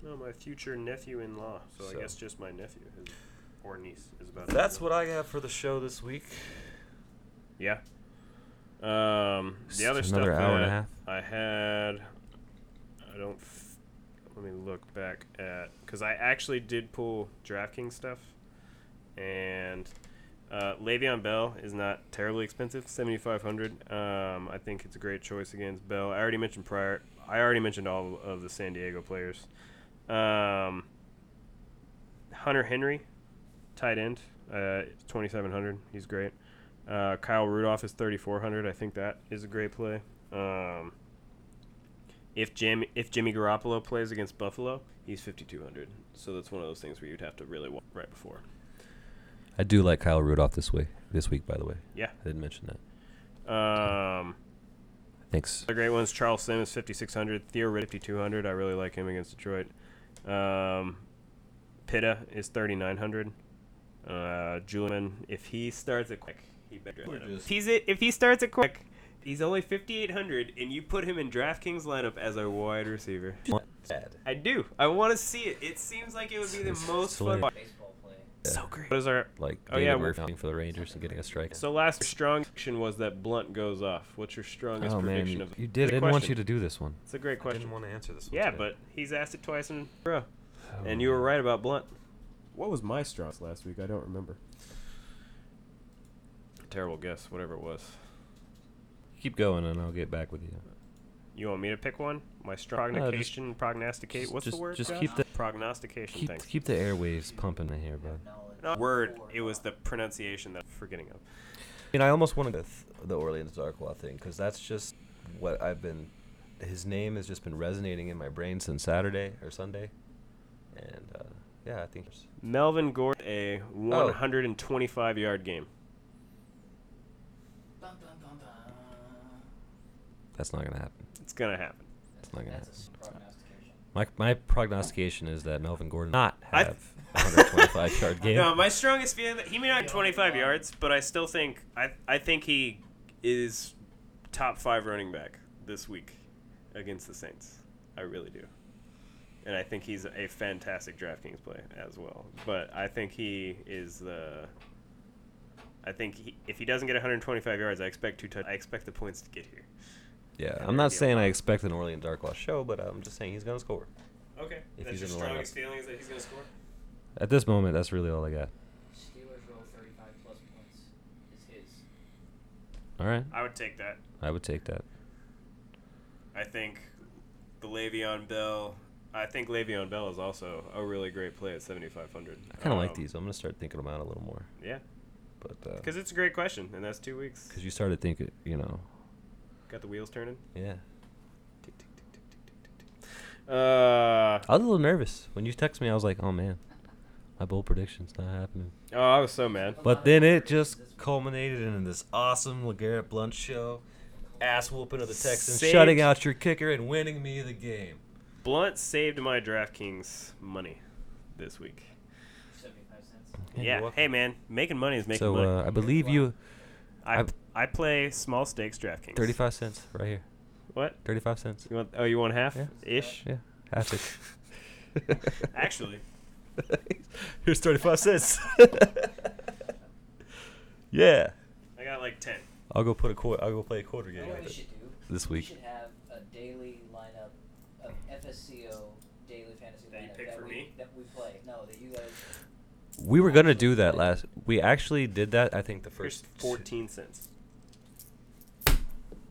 S1: No, my future nephew-in-law. So,
S2: So.
S1: I guess just my nephew is, or niece is about.
S2: That's what I have for the show this week.
S1: Yeah. Um,
S2: Just
S1: the other stuff
S2: another hour and a
S1: that
S2: half.
S1: I had, I don't. F- let me look back at because I actually did pull DraftKings stuff, and uh, Le'Veon Bell is not terribly expensive, seventy five hundred. Um, I think it's a great choice against Bell. I already mentioned prior. I already mentioned all of the San Diego players. Um, Hunter Henry, tight end, uh, twenty seven hundred. He's great. Uh, Kyle Rudolph is 3,400. I think that is a great play. Um, if Jim if Jimmy Garoppolo plays against Buffalo, he's 5,200. So that's one of those things where you'd have to really walk right before.
S2: I do like Kyle Rudolph this way this week, by the way.
S1: Yeah.
S2: I didn't mention that.
S1: Um,
S2: Thanks.
S1: the great ones: Charles Sims 5,600, Theo Riddick 5,200. I really like him against Detroit. Um, Pitta is 3,900. Uh, Julian, if he starts it quick, he better.
S2: We're
S1: lineup.
S2: just-
S1: If he's it, if he starts it quick, he's only 5,800, and you put him in DraftKings lineup as a wide receiver. I do. I want to see it. It seems like it would be the
S2: It's-
S1: most
S2: it's
S1: fun.
S2: hilarious.
S3: Baseball play.
S1: So great. What is our
S2: Like
S1: Oh, yeah,
S2: David
S1: we're-
S2: Murphy for the Rangers and getting a strike.
S1: so last strong action was that Blunt goes off. What's your strongest
S2: oh man,
S1: prediction
S2: you,
S1: of
S2: you did. I
S1: Good
S2: didn't want
S1: question.
S2: you to do this one.
S1: It's a great question.
S2: didn't want to answer this one.
S1: Yeah, but he's asked it twice in a row, and you were right about Blunt.
S4: Oh, What was my strongest last week? I don't remember.
S1: Terrible guess, whatever it was.
S2: Keep going, and I'll get back with you.
S1: You want me to pick one? My strong
S2: No, Uh, just-
S1: prognostication, prognosticate.
S2: just-
S1: what's
S2: just-
S1: the word?
S2: just
S1: Josh?
S2: keep the-
S1: prognostication
S2: Keep
S1: thing.
S2: keep the airwaves pumping in here,
S3: You
S2: bud.
S3: have knowledge
S1: No, word.
S3: before
S1: It was the
S3: knowledge.
S1: pronunciation that I'm forgetting of.
S2: I mean, I almost wanted the, th- the Orleans Darkwa thing because that's just what I've been. His name has just been resonating in my brain since Saturday or Sunday, and uh, yeah, I think.
S1: Melvin Gordon, a 125 yard game.
S3: Bum, bum, bum, bum.
S2: That's not gonna happen.
S1: It's gonna happen.
S2: It's not gonna
S3: That's a s- prognostication.
S2: My, my prognostication is that Melvin Gordon will not
S1: I-
S2: have
S1: <laughs>
S2: a 125 yard game.
S1: No, my strongest feeling that he may not have 25 yards, but I still think I I think he is top five running back this week against the Saints. I really do, and I think he's a fantastic DraftKings play as well. But I think he is the. I think he, if he doesn't get 125 yards, I expect two. Touch, I expect the points to get here.
S2: yeah,
S1: Yeah,
S2: I'm not
S1: yeah.
S2: saying I expect an Orleans Darkwa show, but I'm just saying he's gonna score.
S1: Okay,
S2: If that's he's your in the lineup. strongest
S1: feeling is that he's going to score.
S2: At this moment, that's really all I got.
S3: Steelers roll 35 plus points is his.
S2: All right,
S1: I would take that.
S2: I would take that.
S1: I think the Le'Veon Bell. I think Le'Veon Bell is also a really great play at 7,500.
S2: I kind of like
S1: Um,
S2: these. I'm gonna start thinking them out a little more,
S1: Yeah,
S2: but uh,
S1: because it's a great question, and that's two weeks.
S2: because you started thinking, you know,
S1: Got the wheels turning.
S2: yeah.
S1: Tick, tick, tick, tick, tick, tick, tick, tick. Uh,
S2: I was a little nervous when you text me. I was like, oh man, my bold prediction's not happening.
S1: oh, I was so mad.
S2: But then it just culminated in this awesome LeGarrette Blunt show, ass whooping of the Texans,
S1: Saved.
S2: shutting out your kicker and winning me the game.
S1: Blunt saved my DraftKings money this week.
S3: 75 cents.
S2: Yeah, you're
S1: Yeah.
S2: welcome.
S1: Hey, man, making money is making
S2: so
S1: money.
S2: uh, I believe you.
S1: I
S2: I've-
S1: I play small stakes DraftKings.
S2: Thirty-five cents right here.
S1: What?
S2: Thirty-five cents.
S1: You want? Oh, you want half
S2: Yeah.
S1: ish?
S2: Yeah, half it.
S1: <laughs> Actually,
S2: <laughs> here's
S1: <laughs>
S2: thirty-five cents. yeah,
S1: I got like ten.
S2: I'll go put a quarter. I'll go play a quarter
S3: You
S2: game
S3: know what
S2: with
S3: we
S2: it.
S3: should do?
S2: This
S3: We
S2: week.
S3: should have a daily lineup of FSCO daily fantasy
S1: That you
S3: lineup
S1: pick
S3: that
S1: for
S3: we,
S1: me?
S3: that we play. No, that you guys.
S2: We were gonna do that last. We actually did that. I think the
S1: Here's
S2: first
S1: fourteen cents.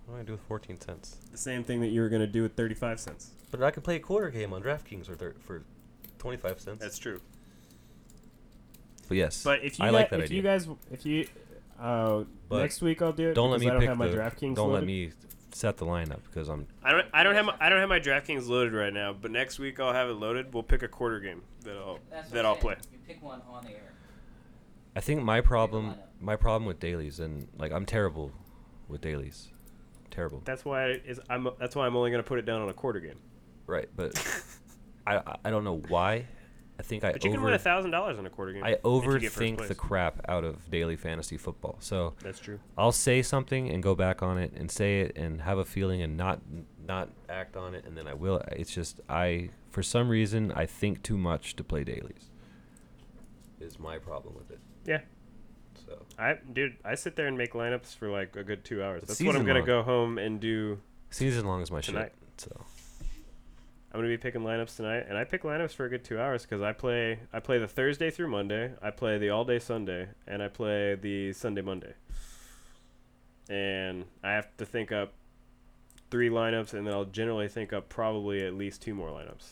S2: What am I gonna do with fourteen cents?
S1: The same thing that you were gonna do with thirty-five cents.
S2: But I can play a quarter game on DraftKings for thir- for twenty-five cents.
S1: That's true.
S2: but yes.
S1: But if
S2: I
S1: you
S2: like
S4: But
S2: that
S4: if
S2: idea.
S4: you guys, if you, uh,
S2: But
S4: next week I'll do it.
S2: don't let
S4: because
S2: me
S4: I don't
S2: pick
S4: have my
S2: the.
S4: DraftKings
S2: don't let
S4: loaded.
S2: me set the lineup because I'm.
S1: I don't. I don't have. My, I don't have my DraftKings loaded right now. But next week I'll have it loaded. We'll pick a quarter game that I'll
S3: That's what
S1: that
S3: I'm
S1: I'll
S3: saying.
S1: play.
S3: You pick one on the air.
S2: I think my problem.
S3: lineup.
S2: My problem with dailies and like I'm terrible with dailies. Terrible.
S1: That's why it is. I'm. That's why I'm only gonna put it down on a quarter game.
S2: Right, <laughs> but <laughs> I I- I don't know why. I think I
S1: But you
S2: over
S1: can win a thousand dollars on a quarter game.
S2: I
S1: if you get first
S2: overthink the
S1: place.
S2: crap out of daily fantasy football. So
S1: That's true.
S2: I'll say something and go back on it and say it and have a feeling and not not act on it and then I will. It's just I for some reason I think too much to play dailies. Is my problem with it.
S1: Yeah.
S2: So
S1: I dude. I sit there and make lineups for like a good two hours.
S2: It's
S1: That's what I'm
S2: season
S1: gonna
S2: long.
S1: go home and do.
S2: season long is my shit.
S1: Tonight.
S2: So
S1: I'm gonna be picking lineups tonight, and I pick lineups for a good two hours because I play. I play the Thursday through Monday. I play the all day Sunday, and I play the Sunday Monday. And I have to think up three lineups, and then I'll generally think up probably at least two more lineups.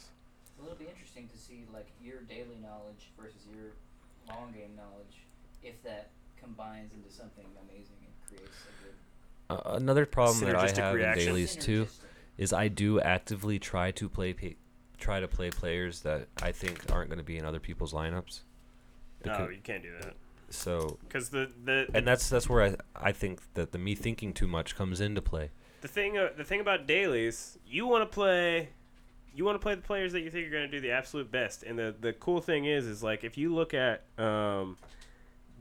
S3: Well, it'll be interesting to see like your daily knowledge versus your long game knowledge, if that combines into something amazing and creates a good.
S2: uh, another problem that I
S1: Synergistic
S2: have
S1: reaction.
S2: in dailies too.
S3: Synergistic.
S2: is I do actively try to play pe- try to play players that I think aren't going to be in other people's lineups.
S1: No,
S2: Becau-
S1: Oh, you can't do that
S2: So
S1: because the the
S2: and that's that's where I I think that the me thinking too much comes into play.
S1: the thing uh, the thing about dailies, you want to play you want to play the players that you think are going to do the absolute best. And the the cool thing is, is like if you look at um,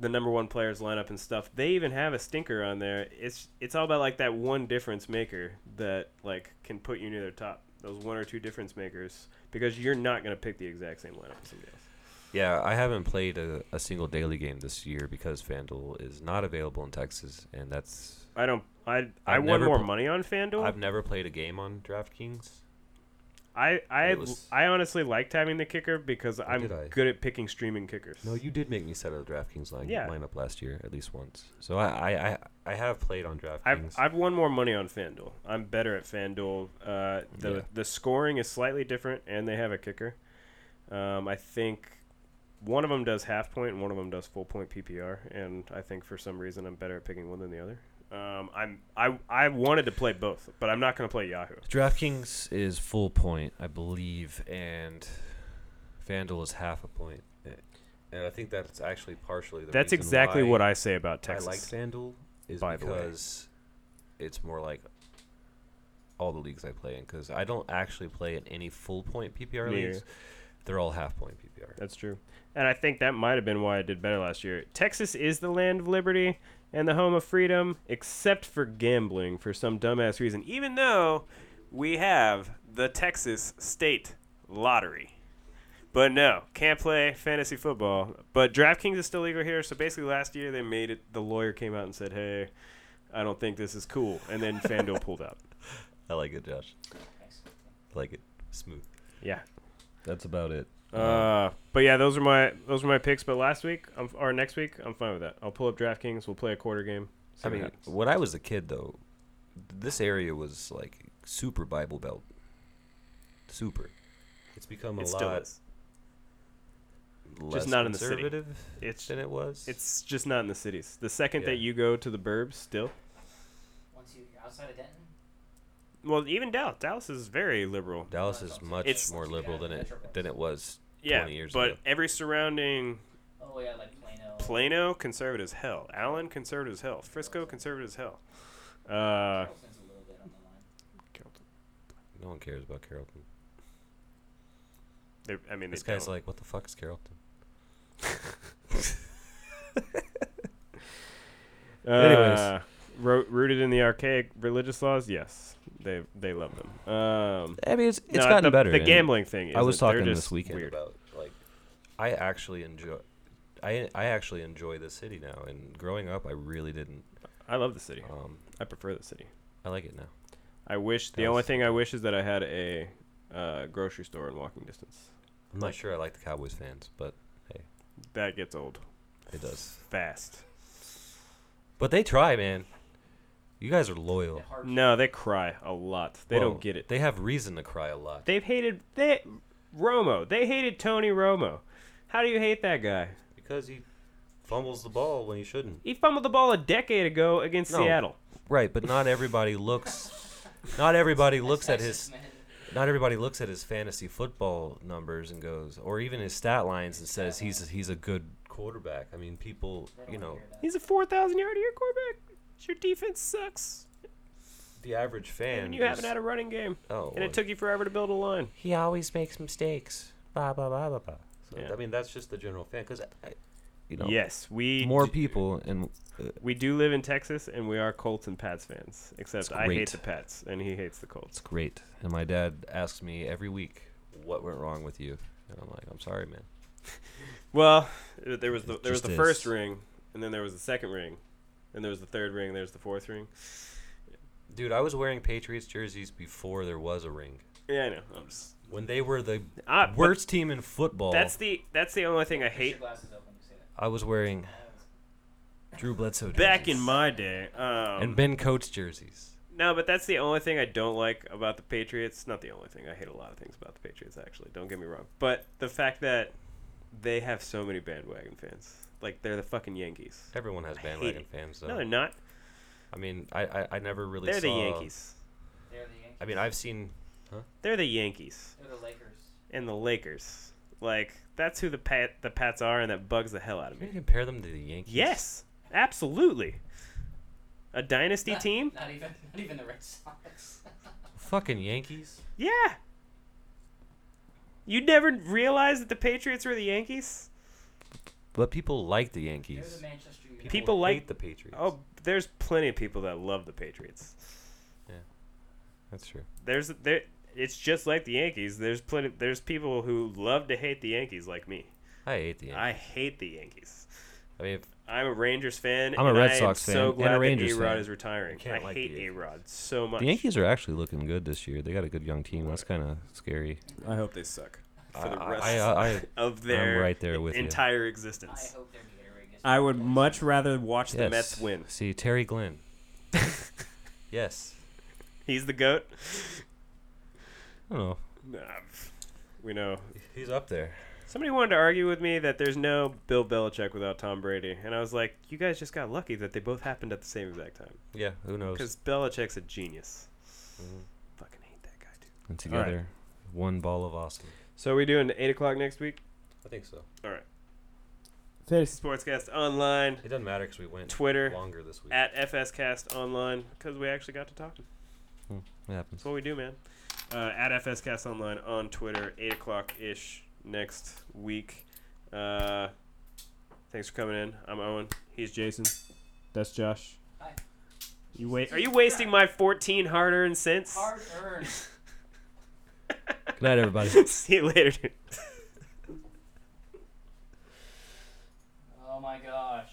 S1: the number one players lineup and stuff, they even have a stinker on there. It's it's all about like that one difference maker that like can put you near their top. Those one or two difference makers, because you're not going to pick the exact same lineup as somebody else.
S2: Yeah, I haven't played a, a single daily game this year because FanDuel is not available in Texas, and that's
S1: I don't. I I
S2: I've
S1: want
S2: never
S1: more
S2: pl-
S1: money on FanDuel.
S2: I've never played a game on DraftKings.
S1: I I,
S2: It was-
S1: I honestly liked having the kicker because I'm
S2: did I?
S1: good at picking streaming kickers.
S2: No, you did make me set up a DraftKings line
S1: Yeah.
S2: lineup last year at least once. So I I, I, I have played on DraftKings.
S1: I've I've won more money on FanDuel. I'm better at FanDuel. Uh, the
S2: Yeah.
S1: the scoring is slightly different, and they have a kicker. Um, I think one of them does half point, and one of them does full point PPR. And I think for some reason I'm better at picking one than the other. Um, I'm I I wanted to play both, but I'm not going to play Yahoo.
S2: DraftKings is full point, I believe, and FanDuel is half a point. And I think that's actually partially the
S1: That's
S2: reason
S1: exactly
S2: why
S1: what I say about Texas.
S2: I like FanDuel is
S1: by the way.
S2: because it's more like all the leagues I play in because I don't actually play in any full point PPR
S1: Me
S2: leagues. They're all half point PPR.
S1: That's true. And I think that might have been why I did better last year. Texas is the land of liberty and the home of freedom, except for gambling for some dumbass reason, even though we have the Texas State Lottery. But no, can't play fantasy football. But DraftKings is still legal here, so basically last year they made it. The lawyer came out and said, hey, I don't think this is cool. And then FanDuel pulled out.
S2: I like it, Josh.
S3: Excellent.
S2: I like it. Smooth.
S1: Yeah.
S2: That's about it.
S1: Uh, but yeah, those are my those are my picks. But last week, I'm, or next week, I'm fine with that. I'll pull up DraftKings. We'll play a quarter game. see
S2: I
S1: what
S2: mean,
S1: happens.
S2: when I was a kid, though, this area was like super Bible Belt. Super. It's become a
S1: it
S2: lot
S1: still is.
S2: less
S1: Just not in the city.
S2: conservative
S1: It's
S2: than it was.
S1: it's just not in the cities. The second
S2: Yeah.
S1: that you go to the burbs, still,
S3: Once you, you're outside of Denton,
S1: well, even Dallas, Dallas is very liberal.
S2: Dallas is much
S1: It's-
S2: more liberal than it than it was.
S1: Yeah,
S2: 20 years
S1: but
S2: ago.
S1: every surrounding
S3: oh yeah, like Plano.
S1: Plano, conservative as hell. Allen, conservative as hell. Frisco, conservative as hell. Uh,
S3: Charleston's a little bit on the line.
S2: No one cares about Carrollton.
S1: they- I mean, they
S2: This guy's
S1: don't.
S2: like, what the fuck is Carrollton? Anyways.
S1: Uh, ro- rooted in the archaic religious laws, yes, they they love them. Um,
S2: I mean, it's, it's
S1: no,
S2: gotten
S1: the,
S2: better.
S1: The
S2: and
S1: gambling thing.
S2: I was
S1: isn't- they're
S2: talking
S1: just
S2: this weekend
S1: weird.
S2: about like, I actually enjoy. I, I actually enjoy the city now, and growing up, I really didn't.
S1: I love the city.
S2: Um,
S1: I prefer the city.
S2: I like it now.
S1: I wish the
S2: That
S1: only
S2: was-
S1: thing I wish is that I had a uh, grocery store in walking distance.
S2: I'm not sure I like the Cowboys fans, but
S1: That gets old
S2: it does.
S1: fast.
S2: But they try, man. You guys are loyal.
S3: They're hard-
S1: No, they cry a lot. They
S2: Whoa,
S1: don't get it.
S2: They have reason to cry a lot.
S1: They've hated they Romo. They hated Tony Romo. How do you hate that guy?
S2: because he fumbles the ball when he shouldn't.
S1: He fumbled the ball a decade ago against
S2: No.
S1: Seattle.
S2: Right, but not <laughs> everybody looks. Not everybody
S3: That's
S2: looks at
S3: Texas,
S2: his.
S3: man.
S2: Not everybody looks at his fantasy football numbers and goes, or even his stat lines and says he's he's a good quarterback. I mean, people,
S3: They don't
S2: you
S3: wanna
S2: know,
S3: hear that.
S1: He's a four thousand yard a year quarterback. Your defense sucks,
S2: the average fan.
S1: and you haven't had a running game,
S2: oh,
S1: and it took you forever to build a line.
S2: He always makes mistakes. Blah blah blah blah blah. So,
S1: Yeah.
S2: I mean, that's just the general fan, because, you know,
S1: Yes, we
S2: more
S1: d-
S2: people and uh,
S1: We do live in Texas, and we are Colts and Pats fans. Except
S2: It's
S1: I
S2: great.
S1: hate the Pats, and he hates the Colts.
S2: It's great. And my dad asks me every week, "What went wrong with you?" And I'm like, "I'm sorry, man."
S1: Well, uh, there was the
S2: It
S1: there was the
S2: just
S1: first
S2: is.
S1: ring, and then there was the second ring, and there was the third ring, and there's the fourth ring.
S2: Dude, I was wearing Patriots jerseys before there was a ring.
S1: Yeah, I know. I'm just
S2: When they were the
S1: Ah, but
S2: worst team in football,
S1: That's the that's the only thing I
S3: Put
S1: hate.
S3: Your glasses open. You say that.
S2: I was wearing Drew Bledsoe jerseys
S1: Back in my day, um,
S2: and Ben Coates jerseys.
S1: no, but that's the only thing I don't like about the Patriots. Not the only thing. I hate a lot of things about the Patriots, actually. Don't get me wrong. But the fact that they have so many bandwagon fans, like they're the fucking Yankees.
S2: Everyone has
S1: I hate
S2: bandwagon
S1: <laughs> it.
S2: fans, though.
S1: No, they're not.
S2: I mean, I, I, I never really
S1: They're the
S2: saw-
S1: Yankees.
S3: They're the Yankees.
S2: I mean, I've seen
S1: They're the Yankees
S3: They're the Lakers.
S1: and the Lakers. Like that's who the Pat the Pats are, and that bugs the hell out of
S2: Can you
S1: me.
S2: compare them to the Yankees?
S1: Yes, absolutely. A dynasty
S3: Not-
S1: team?
S3: Not even, not even the Red Sox. <laughs>
S2: Fucking Yankees.
S1: Yeah. You never realized that the Patriots were the Yankees?
S2: But people like the
S3: They're
S2: Yankees.
S3: the Manchester United.
S1: People like-
S2: hate the Patriots.
S1: Oh, there's plenty of people that love the Patriots.
S2: that's true.
S1: There's there. It's just like the Yankees. There's plenty. There's people who love to hate the Yankees, like me.
S2: I hate the Yankees.
S1: I hate the Yankees.
S2: I, mean, if,
S1: I'm a Rangers fan.
S2: I'm a
S1: and
S2: Red
S1: I am
S2: Sox fan
S1: So
S2: and a
S1: glad
S2: Rangers
S1: that A-Rod
S2: fan.
S1: is retiring.
S2: You can't
S1: I
S2: like the
S1: hate
S2: Yankees.
S1: A-Rod so much.
S2: the Yankees are actually looking good this year. They got a good young team. That's kind of scary.
S4: I hope
S1: they suck
S2: for the I- rest I- I- I-
S1: of their
S2: right there with you.
S1: entire
S3: I
S1: existence.
S3: hope their Gatorade gets.
S4: I would much rather watch
S1: the Mets
S2: <laughs>
S1: win.
S2: See Terry Glenn. yes.
S1: He's the goat.
S2: I don't know.
S1: Nah, we know.
S2: He's up there.
S1: Somebody wanted to argue with me that there's no Bill Belichick without Tom Brady, and I was like, "You guys just got lucky that they both happened at the same exact time."
S2: Yeah. Who knows?
S1: Because Belichick's a genius.
S2: Mhm.
S1: Fucking hate that guy too.
S2: And together, one ball of Austin.
S1: So are we doing eight o'clock next week?
S2: I think so.
S4: Fantasy.
S1: Sportscast online,
S2: It doesn't matter because we went
S1: Twitter
S2: longer this week.
S1: at FScast online, because we actually got to talk.
S2: It happens.
S1: That's what we do, man. Uh, at FScast online on Twitter, eight o'clock ish next week. Uh, thanks for coming in. I'm Owen. He's Jason.
S4: That's Josh.
S3: Hi.
S4: You wait.
S1: Are you wasting my 14 hard-earned cents? <laughs>
S3: Hard earned.
S2: Good night, everybody.
S1: See you <laughs> later. dude.
S3: Oh my gosh.